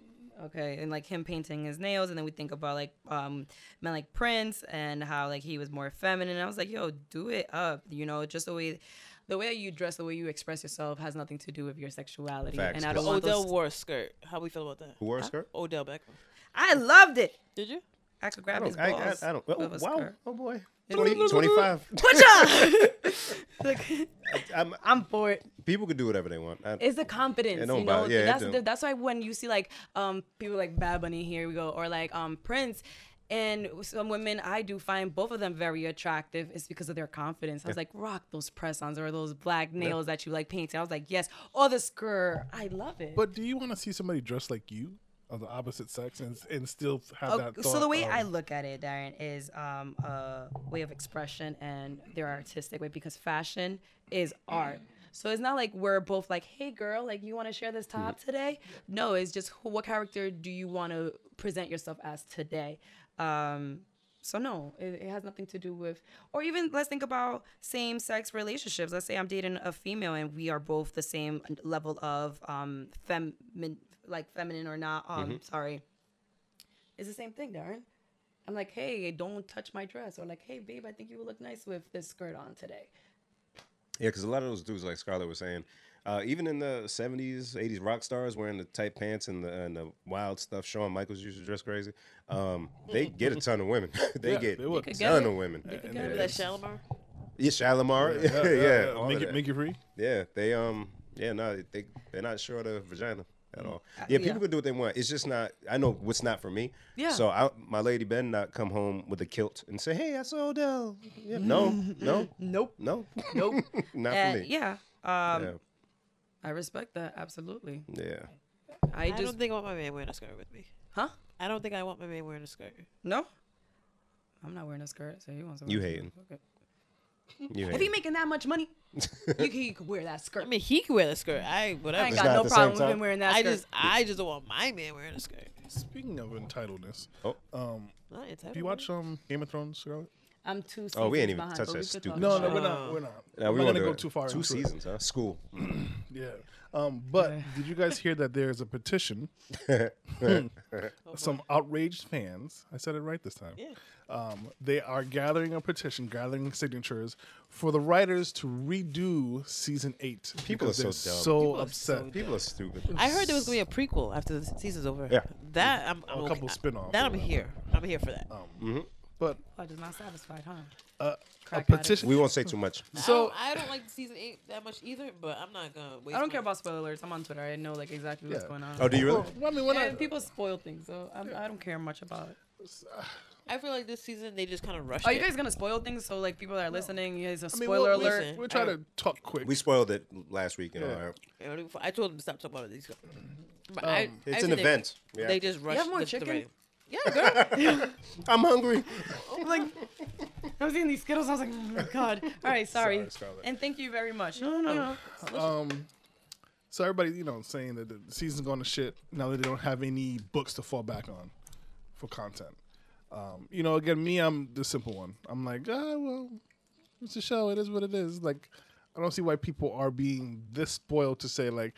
Okay, and like him painting his nails, and then we think about like um men like Prince and how like he was more feminine. I was like, yo, do it up, you know, just the way. The way you dress, the way you express yourself, has nothing to do with your sexuality,
Facts,
and I
cause-
don't want
Odell
those.
wore a skirt. How we feel about that?
Who wore a skirt?
Odell Beckham.
I loved it.
Did you?
I
I
could grab his
don't. I, I,
balls.
I don't. Oh,
with a
wow.
skirt.
Oh boy. 20, 25.
Look,
I'm,
I'm for it.
people can do whatever they want. I,
It's the confidence,
It don't
you know.
bother- yeah, it
that's
don't.
the, that's why when you see like um people like Bad Bunny, here we go, or like um Prince. And some women, I do find both of them very attractive. It's because of their confidence. I was like, rock those press-ons or those black nails that you like painting. I was like, yes, or the skirt. I love it.
But do you want to see somebody dressed like you of the opposite sex and, and still have
Oh,
that thought?
so the way
of-
I look at it, Darren, is um, a way of expression and their artistic way because fashion is art. So it's not like we're both like, "Hey, girl, like you want to share this top
Mm-hmm.
today?" No, it's just who, what character do you want to present yourself as today? Um, so no, it, it has nothing to do with, or even let's think about same-sex relationships. Let's say I'm dating a female and we are both the same level of um, femin, like feminine or not. Um,
Mm-hmm.
sorry, it's the same thing, Darren. I'm like, hey, don't touch my dress, or like, hey, babe, I think you would look nice with this skirt on today.
Yeah, because a lot of those dudes, like Scarlett was saying, uh, even in the '70s, '80s rock stars wearing the tight pants and the, and the wild stuff. Shawn Michaels used to dress crazy. Um, they get a ton of women. they
Yeah,
get
they
a
would.
They could get
ton
it.
of women.
get
Yeah,
it.
Remember that Shalimar?
Yeah, Shalimar. Yeah, yeah, all
Make
of
it,
that.
make it free.
yeah. They um, Yeah, no, they they're not sure of the vagina at all. Yeah, people
yeah.
can do what they want. It's just not. I know what's not for me.
Yeah.
So I, my lady Ben not come home with a kilt and say, "Hey, I saw Odell." Yeah, no, no,
Nope.
no,
Nope.
not for
And
me.
yeah. Um,
Yeah.
I respect that absolutely.
yeah.
I
I
just
don't think I want my man wearing a skirt with me.
huh?
I don't think I want my man wearing a skirt.
No. I'm not wearing a skirt, so you want something.
You hating. You
If
ain't.
he making that much money, you can, you can wear that skirt.
I mean, he could wear the skirt. I
I
whatever.
ain't
It's
got
not
no
at the same
problem with him
time.
wearing that
I
skirt.
just, I just don't want my man wearing a skirt.
Speaking of entitledness,
Oh.
um,
Not entitled.
do you watch um Game of Thrones? Scarlett?
I'm too.
Oh, we ain't
seasons
even
behind,
touched
but
that
we could
stupid
talk
No,
No, no,
no,
about
we're
it.
not. We're not.
Now
we're
we
not
want
gonna
to
go too far.
Two
into it.
seasons, huh? School.
Yeah. Um, but did you guys hear that there's a petition? some outraged fans. I said it right this time.
Yeah.
Um, they are gathering a petition, gathering signatures for the writers to redo season eight.
People
because
are so
they're
dumb.
so
People are
upset.
so
People are stupid.
I heard there was gonna be a prequel after the season's over.
Yeah.
That I'm, I'm
A
okay.
couple spin-offs
That
or
I'm
whatever. Um,
here. I'm here for that.
but
Oh, just not satisfied, huh?
uh, a
Crack addicts.
petition.
We won't say too much.
so
I don't, I don't like season eight that much either, but I'm not gonna. Waste
I don't
my-
care about spoilers. I'm on Twitter. I know like exactly what's
Yeah.
going on.
Oh, do you really?
Well, I mean, when I,
Oh,
And people spoil things, so I'm, I don't care much about it.
I feel like this season they just kind of rushed.
Are Oh, you
it.
guys gonna spoil things? So like people that are listening, yeah, it's a
I mean,
spoiler
we'll, we'll-
alert.
Listen.
We'll try to talk quick.
We spoiled it last week. You know,
Yeah.
all right.
You know, I told them to stop talking about these. But I, I
It's
think
an
they-
event. Yeah.
They just rushed.
have more
the,
chicken?
The writing. yeah, girl.
I'm hungry.
I'm like, I was eating these Skittles. I was like, oh my god. All right, sorry.
Sorry, Scarlett.
and thank you very much. No, no, no.
um, so everybody, you know, saying that the season's going to shit now that they don't have any books to fall back on for content. Um, you know, again, me, I'm the simple one. I'm like, ah, well, it's a show. It is what it is. Like, I don't see why people are being this spoiled to say like,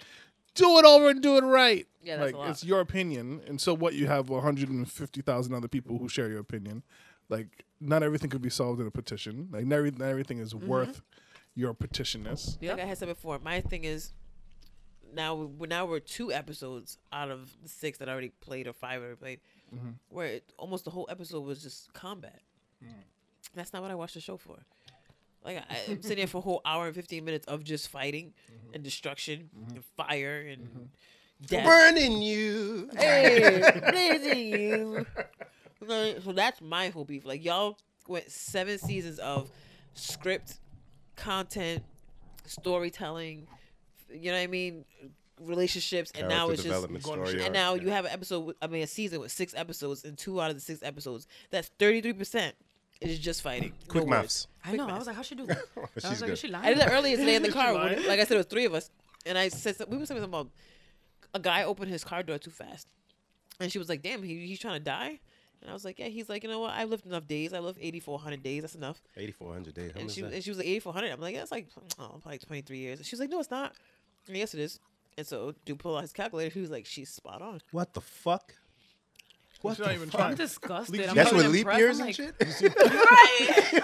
do it over and do it right.
Yeah, that's
like
a lot.
it's your opinion, and so what? You have 150,000 other people who share your opinion. Like, not everything could be solved in a petition. Like, not, every- not everything is worth your petitioners.
Like I had said before, my thing is now we're now we're two episodes out of the six that I already played or five I already played, where it, almost the whole episode was just combat. That's not what I watched the show for. Like I, I'm sitting here for a whole hour and fifteen minutes of just fighting and destruction and fire and death.
Burning you.
Hey, blazing you. Like, So that's my whole beef. Like y'all went seven seasons of script, content, storytelling. You know what I mean? Relationships, and now
Character
it's just.
development
going to
story.
And now
arc.
you have an episode. With, I mean, a season with six episodes, and two out of the six episodes, that's thirty three percent is just fighting.
quick
No words.
maths.
I know. I was like, how she do that? I
She's
was like,
good.
is she
I did
lying?
that earlier today in the car. when-
lying?
like I said, it was three of us, and I said some- we were saying something about a guy opened his car door too fast, and she was like, "Damn, he he's trying to die." And I was like, "Yeah." He's like, "You know what? I've lived enough days. I lived eighty four hundred days. That's enough."
8400 days. How
And
much
she
is that?
and she was like, eighty four hundred. I'm like, "Yeah, that's like oh, probably twenty three years." And she was like, "No, it's not." And yes, it is. And so, do pull out his calculator. He was like, "she's spot on.
What the fuck?
What not even
I'm
trying.
disgusted. I'm
That's
not
with
even
leap
impressed.
years
I'm
and
like,
shit.
Right.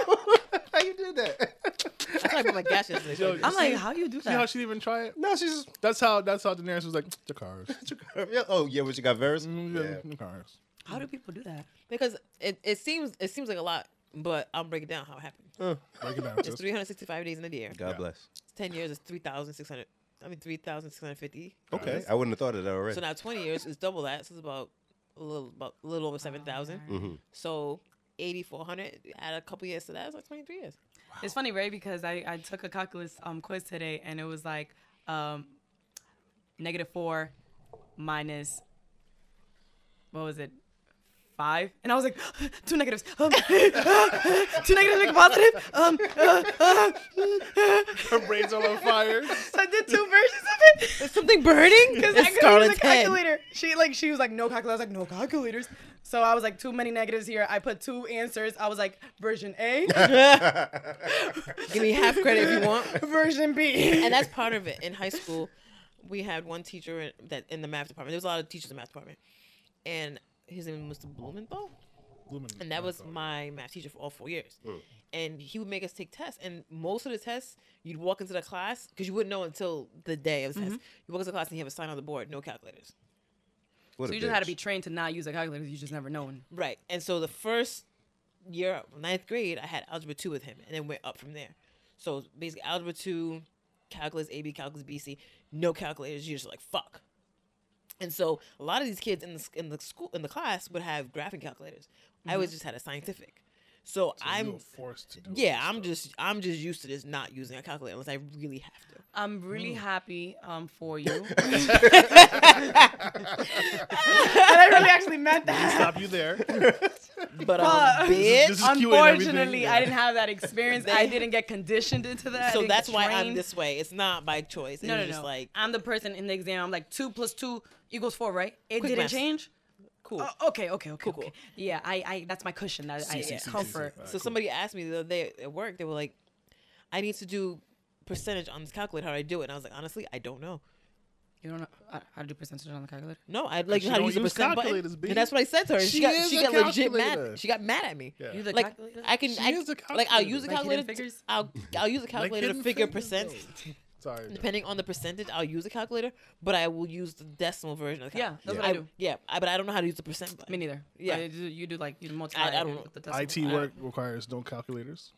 How you did that?
That's how I bought my gas yesterday."
Yo,
I'm like, how you do
See how
that?
she didn't even try it?
No, she's
That's how that's how Daenerys was like Jacaris.
just. Yeah, Oh yeah, what you got, Varys?
Mm-hmm.
Yeah, Jacaris.
How do people do that?
because it, it seems it seems like a lot, but I'll break it down how it happened.
Break it down.
It's
sis.
three hundred sixty five days in a year.
God bless.
10 years is 3,600. I mean, 3,650.
Okay, I wouldn't have thought of that already.
So now 20 years is double that. So it's about a little, about a little over 7,000. So 8,400, add a couple years to that, it's like 23 years.
It's funny, right? Because I, I took a calculus um, quiz today and it was like um, negative four minus, what was it? Five. And I was like, two negatives. Um, two negatives make a positive. Um, uh, uh.
Her brain's all on fire.
So I did two versions of it.
Is something burning?
Because I
It's
couldn't use a
Scarlett's head.
calculator. She like she was like no calculator. I was like no calculators. So I was like too many negatives here. I put two answers. I was like version A,
Give me half credit if you want.
version B.
and that's part of it. In high school, we had one teacher in, that in the math department. There was a lot of teachers in the math department, and his name was Mr. Blumenthal, and that was my math teacher for all four years.
Hmm.
And he would make us take tests, and most of the tests, you'd walk into the class because you wouldn't know until the day of the test. You walk into the class and you have a sign on the board, no calculators.
What
So
a
you just had to
bitch.
be trained to not use a calculator. You just never known.
Right. And so the first year, ninth grade, I had algebra two with him, and then went up from there. So basically, algebra two, calculus A, B, calculus B, C. No calculators. You're just like, fuck. And so a lot of these kids in the, s- in the school, in the class would have graphing calculators. I always just had a scientific. So,
You
I'm,
were forced to do
yeah, I'm just, I'm just used to this not using a calculator unless I really have to.
I'm really happy um for you. and I really actually meant that.
Stop you there.
But um, bitch,
this is cute and everything,
Unfortunately, I
yeah.
didn't have that experience. I didn't get conditioned into that. I
so
didn't get
that's why I'm
trained.
this way. It's not by choice. It's
No, no,
just
no.
like
I'm the person in the exam. I'm like two plus two equals four, right? It
Quick
didn't
maths.
change.
cool.
Oh, okay, okay, okay, okay. Yeah, I, I, that's my cushion. That I,
see,
yeah,
see,
comfort.
so somebody asked me the other day at work, they were like, I need to do percentage on this calculator. How do I do it? And I was like, honestly, I don't know.
You don't know uh, how to do percentage on the calculator?
No, I like
she
how to
don't
use a
use
percent button.
calculators, B.
And that's what I said to her. And she,
She
got
is
she
a
got legit mad.
calculator.
She got mad at me.
Yeah.
You the
Like
calculator?
I can,
She
I,
is a
like I'll use a
Like
calculator. to-
hidden figures?
I'll I'll use a
Like
calculator to
hidden
figure
fingers,
percent.
though. Sorry.
Depending on the percentage, I'll use a calculator, but I will use the decimal version of the
Yeah,
calculator.
that's what I do.
Yeah, I, but I don't know how to use the percent button.
Me neither.
Yeah.
But Oh, you do- you do like you multiply.
I don't
and
know.
put the
IT
decimal.
work requires no calculators.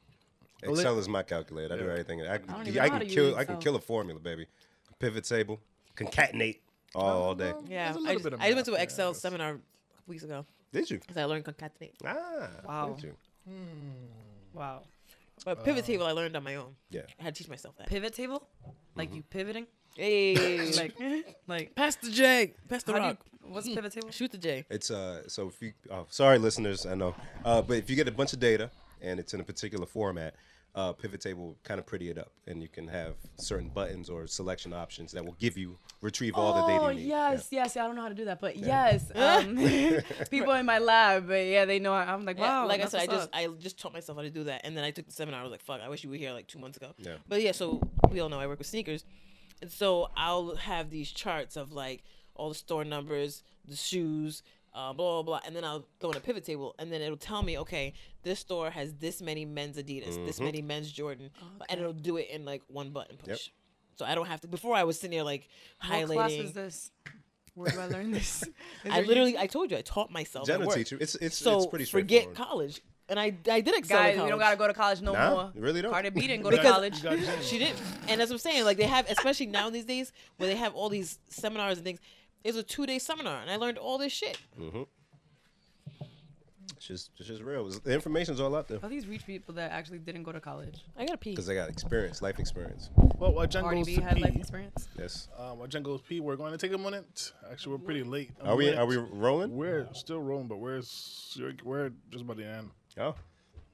let-
Excel is my calculator. I do everything. I, can-
don't
I
even know how
can
to
kill.
use
I can
Excel.
kill a formula, baby. Pivot table, concatenate all,
Oh,
all day.
Yeah,
There's a little
I just,
bit of
I went
math
to an
there,
Excel
that's-
seminar a couple weeks ago
Did you?
because I learned concatenate.
Ah.
Wow.
Did you?
Wow.
But pivot table I learned on my own.
Yeah.
I had to teach myself that.
Pivot table, like you pivoting,
Hey, like,
like Mm-hmm. like
pass the J, pass the
how do
rock,
you, what's pivot table?
shoot the J.
It's uh. So if you, oh, sorry, listeners, I know, uh, but if you get a bunch of data and it's in a particular format, uh, pivot table will kind of pretty it up, and you can have certain buttons or selection options that will give you retrieve all the data
Oh
you need.
yes, yes. I don't know how to do that, but yes, um, people in my lab, but yeah, they know. I, I'm like,
Yeah,
wow.
like I
Oh, that's
said, I
what's
just
up.
I just taught myself how to do that, and then I took the seminar. I was like, "Fuck, I wish you were here like two months ago."
Yeah.
But yeah, so we all know I work with sneakers, and so I'll have these charts of like all the store numbers, the shoes, uh, blah blah blah, and then I'll throw in a pivot table, and then it'll tell me, okay, this store has this many men's Adidas, this
Mm-hmm.
many men's Jordan, and it'll do it in like one button push. So I don't have to. Before I was sitting there like
What class is
highlighting.
this? Where do I learn this? Is
I
there
literally, I told you, I taught myself. at
Jenna
work.
teach you. It's it's
So
it's pretty
forget
straightforward.
college, and I I did excel. in
guys, we
college.
don't gotta go to college no
Nah,
more.
you really don't.
Cardi B didn't go to
Because-
college.
You got
She did, and that's what I'm saying. Like they have, especially now these days, where they have all these seminars and things. It was a two day seminar, and I learned all this shit.
It's just it's just real. It's- The information's all out there
Are these rich people that actually didn't go to college?
I gotta pee.
because they got experience, life experience.
Well, while Jen
Cardi
goes
B
to
had life
pee,
experience.
Yes.
um, while Jen goes pee, we're going to take a minute. Actually, we're pretty late. A
Are we
minute.
are we rolling?
We're still rolling, but we're s- you're- we're just about the end.
Oh.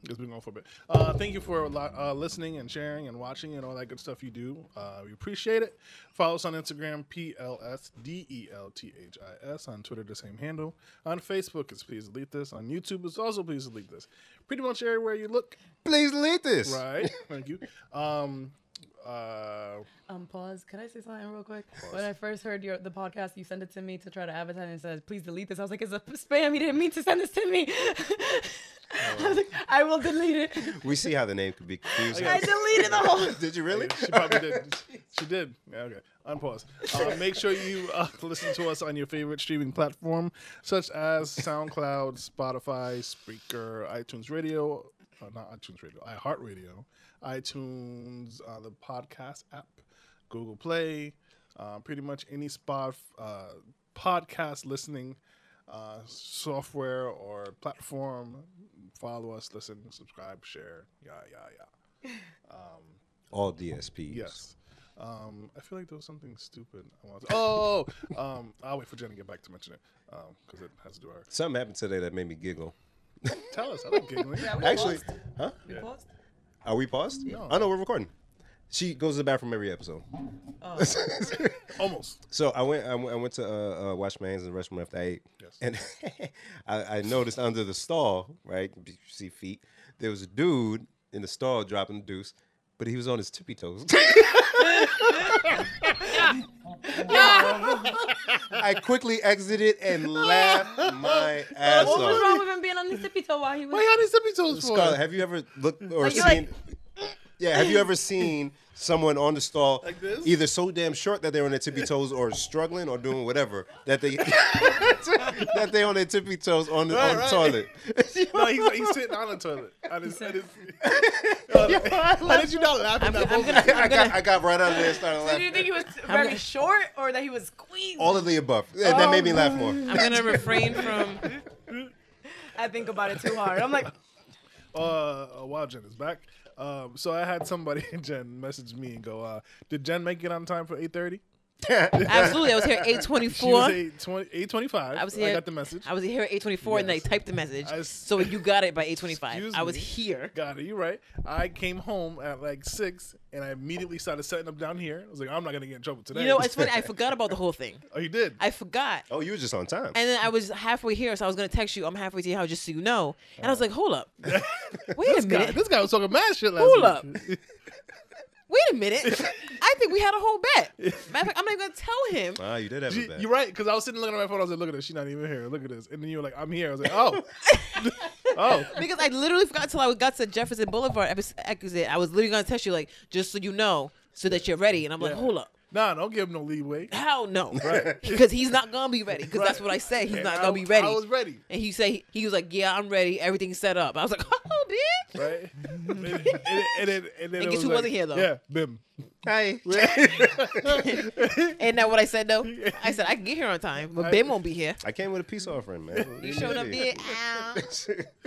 It's been going for a bit. Uh, thank you for li- uh, listening and sharing and watching and all that good stuff you do. Uh, we appreciate it. Follow us on Instagram, E P-L-S-D-E-L-T-H-I-S. On Twitter, the same handle. On Facebook, it's Please Delete This. On YouTube, it's also Please Delete This. Pretty much everywhere you look.
Please delete this.
Right. thank you. Um, uh,
Um, pause. Can I say something real quick? When I first heard your the podcast, you sent it to me to try to advertise, and it says, "Please delete this." I was like, "It's a spam. He didn't mean to send this to me." I was like, "I will delete it."
We see how the name could be confusing.
I deleted the whole.
Did you really?
she probably did. She did. Yeah, okay. Unpause. Uh, make sure you uh, listen to us on your favorite streaming platform, such as SoundCloud, Spotify, Spreaker, iTunes Radio, uh, not iTunes Radio, iHeartRadio, iTunes, uh, the podcast app, Google Play, uh, pretty much any spot uh, podcast listening uh, software or platform. Follow us, listen, subscribe, share, yeah, yeah, yeah.
All DSPs.
Yes. Um, I feel like there was something stupid. I wanted to, oh, um, I'll wait for Jen to get back to mention it because it has to do with her.
Something happened today that made me giggle.
Tell us. I like giggling.
Actually, huh?
We paused?
Are we paused? No. Oh no, we're recording. She goes to the bathroom every episode.
Almost.
So I went, I went, I went to uh, uh, wash my hands in the restroom after I ate,
Yes.
and I, I noticed under the stall, right, you see feet. There was a dude in the stall dropping the deuce, but he was on his tippy toes. I quickly exited and laughed my ass
What was
off.
wrong with him being on the tippy toe while he was?
Wait, how did Sippy Toes for?
Scarlett, have you ever looked or
Like,
seen?
you're like-
Yeah, have you ever seen someone on the stall either so damn short that they're on their tippy toes or struggling or doing whatever that they that they on their tippy toes on the, on the
right.
toilet?
no, he's, he's sitting on the toilet. I just, I just, how did you not laugh at
I'm,
that?
I'm
moment?
gonna,
I got I got right out of there and started
Do you
laughing.
think he was very
gonna-
short or that he was squeezed?
All of the above. Yeah, that made me laugh more.
I'm gonna refrain from.
I think about it too hard. I'm like,
uh, oh, wow, Jen is back. Um, so I had somebody, Jen, message me and go, uh, "Did Jen make it on time for 8.30?
Absolutely, I was here at
She was
8:24.
8.20 8.25.
I was here.
I got the message.
I was here at 8:24, and I
Yes.
typed the message.
I s-
so you got it by 8:25.
Excuse
I was
me.
here.
Got it. You right. I came home at like six, and I immediately started setting up down here. I was like, I'm not gonna get in trouble today.
You know, it's funny. I forgot about the whole thing.
oh, you did.
I forgot.
Oh, you were just on time.
And then I was halfway here, so I was gonna text you. I'm halfway to your house, just so you know. And I was like, hold up, wait a
this, guy,
minute,
this guy was talking mad shit last
Hold
week.
up. wait a minute. I think we had a whole bet. Matter of fact, I'm not even gonna tell him.
Ah, you did have a
She-
bad.
You're right, because I was sitting looking at my phone. I was like, look at this. She's not even here. Look at this. And then you were like, I'm here. I was like, oh, oh.
Because I literally forgot till I got to Jefferson Boulevard ex- exit. I was literally gonna text you like, just so you know, so that you're ready. And I'm like,
Yeah.
hold up,
Nah, don't give him no leeway.
hell no,
Right.
because he's not gonna be ready. Because that's
Right.
what I said. He's
And
not
I-
gonna be ready.
I was ready.
and he said he, he was like, yeah, I'm ready. Everything's set up. I was like, oh, bitch.
Right? and, and, and, and, then it
guess
was
who
like,
wasn't here, though?
Yeah, Bim.
Hi.
Ain't that what I said though? I said I can get here on time, but Ben won't be here.
I came with a peace offering, man.
You showed up there. Ow.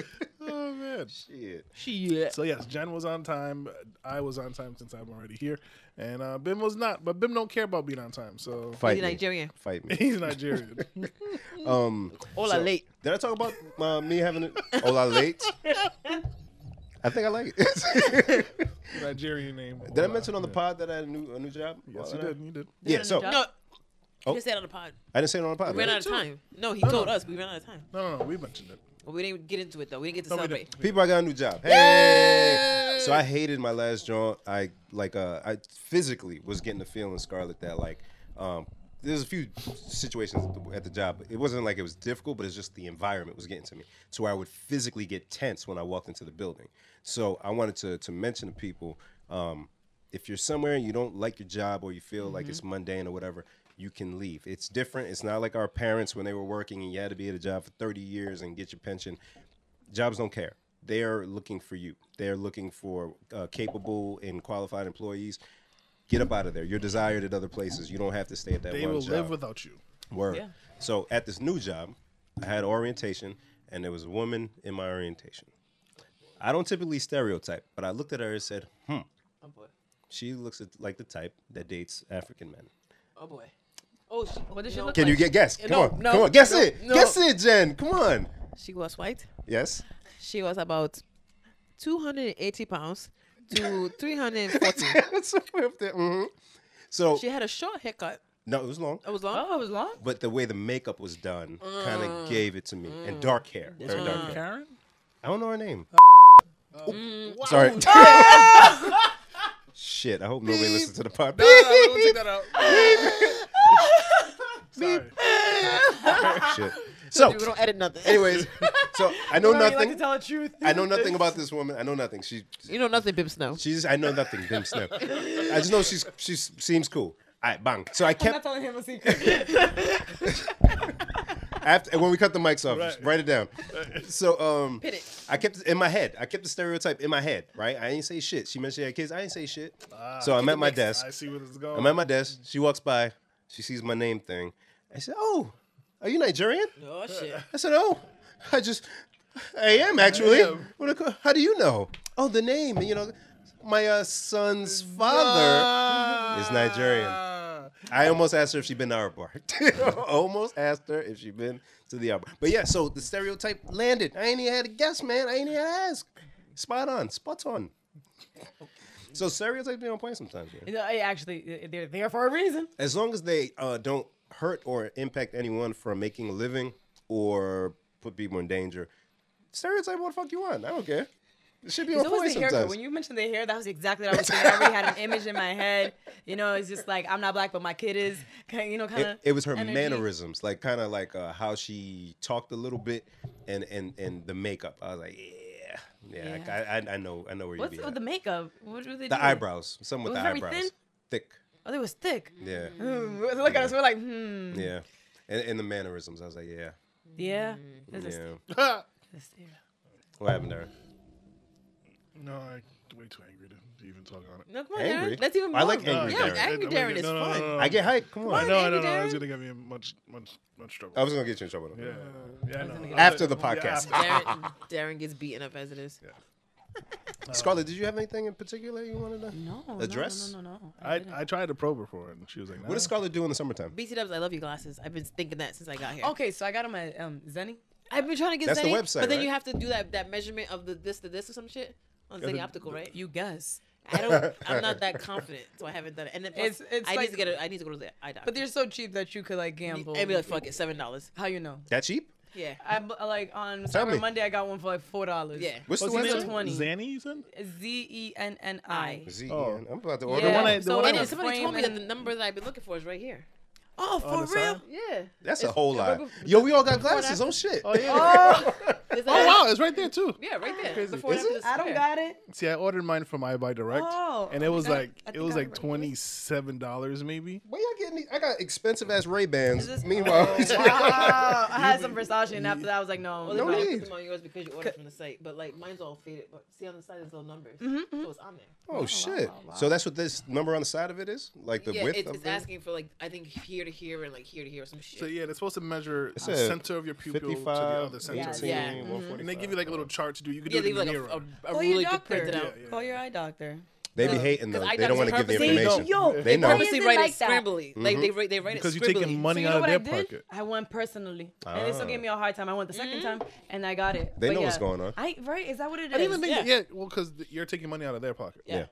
Oh, man.
Shit.
Shit.
So, yes, Jen was on time. I was on time since I'm already here. And uh, Bim was not. But Bim don't care about being on time. So,
Fight
He's
me.
Nigerian.
Fight me.
he's Nigerian.
Um,
All I late.
Did I talk about uh, me having a Ola late? I think I like it.
Nigerian name.
did I mention on the pod that I had a new, a new job?
Yes, you
Well,
did. You did.
Yeah, so
No.
Oh.
You just said on the pod.
I didn't say it on the pod.
We ran
right?
out of time. No, he told us we ran out of time.
No, no, no. We mentioned it.
Well, we didn't get into it though. We didn't get to
No, we
celebrate.
didn't.
People, I got a new job. Hey! So I hated my last job. I like uh, I physically was getting the feeling, Scarlett, that like um, there's a few situations at the- at the job. It wasn't like it was difficult, but it's just the environment was getting to me. So I would physically get tense when I walked into the building. So I wanted to to mention to people. Um, if you're somewhere and you don't like your job or you feel like it's mundane or whatever, you can leave. It's different. It's not like our parents when they were working and you had to be at a job for 30 years and get your pension. Jobs don't care. They are looking for you. They are looking for uh, capable and qualified employees. Get up out of there. You're desired at other places. You don't have to stay at that
They
one
will
job.
live without you.
Word.
Yeah.
So at this new job, I had orientation, and there was a woman in my orientation. I don't typically stereotype, but I looked at her and said, "Hmm."
Oh boy.
She looks at- like the type that dates African men.
Oh boy.
oh, sh- what does she look
Can
like?
you get guess? Come
No,
on,
no,
come on, guess
no,
it,
no.
guess it, Jen. Come on.
She was white.
Yes.
She was about 280 pounds to 340.
Somewhere up there. Mhm. So
she had a short haircut.
no, it was long,
It was long.
Oh, it was long.
but the way the makeup was done kind of
Mm.
gave it to me, and dark hair, very dark hair.
Karen?
I don't know her name.
Oh. Mm.
Sorry. Shit, I hope nobody listens to the podcast.
We'll take that out. Sorry.
Shit. So,
We don't edit nothing.
anyways, so I know
Sorry, you like to
nothing.
tell the truth.
I know nothing about this woman. I know nothing. She,
You know nothing, Bim Snow.
she's. I know nothing. Bim Snap. I just know she's. She seems cool. All right, bang. So I
I'm not
kept
telling him a secret.
after and when we cut the mics off.
Right.
Write it down. So um,
Hit it.
I kept it in my head. I kept the stereotype in my head. Right. I ain't say shit. She mentioned she had kids. I ain't say shit.
Ah,
so I'm at my desk.
I see where this is going.
I'm at my desk. She walks by. She sees my name thing. I said, "Oh, are you Nigerian?"
Oh shit.
I said, "Oh, I just, I am actually."
I am.
What a co- how do you know? Oh, the name. You know, my uh, son's father is Nigerian.
Ah.
I almost asked her if she'd been to our bar. almost asked her if she'd been to the art bar. But yeah, so the stereotype landed. I ain't even had to guess, man. I ain't even had to ask. Spot on, spot on. So stereotypes be on point sometimes. Man.
No, I actually, they're there for a reason.
as long as they uh, don't hurt or impact anyone from making a living or put people in danger, stereotype what the fuck you want. I don't care. It should be on
It's always
point
the haircut.
sometimes.
When you mentioned the hair, that was exactly what I was thinking. I already had an image in my head. You know, it's just like I'm not black, but my kid is. Kind you know, kind of.
it, it was her
energy.
mannerisms, like kind of like uh, how she talked a little bit, and and and the makeup. I was like, yeah, Yeah, I, I, I know, I know where you
What's
be.
with
at.
the makeup? What were they
The
doing?
eyebrows, some with
It
the
was very
eyebrows,
thin?
thick.
Oh, they was thick.
Yeah,
Mm, Look at us. We're like, hmm.
yeah, and, and the mannerisms. I was like, yeah,
Yeah. There's a
yeah.
no,
st-
What happened there?
I'm way too angry to even talk on it. Uh,
No, come on,
Angry?
Darren. Let's even.
I like
more.
angry
Yeah,
Darren.
angry
I- I-
Darren is
no, no, no, no,
fun.
no.
I get hype. Come
I
on.
know, I
angry
know, I was
Darren.
gonna give you much, much, much trouble.
I was gonna get you in trouble.
yeah, yeah, I know.
After the podcast.
Yeah,
Darren, Darren gets beaten up as it is.
Scarlett, did you have anything in particular you wanted to?
No. no,
Address?
No, no, no. no.
I, I tried to probe her for it, and she was like, nah.
What does Scarlett do in the summertime?
BT Dubs, I love your glasses. I've been thinking that since I got here.
Okay, so I got on my um, Zenny.
I've been trying to get
That's the
Zenni,
website,
but then
right?
you have to do that that measurement of the this to this or some shit on Zenny Optical, right?
You guess.
I don't. I'm not that confident, so I haven't done it. And then plus,
It's- it's
I
like-
need to get. A, I need to go to the eye doctor.
But they're so cheap that you could like gamble.
and be like, fuck it, seven dollars.
How you know?
That cheap?
Yeah,
I bu- like on
Tell me.
Cyber Monday I got one for like four dollars.
yeah.
What's
What's
the
his
Zeno
website?
name?
20.
Zanny, Oh, you said?
Z E N N I.
Z.
Oh.
I'm about to order
Yeah.
one.
I- the
So
one
it
I-
is
And somebody told me
frame
that the number that I've been looking for is right here.
Oh,
On
for
the
real?
side?
Yeah.
That's a whole
but
lot.
bef-
Yo, we all got glasses. Oh shit.
Oh yeah.
Is
oh
that-
wow, it's right there too.
Yeah, right there.
Crazy.
Before and
Is
after
it?
this-
I don't
yeah.
got it.
See, I ordered mine from iBuy Direct,
Oh,
and it was
I-
like
I
it
think
was like
I remember this.
twenty seven dollars maybe.
Where y'all getting these? I got expensive ass Ray Bans.
this-
Meanwhile,
Oh,
Wow. I had some Versace, and after that I was like, no.
Well,
no.
they might have
need.
put them on yours because you ordered from the site, but like mine's all faded. But see on the side, there's little numbers,
Mm-hmm,
so it's on there.
oh shit. So that's what this number on the side of it is, like the
yeah,
width
it's,
of
it's
the.
asking for like I think here to here and like here to here or some shit.
So yeah, they're supposed to measure the
a
center of your pupil to the
55,
other center.
Yeah.
18,
Yeah. Mm-hmm.
145.
And they give you like a little chart to do. You could
yeah,
do
they
it in
like
the
a,
mirror.
a, a
Call
ruler
your
you could print
doctor.
it out.
yeah.
Call your eye doctor.
They be
Uh,
hating though.
'cause I
They don't
done
want to give the
purposely- They
information.
know. Yo,
They know.
Purposely
Why is it
write it
like that?
scribbly. Like they write, they write
Mm-hmm. because
it
you're
scribbly.
taking money
So you
out
know
of
what I
their
did?
pocket.
I went personally, and they
Ah. Mm-hmm.
still gave me a hard time. I went the 2nd time, and I got it.
They
But
know what's
yeah.
going on.
I right? Is that what it is?
I didn't even think.
Yeah.
that- Yeah, well, because you're taking money out of their pocket.
Yeah.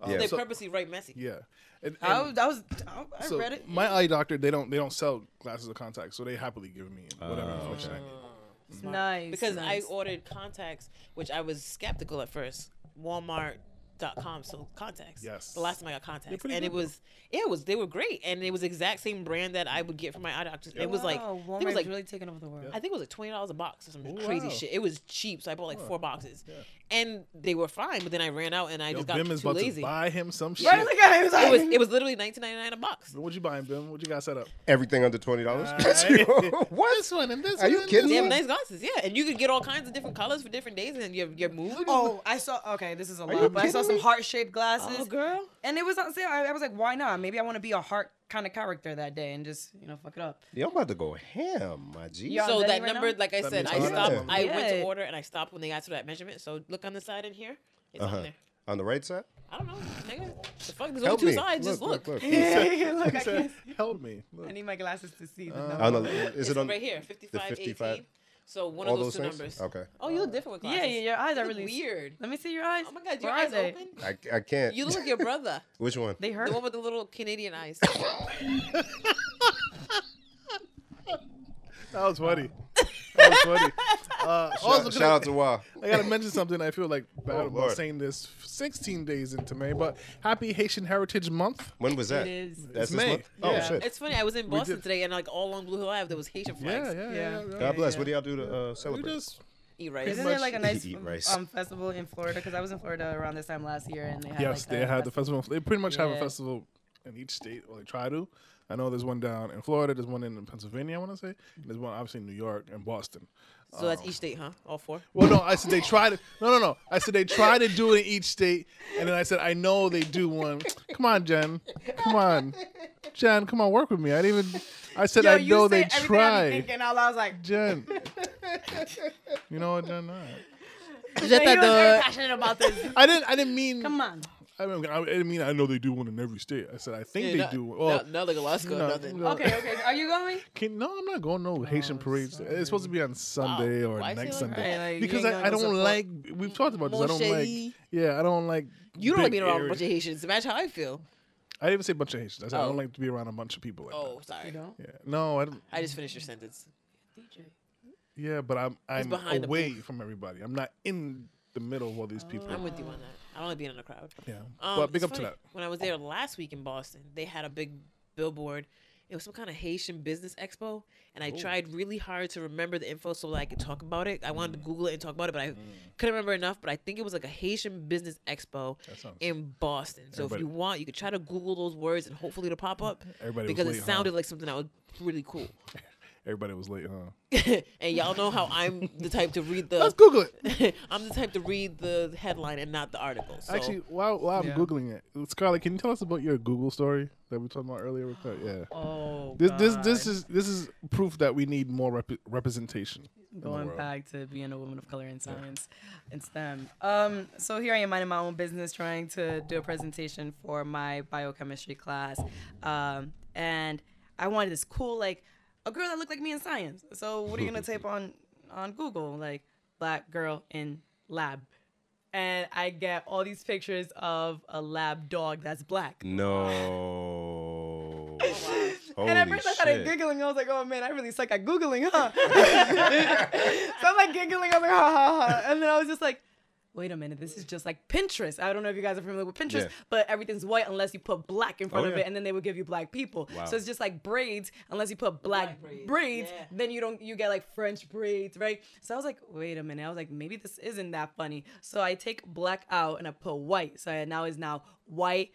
Um,
Yeah.
They
so-
purposely write messy.
yeah. And,
I
and
was. I, was, I, I
so
read it.
my eye doctor, they don't they don't sell glasses or contacts, so they happily give me
Oh,
whatever information I need.
It's nice.
Because
nice.
I ordered contacts, which I was skeptical at first. Walmart.com sold contacts.
Yes.
The last time I got contacts,
pretty
and
good,
it was, yeah, it was they were great, and it was the exact same brand that I would get from my eye doctor. It was like,
wow,
I
Walmart
think it was like
really taking over the world.
I think it was like twenty dollars a box or some crazy
wow.
shit. It was cheap, so I bought like four boxes, and they were fine. But then I ran out, and I
Yo,
just got
Bim is
too
about
lazy.
to buy him some shit.
Right, look at him. He's
It
like-
was it was literally nineteen ninety nine a box.
What you buying, Bim? What you got set up?
Everything under twenty dollars.
what? This one and this
Are you
one and
kidding
this
They have
one.
nice glasses, yeah, and you can get all kinds of different colors for different days and your your mood.
Oh, I saw. Okay, this is a
you
lot, but I saw
kidding
some
me?
heart shaped glasses.
Oh, girl.
And it was on sale. I, I was like, why not? Maybe I want to be a heart kind of character that day and just, you know, fuck it up.
Yo, I'm about to go ham, my G.
Yo.
So
Is that
that
you right
number,
now?
like I
That
said,
means
I
I'm
stopped.
done.
I went to
Yeah.
order and I stopped when they got to that measurement. So look on the side in here. It's on there.
On the right side.
I don't know, nigga. The fuck, there's
Uh-huh. Help
only two
me.
sides. Just
Look,
look.
look,
Look, I,
He said,
can't-
"Help me." Look.
I need my glasses to see the
On
number.
the, is
It's
it on
right here, 55,
55?
18. So one
all
of those,
those
two
things?
numbers.
Okay.
Oh, you look different with glasses.
Yeah, yeah, your eyes
You
are
look
really
weird.
Let me see your eyes.
Oh my god, your
Where are
eyes
they?
open.
I, I can't.
You look like your brother.
Which one?
They hurt.
The one with the little Canadian eyes.
That was funny. That was funny. Uh, also,
Shout, shout out to Wa.
I gotta mention something. I feel like bad about
Lord.
saying this. 16 days into May, but happy Haitian Heritage Month.
When was that?
It
That's
is.
It's
this
May.
month. Oh
Yeah.
shit.
it's funny. I was in Boston
did-
today, and like all on Blue Hill Ave, there was Haitian flags.
Yeah, yeah, yeah.
Yeah.
yeah.
God bless. What do y'all do to uh,
We
celebrate?
just
Eat rice.
Isn't there like a nice
Eat rice.
um, festival in Florida? Because I was in Florida around this time last year, and they had
yes,
like,
they
a
had the
festival.
festival. They pretty much have a
Yeah.
festival in each state, or they try to. I know there's one down in Florida. There's one in Pennsylvania. I want to say. And there's one obviously in New York and Boston.
So
Oh.
that's each state, huh? All four.
Well, no, I said they try to. No, no, no. I said they try to do it in each state, and then I said I know they do one. Come on, Jen. Come on, Jen. Come on, work with me. I didn't even. I said I
Yo, you
know
say
they
everything I be
try.
Thinking out loud, I was like,
Jen. You know what, Jen? All right.
"Man, you was very passionate about this.
I didn't. I didn't mean.
Come on.
I, mean, I didn't mean. I know they do one in every state. I said I think they do. one. Well,
no, like Alaska
no,
or nothing.
no.
Okay, okay. Are you going?
Can, no, I'm not going no Haitian parades. It's supposed to be on Sunday
Oh,
Oh,
Wow.
or
Why is
next
it like
Sunday
that? Right, like,
because
you ain't
I, I
gonna
don't
support-
like. We've talked about this. I don't like.
Moshe.
Yeah, I don't like.
You don't like
big
being around a
areas.
bunch of Haitians. Imagine how I feel.
I didn't even say a bunch of Haitians. I said I don't
Oh.
like to be around a bunch of people. Like
Oh, sorry.
You don't.
That. Yeah. No, I don't.
I just finished your sentence.
DJ.
Yeah, but I'm I'm
behind the
away from everybody. I'm not in the middle of all these people.
I'm with you on that. I don't like being in a crowd.
yeah,
Um,
but big
it's
up to
funny,
that.
When I was there last week in Boston, they had a big billboard It was some kind of Haitian business expo, and I tried really hard to remember the info so that I could talk about it. I wanted
Mm.
to Google it and talk about it, but I couldn't remember enough. But I think it was like a Haitian business expo
sounds-
in Boston. So if
Everybody-
you want, you could try to Google those words and hopefully it'll pop up
Everybody was
because
late,
it
huh?
sounded like something that was really cool.
Everybody was late, huh?
and y'all know how I'm the type to read the.
Let's Google it.
I'm the type to read the headline and not the article. So.
Actually, while, while I'm
Yeah.
googling it, Scarlett, can you tell us about your Google story that we talked about earlier? With that? Yeah.
Oh,
This this this is this is proof that we need more rep- representation.
going
world.
back to being a woman of color in science and STEM. Um, so here I am minding my own business, trying to do a presentation for my biochemistry class, um, and I wanted this cool like a girl that looked like me in science. So what are you gonna type on on Google like black girl in lab? And I get all these pictures of a lab dog that's black.
No.
and at
Holy
first I started
shit.
giggling. I was like, oh man, I really suck at Googling, huh? so I'm like giggling. I'm like, ha ha ha. And then I was just like, wait a minute, this is just like Pinterest. I don't know if you guys are familiar with Pinterest,
Yeah.
but everything's white unless you put black in front
Oh,
of
yeah.
it, and then they will give you black people.
Wow.
So it's just like braids, unless you put black, braids,
braids, yeah.
then you don't you get like French braids, right? So I was like, wait a minute. I was like, maybe this isn't that funny. So I take black out and I put white. So I, now is now white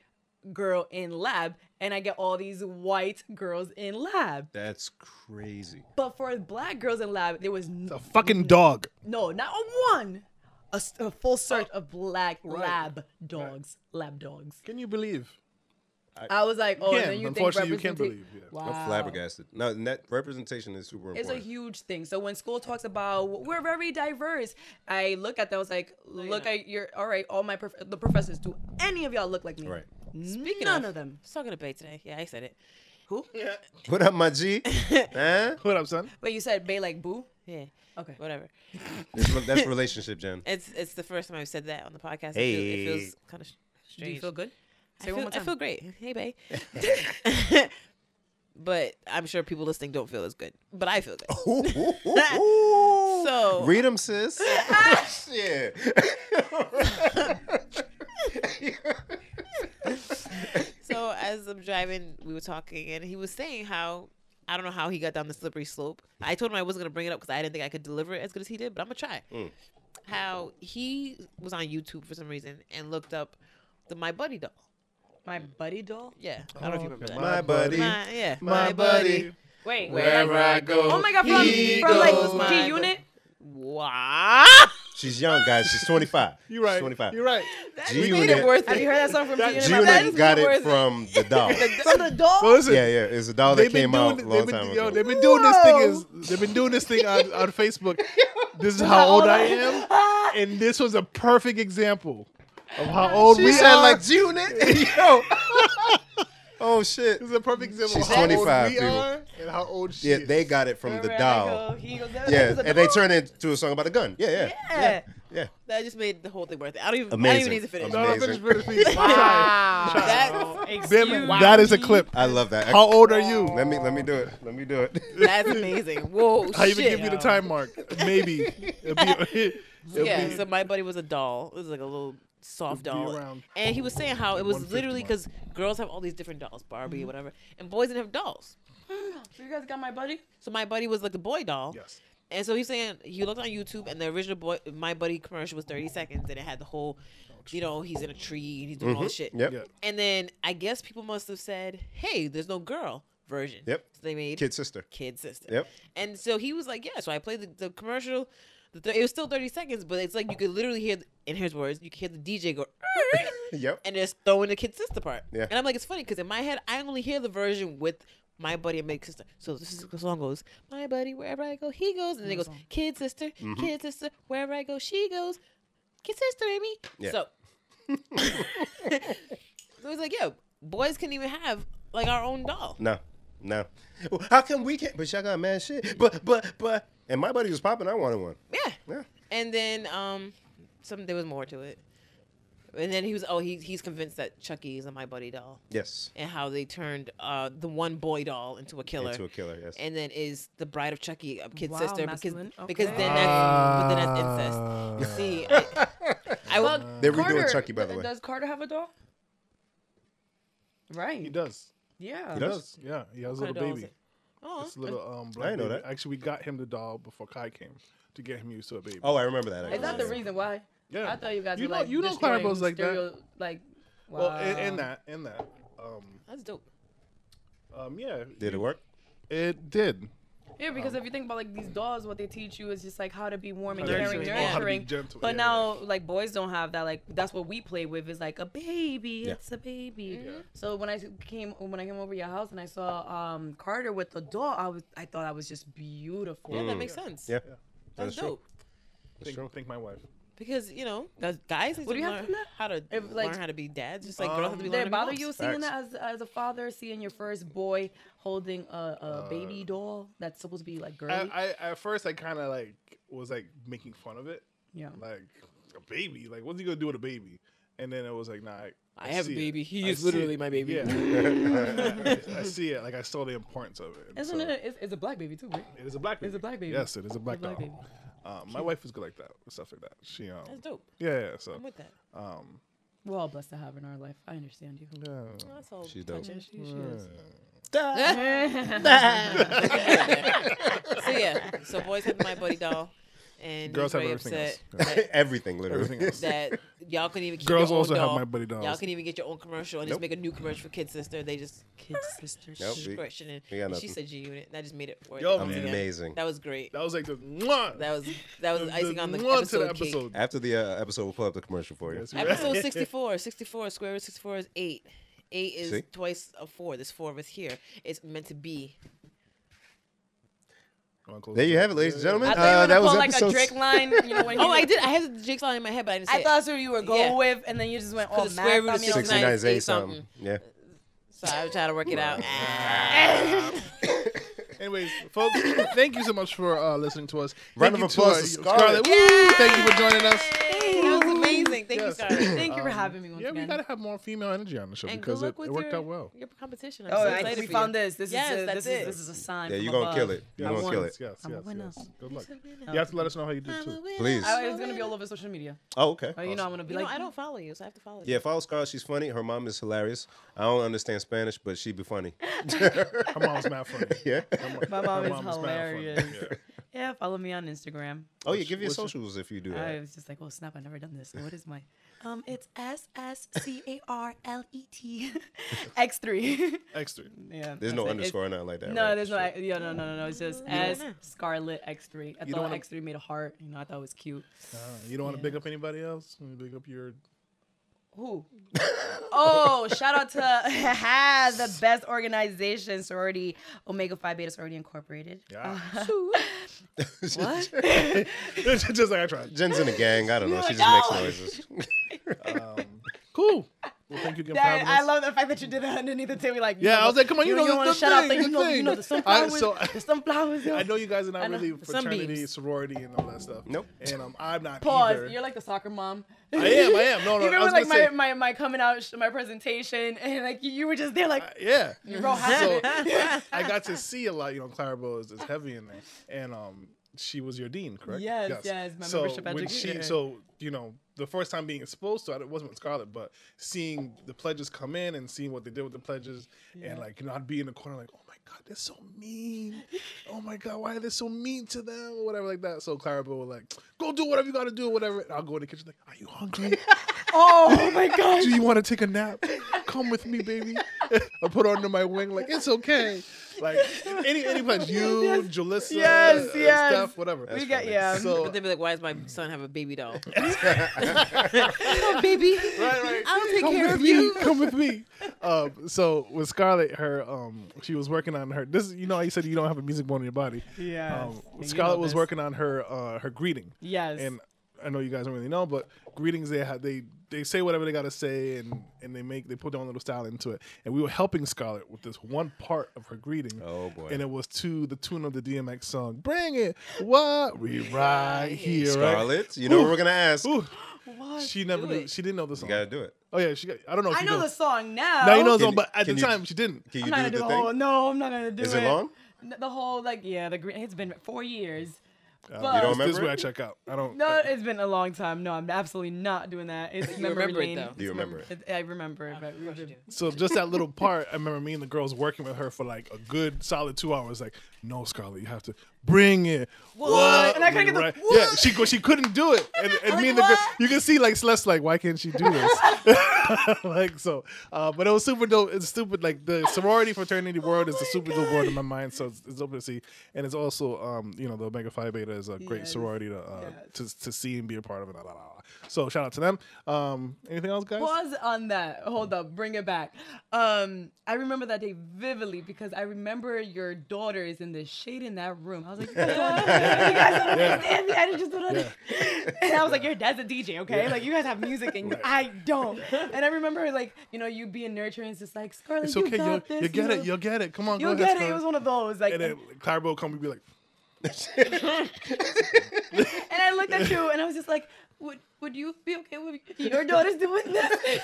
girl in lab and I get all these white girls in lab.
That's crazy.
But for black girls in lab, there was n-
A fucking dog.
no, not a one. A, s- a
Oh.
full search of black lab dogs, lab dogs.
Can you believe?
I was like, oh,
can,
and then you
unfortunately, you
think
can't
representa-
believe, yeah. I'm
Wow.
I'm flabbergasted. No, and that representation is super
It's a
important.
huge thing. So when school talks about we're very diverse, I look at that. I was like,
Oh,
look at your all right, all my prof- the professors. Do any of y'all look like me?
Right.
Speaking None of, them.
I was talking to Bay today. Yeah, I said it. Who?
What up, my G? huh?
What up, son?
Wait, you said Bay like Boo?
Yeah.
Okay.
Whatever.
That's, that's relationship, Jen.
It's it's the first time I've said that on the podcast. It feels-
Hey.
It feels, kind of strange.
Do you feel good?
I
Say it
feel,
one more
I
time.
feel great. Hey, babe. but I'm sure people listening don't feel as good. But I feel good.
Ooh, ooh, ooh, ooh.
So-
read them, sis. Ah, Shit.
so as I'm driving, we were talking, and he was saying how I don't know how he got down the slippery slope. I told him I wasn't gonna bring it up because I didn't think I could deliver it as good as he did, but I'm gonna try.
Mm.
How he was on YouTube for some reason and looked up the My Buddy doll.
My buddy doll.
Yeah, I don't know if you remember that.
Oh, My buddy.
My- yeah,
Wait,
Wherever I go.
Oh my god, from,
he
from
goes.
like
My
G Unit.
Wow.
She's young, guys. She's 25.
You're right.
She's 25.
You're right.
G
made it
Unit.
worth
Have you
it.
heard that song from G Unit?
G
My
Unit
Buddy?
got
made it
it
worth
from the doll.
From the doll.
Well, listen.
Yeah, yeah. It's a doll that
They've been
came out
doing.
a
They've
long
been,
time
yo,
ago.
they've been doing this thing. Is they've been doing this thing on, on Facebook. This is how old I am, and this was a perfect example of how old
She
we
said
are.
like G Unit. yo. oh shit.
this is a perfect example
She's
of how
25,
old we
people.
are and how old she
Yeah,
is.
they got it from the
Oh,
doll. Yeah, and they turned it into a song about a gun. Yeah, yeah,
Yeah.
yeah.
That just made the whole thing worth it. I don't even. I don't
Amazing.
even need to finish.
no, no,
Amazing.
finish, finish, finish.
That,
Bim, that is a clip.
I love that.
How old are you?
Let me let me do it. Let me do it.
that's amazing. Whoa,
I
shit.
even give you the time mark. Maybe. It'll be, it'll
yeah,
be-
so my buddy was a doll. It was like a little soft
It'll be
doll.
around
And he was saying how it was
150
literally
mark. Mm-hmm.
because girls have all these different dolls, Barbie, whatever, and boys didn't have dolls.
You guys got my buddy?
So my buddy was like the boy doll.
Yes.
And so he's saying he looked on YouTube and the original boy, my buddy commercial was 30 seconds and it had the whole, you know, he's in a tree and he's doing all this shit.
Mm-hmm. Yep.
Yeah.
And then I guess people must have said, hey, there's no girl version.
Yep.
So they made
Kid sister.
kid sister.
Yep.
And so he was like, yeah. So I played the, the commercial. The th- it was still 30 seconds, but it's like you could literally hear, the, in his words, you could hear the DJ go, "Err,"
Yep.
and just throwing the kid sister part.
Yeah.
And I'm like, it's funny because in my head, I only hear the version with my buddy and big sister. So this is the song goes, my buddy, wherever I go, he goes. And then it goes, kid sister,
Mm-hmm.
kid sister, wherever I go, she goes. Kid sister, baby.
Yeah.
So, so it's like, yeah, boys can even have like our own doll.
No, no. Well, How come we can't? But y'all got mad shit. But but but. And my buddy was popping. I wanted one.
Yeah.
Yeah.
And then um, some there was more to it. And then he was oh he he's convinced that Chucky is a my buddy doll
Yes.
and how they turned uh the one boy doll into a killer.
Into a killer. Yes.
And then is the bride of Chucky a kid
Wow,
sister
masculine.
because because
Okay.
then that's but then
uh,
that's incest. See, I, I would
They're redoing Chucky, by the way.
Does Carter have a doll? Right.
He does.
Yeah.
He does.
Yeah, he has a
Kinda
little
dolls
baby.
it. Oh,
It's a little um. Black
I didn't know
baby.
that.
Actually, we got him the doll before Kai came to get him used to a baby.
Oh, I remember that.
Is that
actually.
the reason why?
Yeah.
I thought you guys
You
were
know-
like
you know
destroying
Clarabo's like that.
stereo- Like, wow.
Well, in, in that, in that, um,
that's dope.
um, yeah,
Did it work?
it did.
Yeah,
Um,
because if you think about like these dolls, what they teach you is just like how to be warm and
How to be
caring,
gentle. Oh, how to be
nurturing.
gentle,
But
yeah.
now, like boys don't have that. Like that's what we play with is like a baby.
Yeah.
It's a baby. So when I came when I came over your house and I saw um, Carter with the doll, I was I thought that was just beautiful.
Yeah, that makes sense.
Yeah.
That's,
true.
dope.
Think, think my wife.
Because, you know, guys- guys need
Would
to
you have
learn
done that?
how to
If, like-
learn how to be dads. Just like girls have to be
Did
learning
it
to be
bother
moms.
you seeing that as, as a father, seeing your first boy holding a, a baby doll that's supposed to be like girly?
Uh, I, I at first I kind of like was like making fun of it,
yeah.
like a baby. Like, what's he gonna do with a baby? And then it was like, nah, I,
I have a
see it.
baby. He
I
is
see
literally
it.
my baby.
Yeah, I, I- I see it. Like, I saw the importance of it.
Isn't
So,
it? It's, it's a black baby too, right?
It is a black baby.
a black baby.
Yes, it is a black,
black
doll. Um, my wife is good like that, stuff like that. She um,
That's dope.
yeah, yeah. So
I'm with that.
um,
We're all blessed to have in our life. I understand you.
yeah.
That's all.
She's dope.
Yeah, she, she is.
So yeah, so boys have my buddy doll, and
Girls have
very
everything
upset
else.
Everything, literally.
Everything else.
that y'all couldn't even. Keep
Girls
your own
also have
doll.
my buddy dolls.
Y'all can even get your own commercial and just
Nope.
make a new commercial for Kid Sister. They just Kid Sister
Nope, we-
discretion. and-
we got
and she
nothing.
said G Unit, and I just made it for
Yo,
it.
man.
Amazing.
That was great.
That was like the mwah,
That was that was
the-
icing on the
mwah
episode. cake.
After the uh, episode, we'll pull up the commercial for you.
Yes, you're right.
Episode 64. 64, square root of 64 is 8. 8 is
See?
twice a 4. There's 4 of us here. It's meant to be.
Wanna close
There you
door?
have it, ladies and gentlemen.
I thought
Uh,
you
that
were
was
going like a
episode.
Drake line. You know when
Oh,
he-
I did. I had the Jake's line in my head, but I didn't say
I
it.
thought that's what you were going
Yeah.
with, and then you just went all
the
math.
square root
on
of
me. I was
six.
like,
69's
Eight
eight something. Yeah.
So I was trying to work it out.
Anyways, folks, thank you so much for uh, listening to us.
Round
Thank
of
you
applause to Scarlett.
Woo! Thank you for joining us.
that was amazing. Thank
Yes.
you, Scarlett.
Thank you for having me once
Um, Yeah, we
again.
gotta have more female energy on the show
And good
because it,
luck
it
with
worked
your,
out well.
your competition. I'm
Oh,
so
I-
excited
we
for
found
you.
this. This
Yes,
is a,
that's
this
it.
is this is a sign.
Yeah,
from
you're gonna
above.
kill it.
Yes,
You're
yes,
gonna kill
yes,
it.
yes,
I'm a
yes,
winner.
yes. Good luck.
winner.
You have to let us know how you did too.
Please.
I, it's gonna be all over social media.
Oh, okay.
Oh, you know I'm gonna be
You know,
like,
I don't follow you, so I have to follow you.
Yeah, follow Scarlett. She's funny. Her mom is hilarious. I don't understand Spanish, but she be funny.
Her mom's mad funny.
Yeah.
my mom
Her mom is
is
mad funny.
hilarious.
Yeah.
Yeah, follow me on Instagram.
Oh yeah, give your
what's your-
socials if you do
I
that.
was just like, oh snap, I never done this. What is my? Um, it's S S C A R L E T X three.
Extra.
Yeah.
There's no
that's it.
underscore or nothing like that.
No,
right?
there's no, I- yeah, no, no, no, no. It's just as Scarlet X3. I
You
thought
don't wanna-
X3 made a heart. You know, I thought it was cute.
Uh, you don't want to
Yeah.
big up anybody else. You big up your.
Who? oh, shout out to the best organization, sorority, Omega Phi Beta Sorority Incorporated.
Yeah.
What?
It's just like I tried.
Jen's in a gang. I don't know. She just
No.
makes noises.
Cool. Well, thank you again for
Darren,
having us.
I love the fact that you did that underneath the table. Like,
Yeah, I was like, come on, you know the-
wanna
the
shut up.
thing,
Like,
the
you know, you know
thing.
the
I-
sunflowers.
so-
the sunflowers. Yo.
I know you guys are not
know.
really
Some
fraternity,
beams.
sorority, and all that stuff.
Nope.
And um, I'm not
Pause.
either.
You're like the soccer mom.
I am. I am. No, no.
Even
I was
with like my,
gonna say,
my my coming out, sh- my presentation, and like you, you were just there, like
yeah.
bro, how
So
did it-
I got to see a lot. You know, Clarabelle is, is heavy in there, and um, she was your dean, correct?
Yes, yes, my
so
membership
when
educator.
She, so you know, the first time being exposed to it, it wasn't with Scarlett, but seeing the pledges come in and seeing what they did with the pledges, and like you know, I'd be in the corner like, oh my god, they're so mean. Oh my god, why are they so mean to them or whatever like that. So Clarabelle was like, go do whatever you got to do, whatever. And I'll go in the kitchen like, are you hungry?
Oh my god.
Do you want to take a nap? Come with me, baby. I put her under my wing, like it's okay. Like any any place, you, Jalissa,
Yes,
uh,
yes.
Steph, whatever.
We got yeah.
So
But they'd be like, why does my son have a baby doll? oh, baby. I'll take
come
care
with
of
me.
you.
Come with me. Um, so with Scarlett, her um, she was working on her. This you know, how you said you don't have a music bone in your body.
Yes.
Um,
You know
Scarlett was
this.
working on her uh, her greeting.
Yes.
And I know you guys don't really know, but greetings they had they they say whatever they gotta say and and they make they put their own little style into it. And we were helping Scarlett with this one part of her greeting.
Oh, boy.
And it was to the tune of the DMX song. Bring it. What we right here. right?
Scarlett, you know what we're gonna ask.
Ooh.
What?
She never
Do
knew
it.
she didn't know the song.
You gotta do it.
Oh yeah, she got, I don't know if
I
she
know
do.
the song now.
Now you know the
Can
song,
you-
but at the
can you-
time she didn't.
Can
I'm
you
not
do the
gonna do the
thing?
whole. No, I'm not gonna do
Is
it.
it long?
N- The whole like yeah, the green. It's been four years.
Uh,
But-
this- This
remember
is where I
it?
check out. I don't.
No, it's been a long time. No, I'm absolutely not doing that. It's memory
remember it,
lane.
though.
It's
Do you remember
mem- I remember it, but we were just-
So just that little part, I remember me and the girls working with her for like a good solid two hours. Like, no, Scarlett, you have to bring it. What?
And I couldn't get the
Yeah, she go- she couldn't do it, and, and me and the girl, you can see like Celeste like, why can't she do this? like so, uh, but it was super dope. It's stupid. Like the sorority fraternity
Oh
world is the super dope world in my mind. So it's, it's dope to see, and it's also um, you know the Omega Phi Beta is a great
Yes.
sorority to, uh,
Yes.
to to see and be a part of. And blah, blah, blah. So shout out to them. Um, anything else, guys?
Pause on that. Hold up. Bring it back. Um, I remember that day vividly because I remember your daughter is in the shade in that room. I was like, you guys don't understand. You guys just don't understand. And I was like, your dad's a DJ, okay? Like you guys have music and I don't. And I remember like, you know, you being nurturing, it's just like, Scarlett,
It's
you
okay. You'll,
got
you'll
this,
get
you
it.
know?
You'll get it. Come on,
You'll
go ahead.
get it. It
Scarlett.
was one of those. Like
and then Clyro will come and be like,
And I looked at you and I was just like, would would you be okay with your daughter's doing this?
and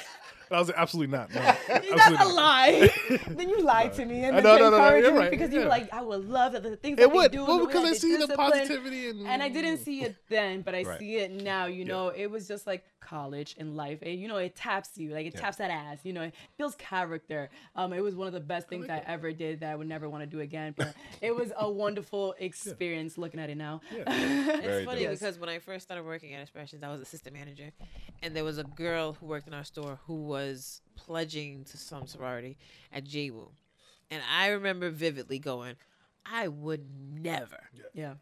I was like, absolutely not. No, absolutely
That's a
not.
lie. then you lied to me and
I
then
know,
you
no, no, no,
encouraged
you're
me
right,
because you were
yeah.
like, I would love that the things
It
that
would.
they do.
Well,
the way
because
that
I
they
see the
discipline.
positivity and,
And I didn't see it then, but I
Right.
see it now. You know, it was just like college and life. It, you know, it taps you, like it taps that ass. You know, it builds character. Um, it was one of the best things I ever did that I would never want to do again. But it was a wonderful experience. Looking at it now,
Very
It's funny
dope.
because when I first started working at Expressions, I was assistant manager, and there was a girl who worked in our store who was pledging to some sorority at JWU, and I remember vividly going, "I would never."
yeah.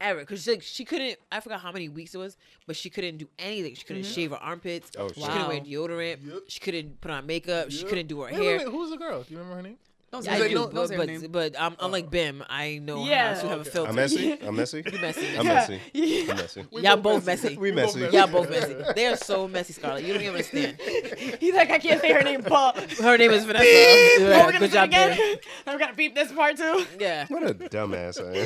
ever because like she couldn't i forgot how many weeks it was but she couldn't do anything she couldn't shave her armpits
Oh,
she
shit.
couldn't wear
Wow.
deodorant she couldn't put on makeup she
Yep.
couldn't do her
Wait,
hair
wait, wait, who was the girl? Do you remember her name?
Don't
I
that
do,
you don't-
but,
those are names.
but, but um, unlike bim i know
Yeah.
how to have a
I'm
filter
messy. I'm messy. You
messy.
I'm messy.
Yeah.
I'm messy.
y'all both messy
We messy.
y'all both messy they are so messy scarlett you don't even understand
He's like, I can't say her name, Paul.
her name is vanessa
Oh, we're
yeah,
gonna
good
do it
job
again.
there.
I'm gonna beep this part too.
yeah
What a dumbass I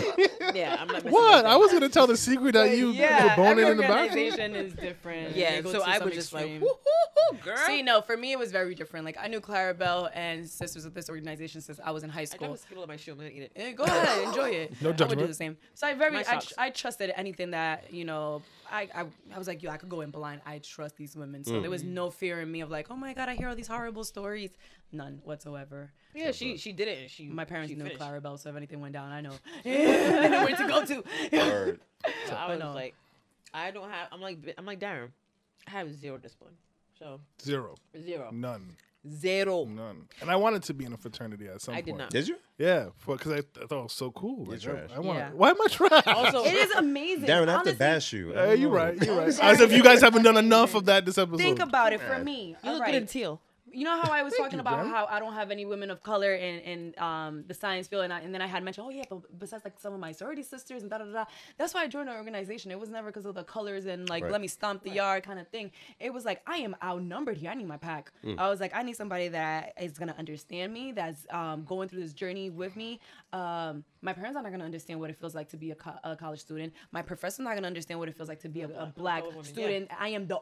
am.
yeah i'm not messy
What?
with
I
them.
was gonna tell the secret that you were
every
boning in the back.
organization is different.
yeah
They go
so
to
i
some
was just
extreme.
like whoo, hoo, hoo, girl
See, no, for me it was very different. Like I knew Clarabelle and Sisters of This Organization since I was in high
i got
school.
a skittle in my shoe i'm gonna eat it
Eh, Go ahead, enjoy it.
No
I would do
judgment.
the same. So I very,
My
I,
socks.
tr- I trusted anything that you know. I, I, I was like, yo, I could go in blind. I trust these women.
Hmm.
So there was no fear in me of like, oh my god, I hear all these horrible stories. None whatsoever.
yeah she she did it and she
My parents
she
knew
finished.
Clarabelle, so if anything went down, I know. I know where to go to.
Word.
So I
but
was
no.
like, I don't have. I'm like, I'm like Darren. I have zero discipline. So
Zero,
zero,
none,
zero.
none. And I wanted to be in a fraternity at some
I
point.
did not.
Did you?
Yeah, because I, I thought it was so cool. Like,
You're
I-
trash.
I want.
Yeah.
Why am I trash?
Also,
It is amazing.
Darren, I have
Honestly,
to bash you.
Hey, you're right. You're right. As if you guys haven't done enough of that this episode.
Think about it for
Yeah.
me.
you
all
look
right.
good in teal.
You know how I was talking
you,
about
Jen.
how I don't have any women of color in, in um, the science field, and, I, and then I had mentioned, oh yeah, but besides like some of my sorority sisters and da da da. da. That's why I joined our organization. It was never because of the colors and like
Right.
let me stomp the yard kind of thing. It was like I am outnumbered here. I need my pack. I was like I need somebody that is gonna understand me, that's um, going through this journey with me. Um, my parents are not gonna understand what it feels like to be a, co- a college student. My professor's not gonna understand what it feels like to be a, a black
woman, yeah.
student and I am the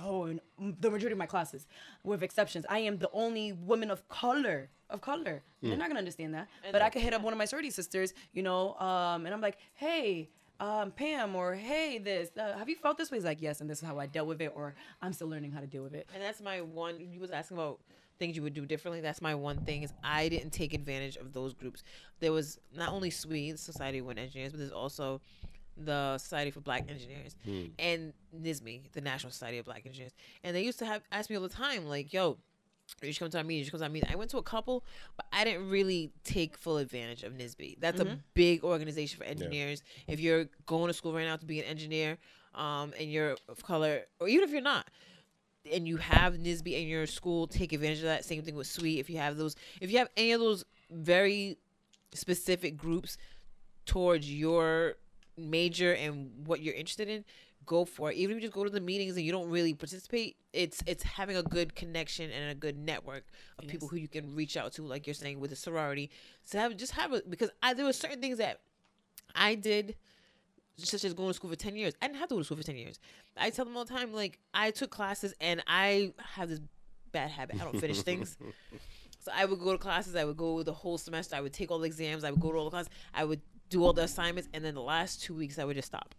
oh, and the majority of my classes, with exceptions, I am the only woman of color of color. They're not gonna understand that, but I could hit up one of my sorority sisters, you know, um, and I'm like, hey. Um, Pam, or hey, this. Uh, have you felt this way? He's like, yes, and this is how I dealt with it, or I'm still learning how to deal with it.
And that's my one. You was asking about things you would do differently. That's my one thing is I didn't take advantage of those groups. There was not only SWE, the Society of Women Engineers, but there's also the Society for Black Engineers and NISME, E, the National Society of Black Engineers. And they used to have ask me all the time, like, "Yo, you should come to our meeting. You should come to our meeting. I went to a couple, but I didn't really take full advantage of NISBE. E. That's a big organization for engineers. If you're going to school right now to be an engineer, um, and you're of color, or even if you're not, and you have NISBE in your school, take advantage of that. Same thing with SWE. If you have those, if you have any of those very specific groups towards your major and what you're interested in, go for it. Even if you just go to the meetings and you don't really participate, it's it's having a good connection and a good network of people who you can reach out to, like you're saying with the sorority. So have just have a because I there were certain things that I did such as going to school for 10 years. I didn't have to go to school for 10 years. I tell them all the time, like, I took classes and I have this bad habit. I don't finish things. So I would go to classes. I would go the whole semester. I would take all the exams. I would go to all the classes. I would do all the assignments, and then the last two weeks I would just stop.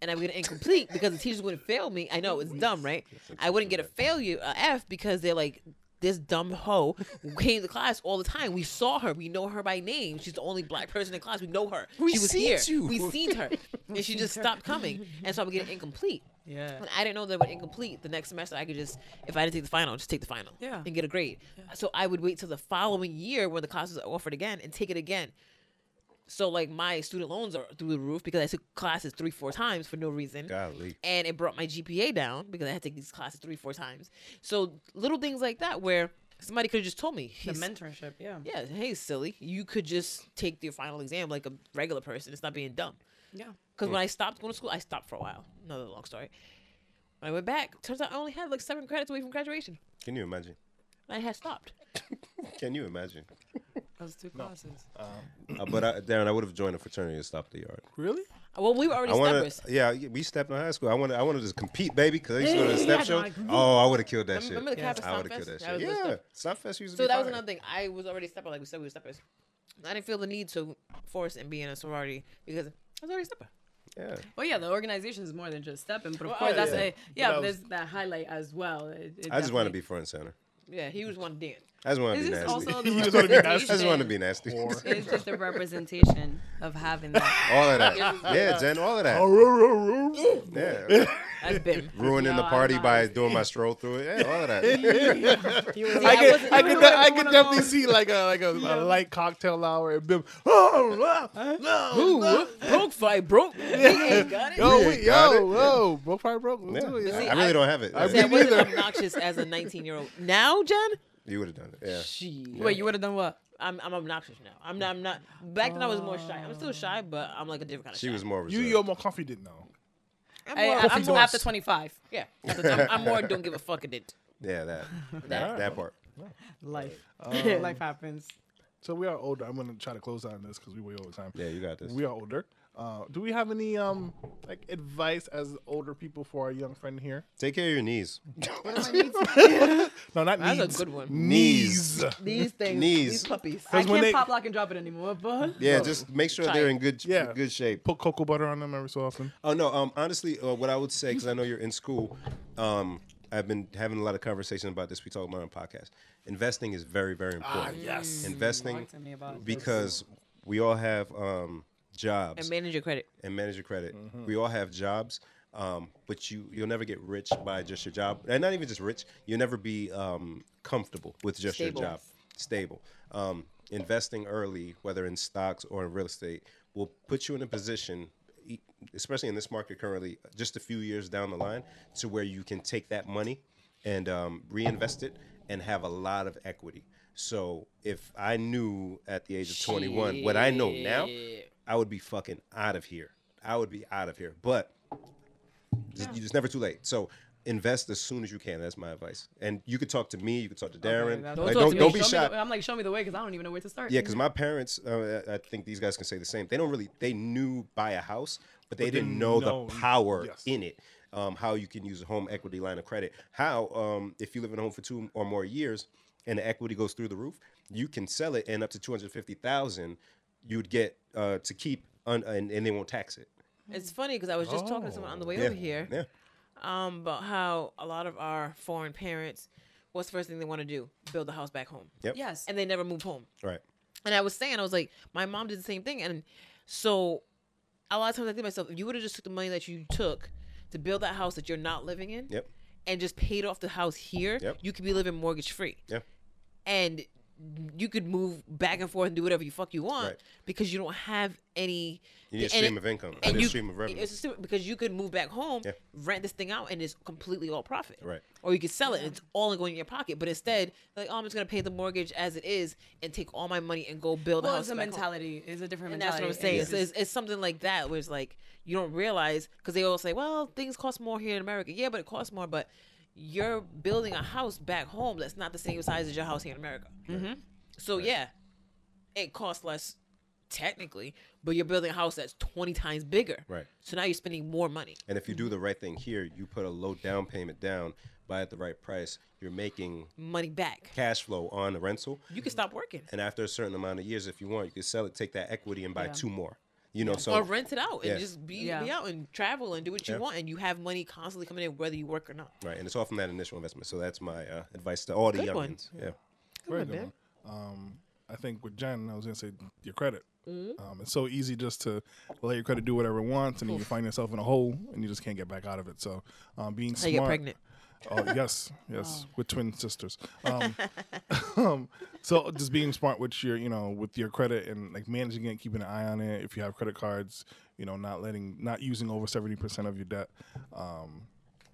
And I would get an incomplete because the teachers wouldn't fail me. I know it's dumb, right? I wouldn't get a failure a F because they're like, this dumb hoe came to class all the time. We saw her. We know her by name. She's the only black person in class. We know her.
We
she was
seen
here.
you.
We seen her. And she just stopped coming. And so I would get an incomplete.
Yeah.
And I didn't know that it would incomplete the next semester. I could just, if I didn't take the final, just take the final
Yeah.
and get a grade. So I would wait till the following year when the classes are offered again and take it again. So like my student loans are through the roof because I took classes three, four times for no reason.
Golly.
And it brought my GPA down because I had to take these classes three, four times. So little things like that where somebody could have just told me.
The
"Hey,
mentorship, yeah.
yeah, hey, silly, you could just take your final exam like a regular person. It's not being dumb.
Yeah.
Because when I stopped going to school, I stopped for a while. Another long story. When I went back, turns out I only had like seven credits away from graduation.
Can you imagine?
I had stopped.
Can you imagine?
Those two classes.
Uh, but I, Darren, I would have joined a fraternity and stopped the yard.
Really?
Well, we were already
I Uh, want
steppers.
to. Yeah, we stepped in high school. I wanted. I wanted to compete, baby, because I used to go to the step show. Oh, I would have killed that shit.
Remember the Kappa
I would have
Stomp
killed that
Fest? That
shit.
was good
Yeah, Stomfest used to
So
be
that was
fire.
another thing. I was already a stepper, like we said, we were steppers. I didn't feel the need to force and be in a sorority because I was already a stepper.
Yeah.
Well, yeah, the organization is more than just stepping, but of
Well,
course
oh,
that's
yeah.
a
that
yeah. But
was-
there's that highlight as well. It- it
I just want to
definitely-
be front and center.
Yeah, he was one to dance.
I just want to
This
be
is also the
nasty.
You just wanna be
I
nasty.
just want to be nasty. all
Or-
of
It's just a representation of having that.
that. Yeah, Jen. All of that. Yeah.
That's Bim.
Ruining the
Y'all
party
are
by doing my stroll through it. Yeah, all of that.
I
I
could,
wasn't-
I
you
could, de-
were like
I could definitely see like a like a, a light cocktail hour and Bim. Oh, no, no, no.
broke fight, broke. Yeah. Got it.
yo,
ain't
we,
got
yo, yo, broke probably broke. Let's do it,
Yeah.
yeah.
I really don't have it.
I-
See, I
Yeah.
Me
wasn't
neither.
obnoxious as a 19 year old. Now, Jen,
You would have done it. Yeah.
she.
Wait, you would have done what?
I'm, I'm obnoxious now. I'm not. I'm not. Back then, I was more shy. I'm still shy, but I'm like a different kind of.
She
shy.
was more
You,
reserved.
you're more confident now.
I'm
I,
more.
I'm
I'm more
after 25.
yeah. After time, I'm more. Don't give a fuck. It did.
yeah, that.
That.
That, that part.
Life, life happens.
So we are older. I'm gonna try to close out on this because we way over time.
Yeah, you got this.
We are older. Uh, do we have any um like advice as older people for our young friend here?
Take care of your knees.
No, not
That's a
needs.
good one.
Knees.
These things.
Knees.
These puppies.
I
'Cause when
can't
they-
pop, lock, and drop it anymore, but
Yeah, just make sure they're in good
Yeah.
good shape.
Put cocoa butter on them every so often.
Oh no, um, honestly, uh, what I would say because I know you're in school, um, I've been having a lot of conversations about this. We talk about it on podcast. Investing is very very important. Ah, yes, investing
Talk to me about it.
because we all have um, jobs
And manage your credit.
and manage your credit. We all have jobs, um, but you you'll never get rich by just your job, and not even just rich. You'll never be um, comfortable with just
Stable.
your job. Stable. Um, investing early, whether in stocks or in real estate, will put you in a position, e- especially in this market currently, just a few years down the line, to where you can take that money and um, reinvest it and have a lot of equity. So if I knew at the age of 21 what I know now, I would be fucking out of here. I would be out of here. But it's, it's never too late. So invest as soon as you can. That's my advice. And you could talk to me. You could talk to Darren.
that's-
Like,
Don't
don't
talk
don't,
to me.
be
Show me
shy.
the- I'm like, show me the way because I don't even know where to start.
yeah, because my parents, uh, I I think these guys can say the same. They don't really. They knew buy a house, but they didn't know
know-
the power
yes.
in it. Um, how you can use a home equity line of credit. How um, if you live in a home for two or more years and the equity goes through the roof, you can sell it and up to two hundred fifty thousand, you'd get uh, to keep un- and, and they won't tax it.
It's funny because I was just talking to someone on the way
Oh. Yeah.
over here
Yeah.
um, about how a lot of our foreign parents, what's the first thing they want to do? Build a house back home.
Yep.
Yes.
And they never move home.
Right.
And I was saying, I was like, my mom did the same thing. And so a lot of times I think to myself, if you would have just took the money that you took to build that house that you're not living in
Yep.
and just paid off the house here,
Yep.
you could be living mortgage free.
Yeah.
And you could move back and forth and do whatever you fuck you want
Right.
because you don't have any
You need a
and
stream of income. I
and
need a
you-
stream of revenue.
It's a stream- because you could move back home,
Yeah.
rent this thing out, and it's completely all profit.
Right.
Or you could sell it; and it's all going in your pocket. But instead, like, oh, I'm just gonna pay the mortgage as it is and take all my money and go build a
well,
house.
it's a
back home.
mentality. It's a different
And that's what
mentality.
I'm saying.
It's
So it's, it's something like that, where it's like you don't realize because they all say, "Well, things cost more here in America." Yeah, but it costs more. But you're building a house back home that's not the same size as your house here in America. Mm-hmm. So yeah, it costs less technically, but you're building a house that's 20 times bigger.
Right.
So now you're spending more money.
And if you do the right thing here, you put a low down payment down, buy at the right price, you're making
money back.
cash flow on the rental.
You can stop working
And after a certain amount of years, if you want, you can sell it, take that equity, and buy two more. You know, so
or rent it out and
Yeah.
just be,
Yeah.
be out and travel and do what you
Yeah.
want, and you have money constantly coming in whether you work or not.
right, and it's all from that initial investment. So that's my uh, advice to all the
Good
young
one.
youngins. Yeah.
Very
on,
good
man.
one. Um, I think with Jen, I was gonna say your credit.
Mm-hmm.
Um, it's so easy just to let your credit do whatever it wants, and then you find yourself in a hole, and you just can't get back out of it. So, um, being
How
smart.
you get pregnant?
Oh yes, yes, with twin sisters. Um, um, so just being smart with your, you know, with your credit and like managing it, keeping an eye on it. If you have credit cards, you know, not letting, not using over seventy percent of your debt. Um,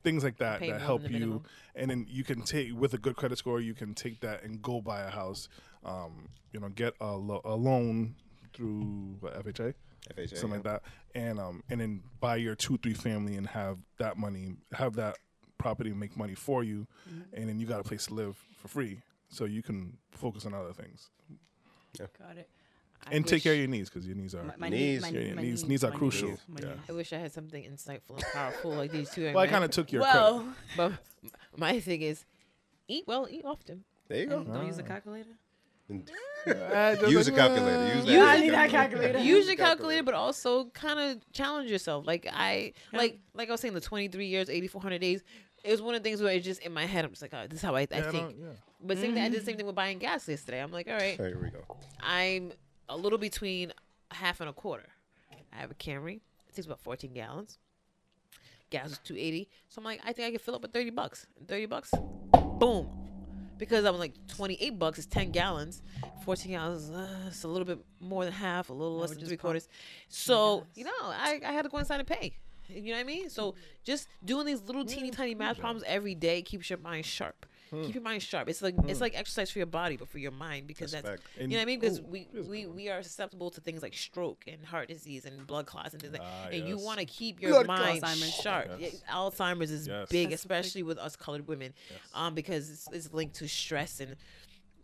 things like that
Pay
that
more
help
than the
you,
minimum.
and then you can take with a good credit score, you can take that and go buy a house. Um, you know, get a, lo- a loan through what, FHA.
FHA,
something like that, and um, and then buy your two three family and have that money, have that property make money for you,
Mm-hmm.
and then you got a place to live for free, so you can focus on other things
Got it. I
and take care of
wish-
your knees because your knees are
my
Knees.
yeah, your knees, knees are
my
crucial.
knees, my
yeah.
knees.
I wish I had something insightful and powerful like these two. young
Well, I
men.
kind of took your
Well,
credit.
But my thing is, eat well, eat often.
There you go.
don't use a calculator.
I just
Use a
like,
calculator. Use that.
You-
as a
Use your calculator, but also kind of challenge yourself. Like I, like like I was saying, the twenty three years, eighty four hundred days. It was one of the things where it's just in my head. I'm just like, oh, this is how I, I
I
think.
don't- yeah. Mm-hmm.
But same thing, I did the same thing with buying gas yesterday. I'm like, all right,
All right, here we go.
I'm a little between a half and a quarter. I have a Camry. It takes about 14 gallons. Gas was 280. So I'm like, I think I can fill up with 30 bucks. And 30 bucks, boom. Because I was like 28 bucks is 10 gallons. 14 gallons, uh, it's a little bit more than half, a little less
would
than
just
three
pop-
quarters. So, you know, I, I had to go inside and pay. You know what I mean? So just doing these little teeny tiny math problems every day keeps your mind sharp. Keep your mind sharp. It's like it's like exercise for your body, but for your mind because
That's
that's,
fact.
you know what I
And-
mean. Because
ooh,
we, we we are susceptible to things like stroke and heart disease and blood clots and things like. and you
Ah, yes.
want to keep your mind
Alzheimer's.
sharp. Yeah, Alzheimer's
Yes.
is big,
That's a big-
especially with us colored women, um, because it's, it's linked to stress and,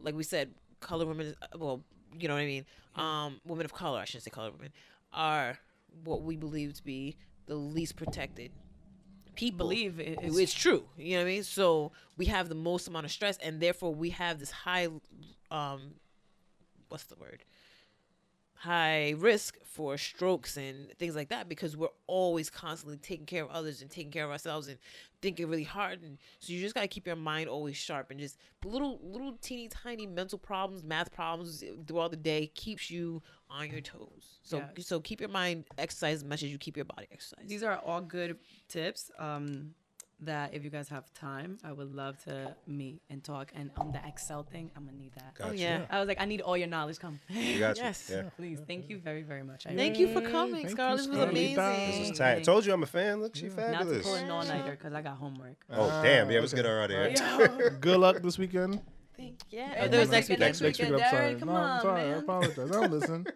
like we said, colored women. uh, Well, you know what I mean.
Mm-hmm.
Um, women of color, I shouldn't say colored women, are what we believe to be the least protected people
Believe it-
it's,
it's
true. You know what I mean? So we have the most amount of stress, and therefore we have this high, um, what's the word? High risk for strokes and things like that because we're always constantly taking care of others and taking care of ourselves and thinking really hard. And so you just gotta keep your mind always sharp and just little, little teeny tiny mental problems, math problems eh, throughout the day keeps you on your toes. So,
Yes.
so keep your mind exercised as much as you keep your body exercised.
These are all good tips. Um, that if you guys have time, I would love to meet and talk. And on the Excel thing, I'm gonna need that.
Gotcha.
yeah.
I was like, I need all your knowledge. Come,
You got
Yes.
you. Yeah.
please. Thank you very, very much. I
Thank you for coming,
thank you,
Scarlett. This was
Scarlett.
amazing.
This
It's
was
tight. I told you I'm a fan. Look, she
not to
fabulous.
pull an all nighter because I got homework.
Oh, damn. Yeah, let's get her out of here.
Good luck this weekend.
Yeah, that was next week.
Next week.
I'm sorry.
Darren, come
no, I'm
on,
sorry. I
man.
apologize. I don't listen.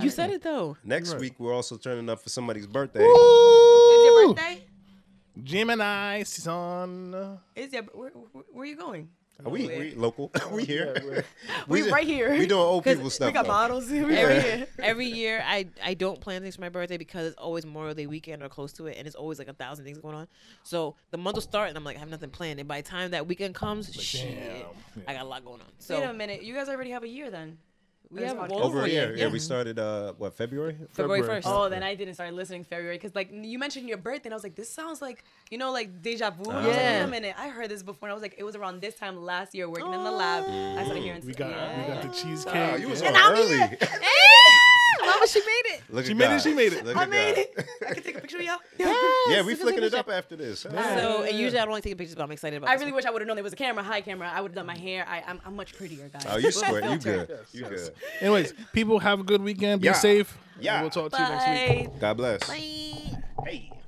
You said it though.
Next
Right.
week, we're also turning up for somebody's birthday.
Ooh,
birthday?
Gemini season.
Is there, where, where, where are you going?
Are we, we local? we here?
We right here.
We doing old people stuff.
we got
though.
models. We
Every,
right here.
every year, I, I don't plan things for my birthday because it's always Memorial Day weekend or close to it, and it's always like a thousand things going on. So the month will start, and I'm like, I have nothing planned. And by the time that weekend comes, shit, I got a lot going on.
Wait a
So
minute. You guys already have a year then.
we
That's
have
hard.
well
Over a
a
year. Yeah,
Oh, yeah.
we started, uh, what, February?
February first.
Oh, then I didn't start listening February because like you mentioned your birthday, and I was like, this sounds like you know like deja vu. I was like,
Yeah.
Wait a minute, I heard this before, and I was like, it was around this time last year working in the lab. I started hearing.
We got
yeah.
we got the cheesecake.
Oh, you was on
Yeah.
early.
Mama, she made it.
Look
She
at
made it,
God.
she made it.
Look
I
at
made
God.
it. I can take a picture of y'all.
Yeah,
Yes,
we
look at
flicking it
the
up after this. Oh,
So and usually I don't like taking pictures, but I'm excited about.
I
this
really
one.
wish I would have known there was a camera. Hi, camera. I would have done my hair. I, I'm, I'm much prettier, guys.
Oh, you swear. You good. You good.
Anyways, people have a good weekend. Be
Yeah.
safe.
Yeah.
And we'll talk to you next week.
Bye.
God bless.
Bye.
Hey.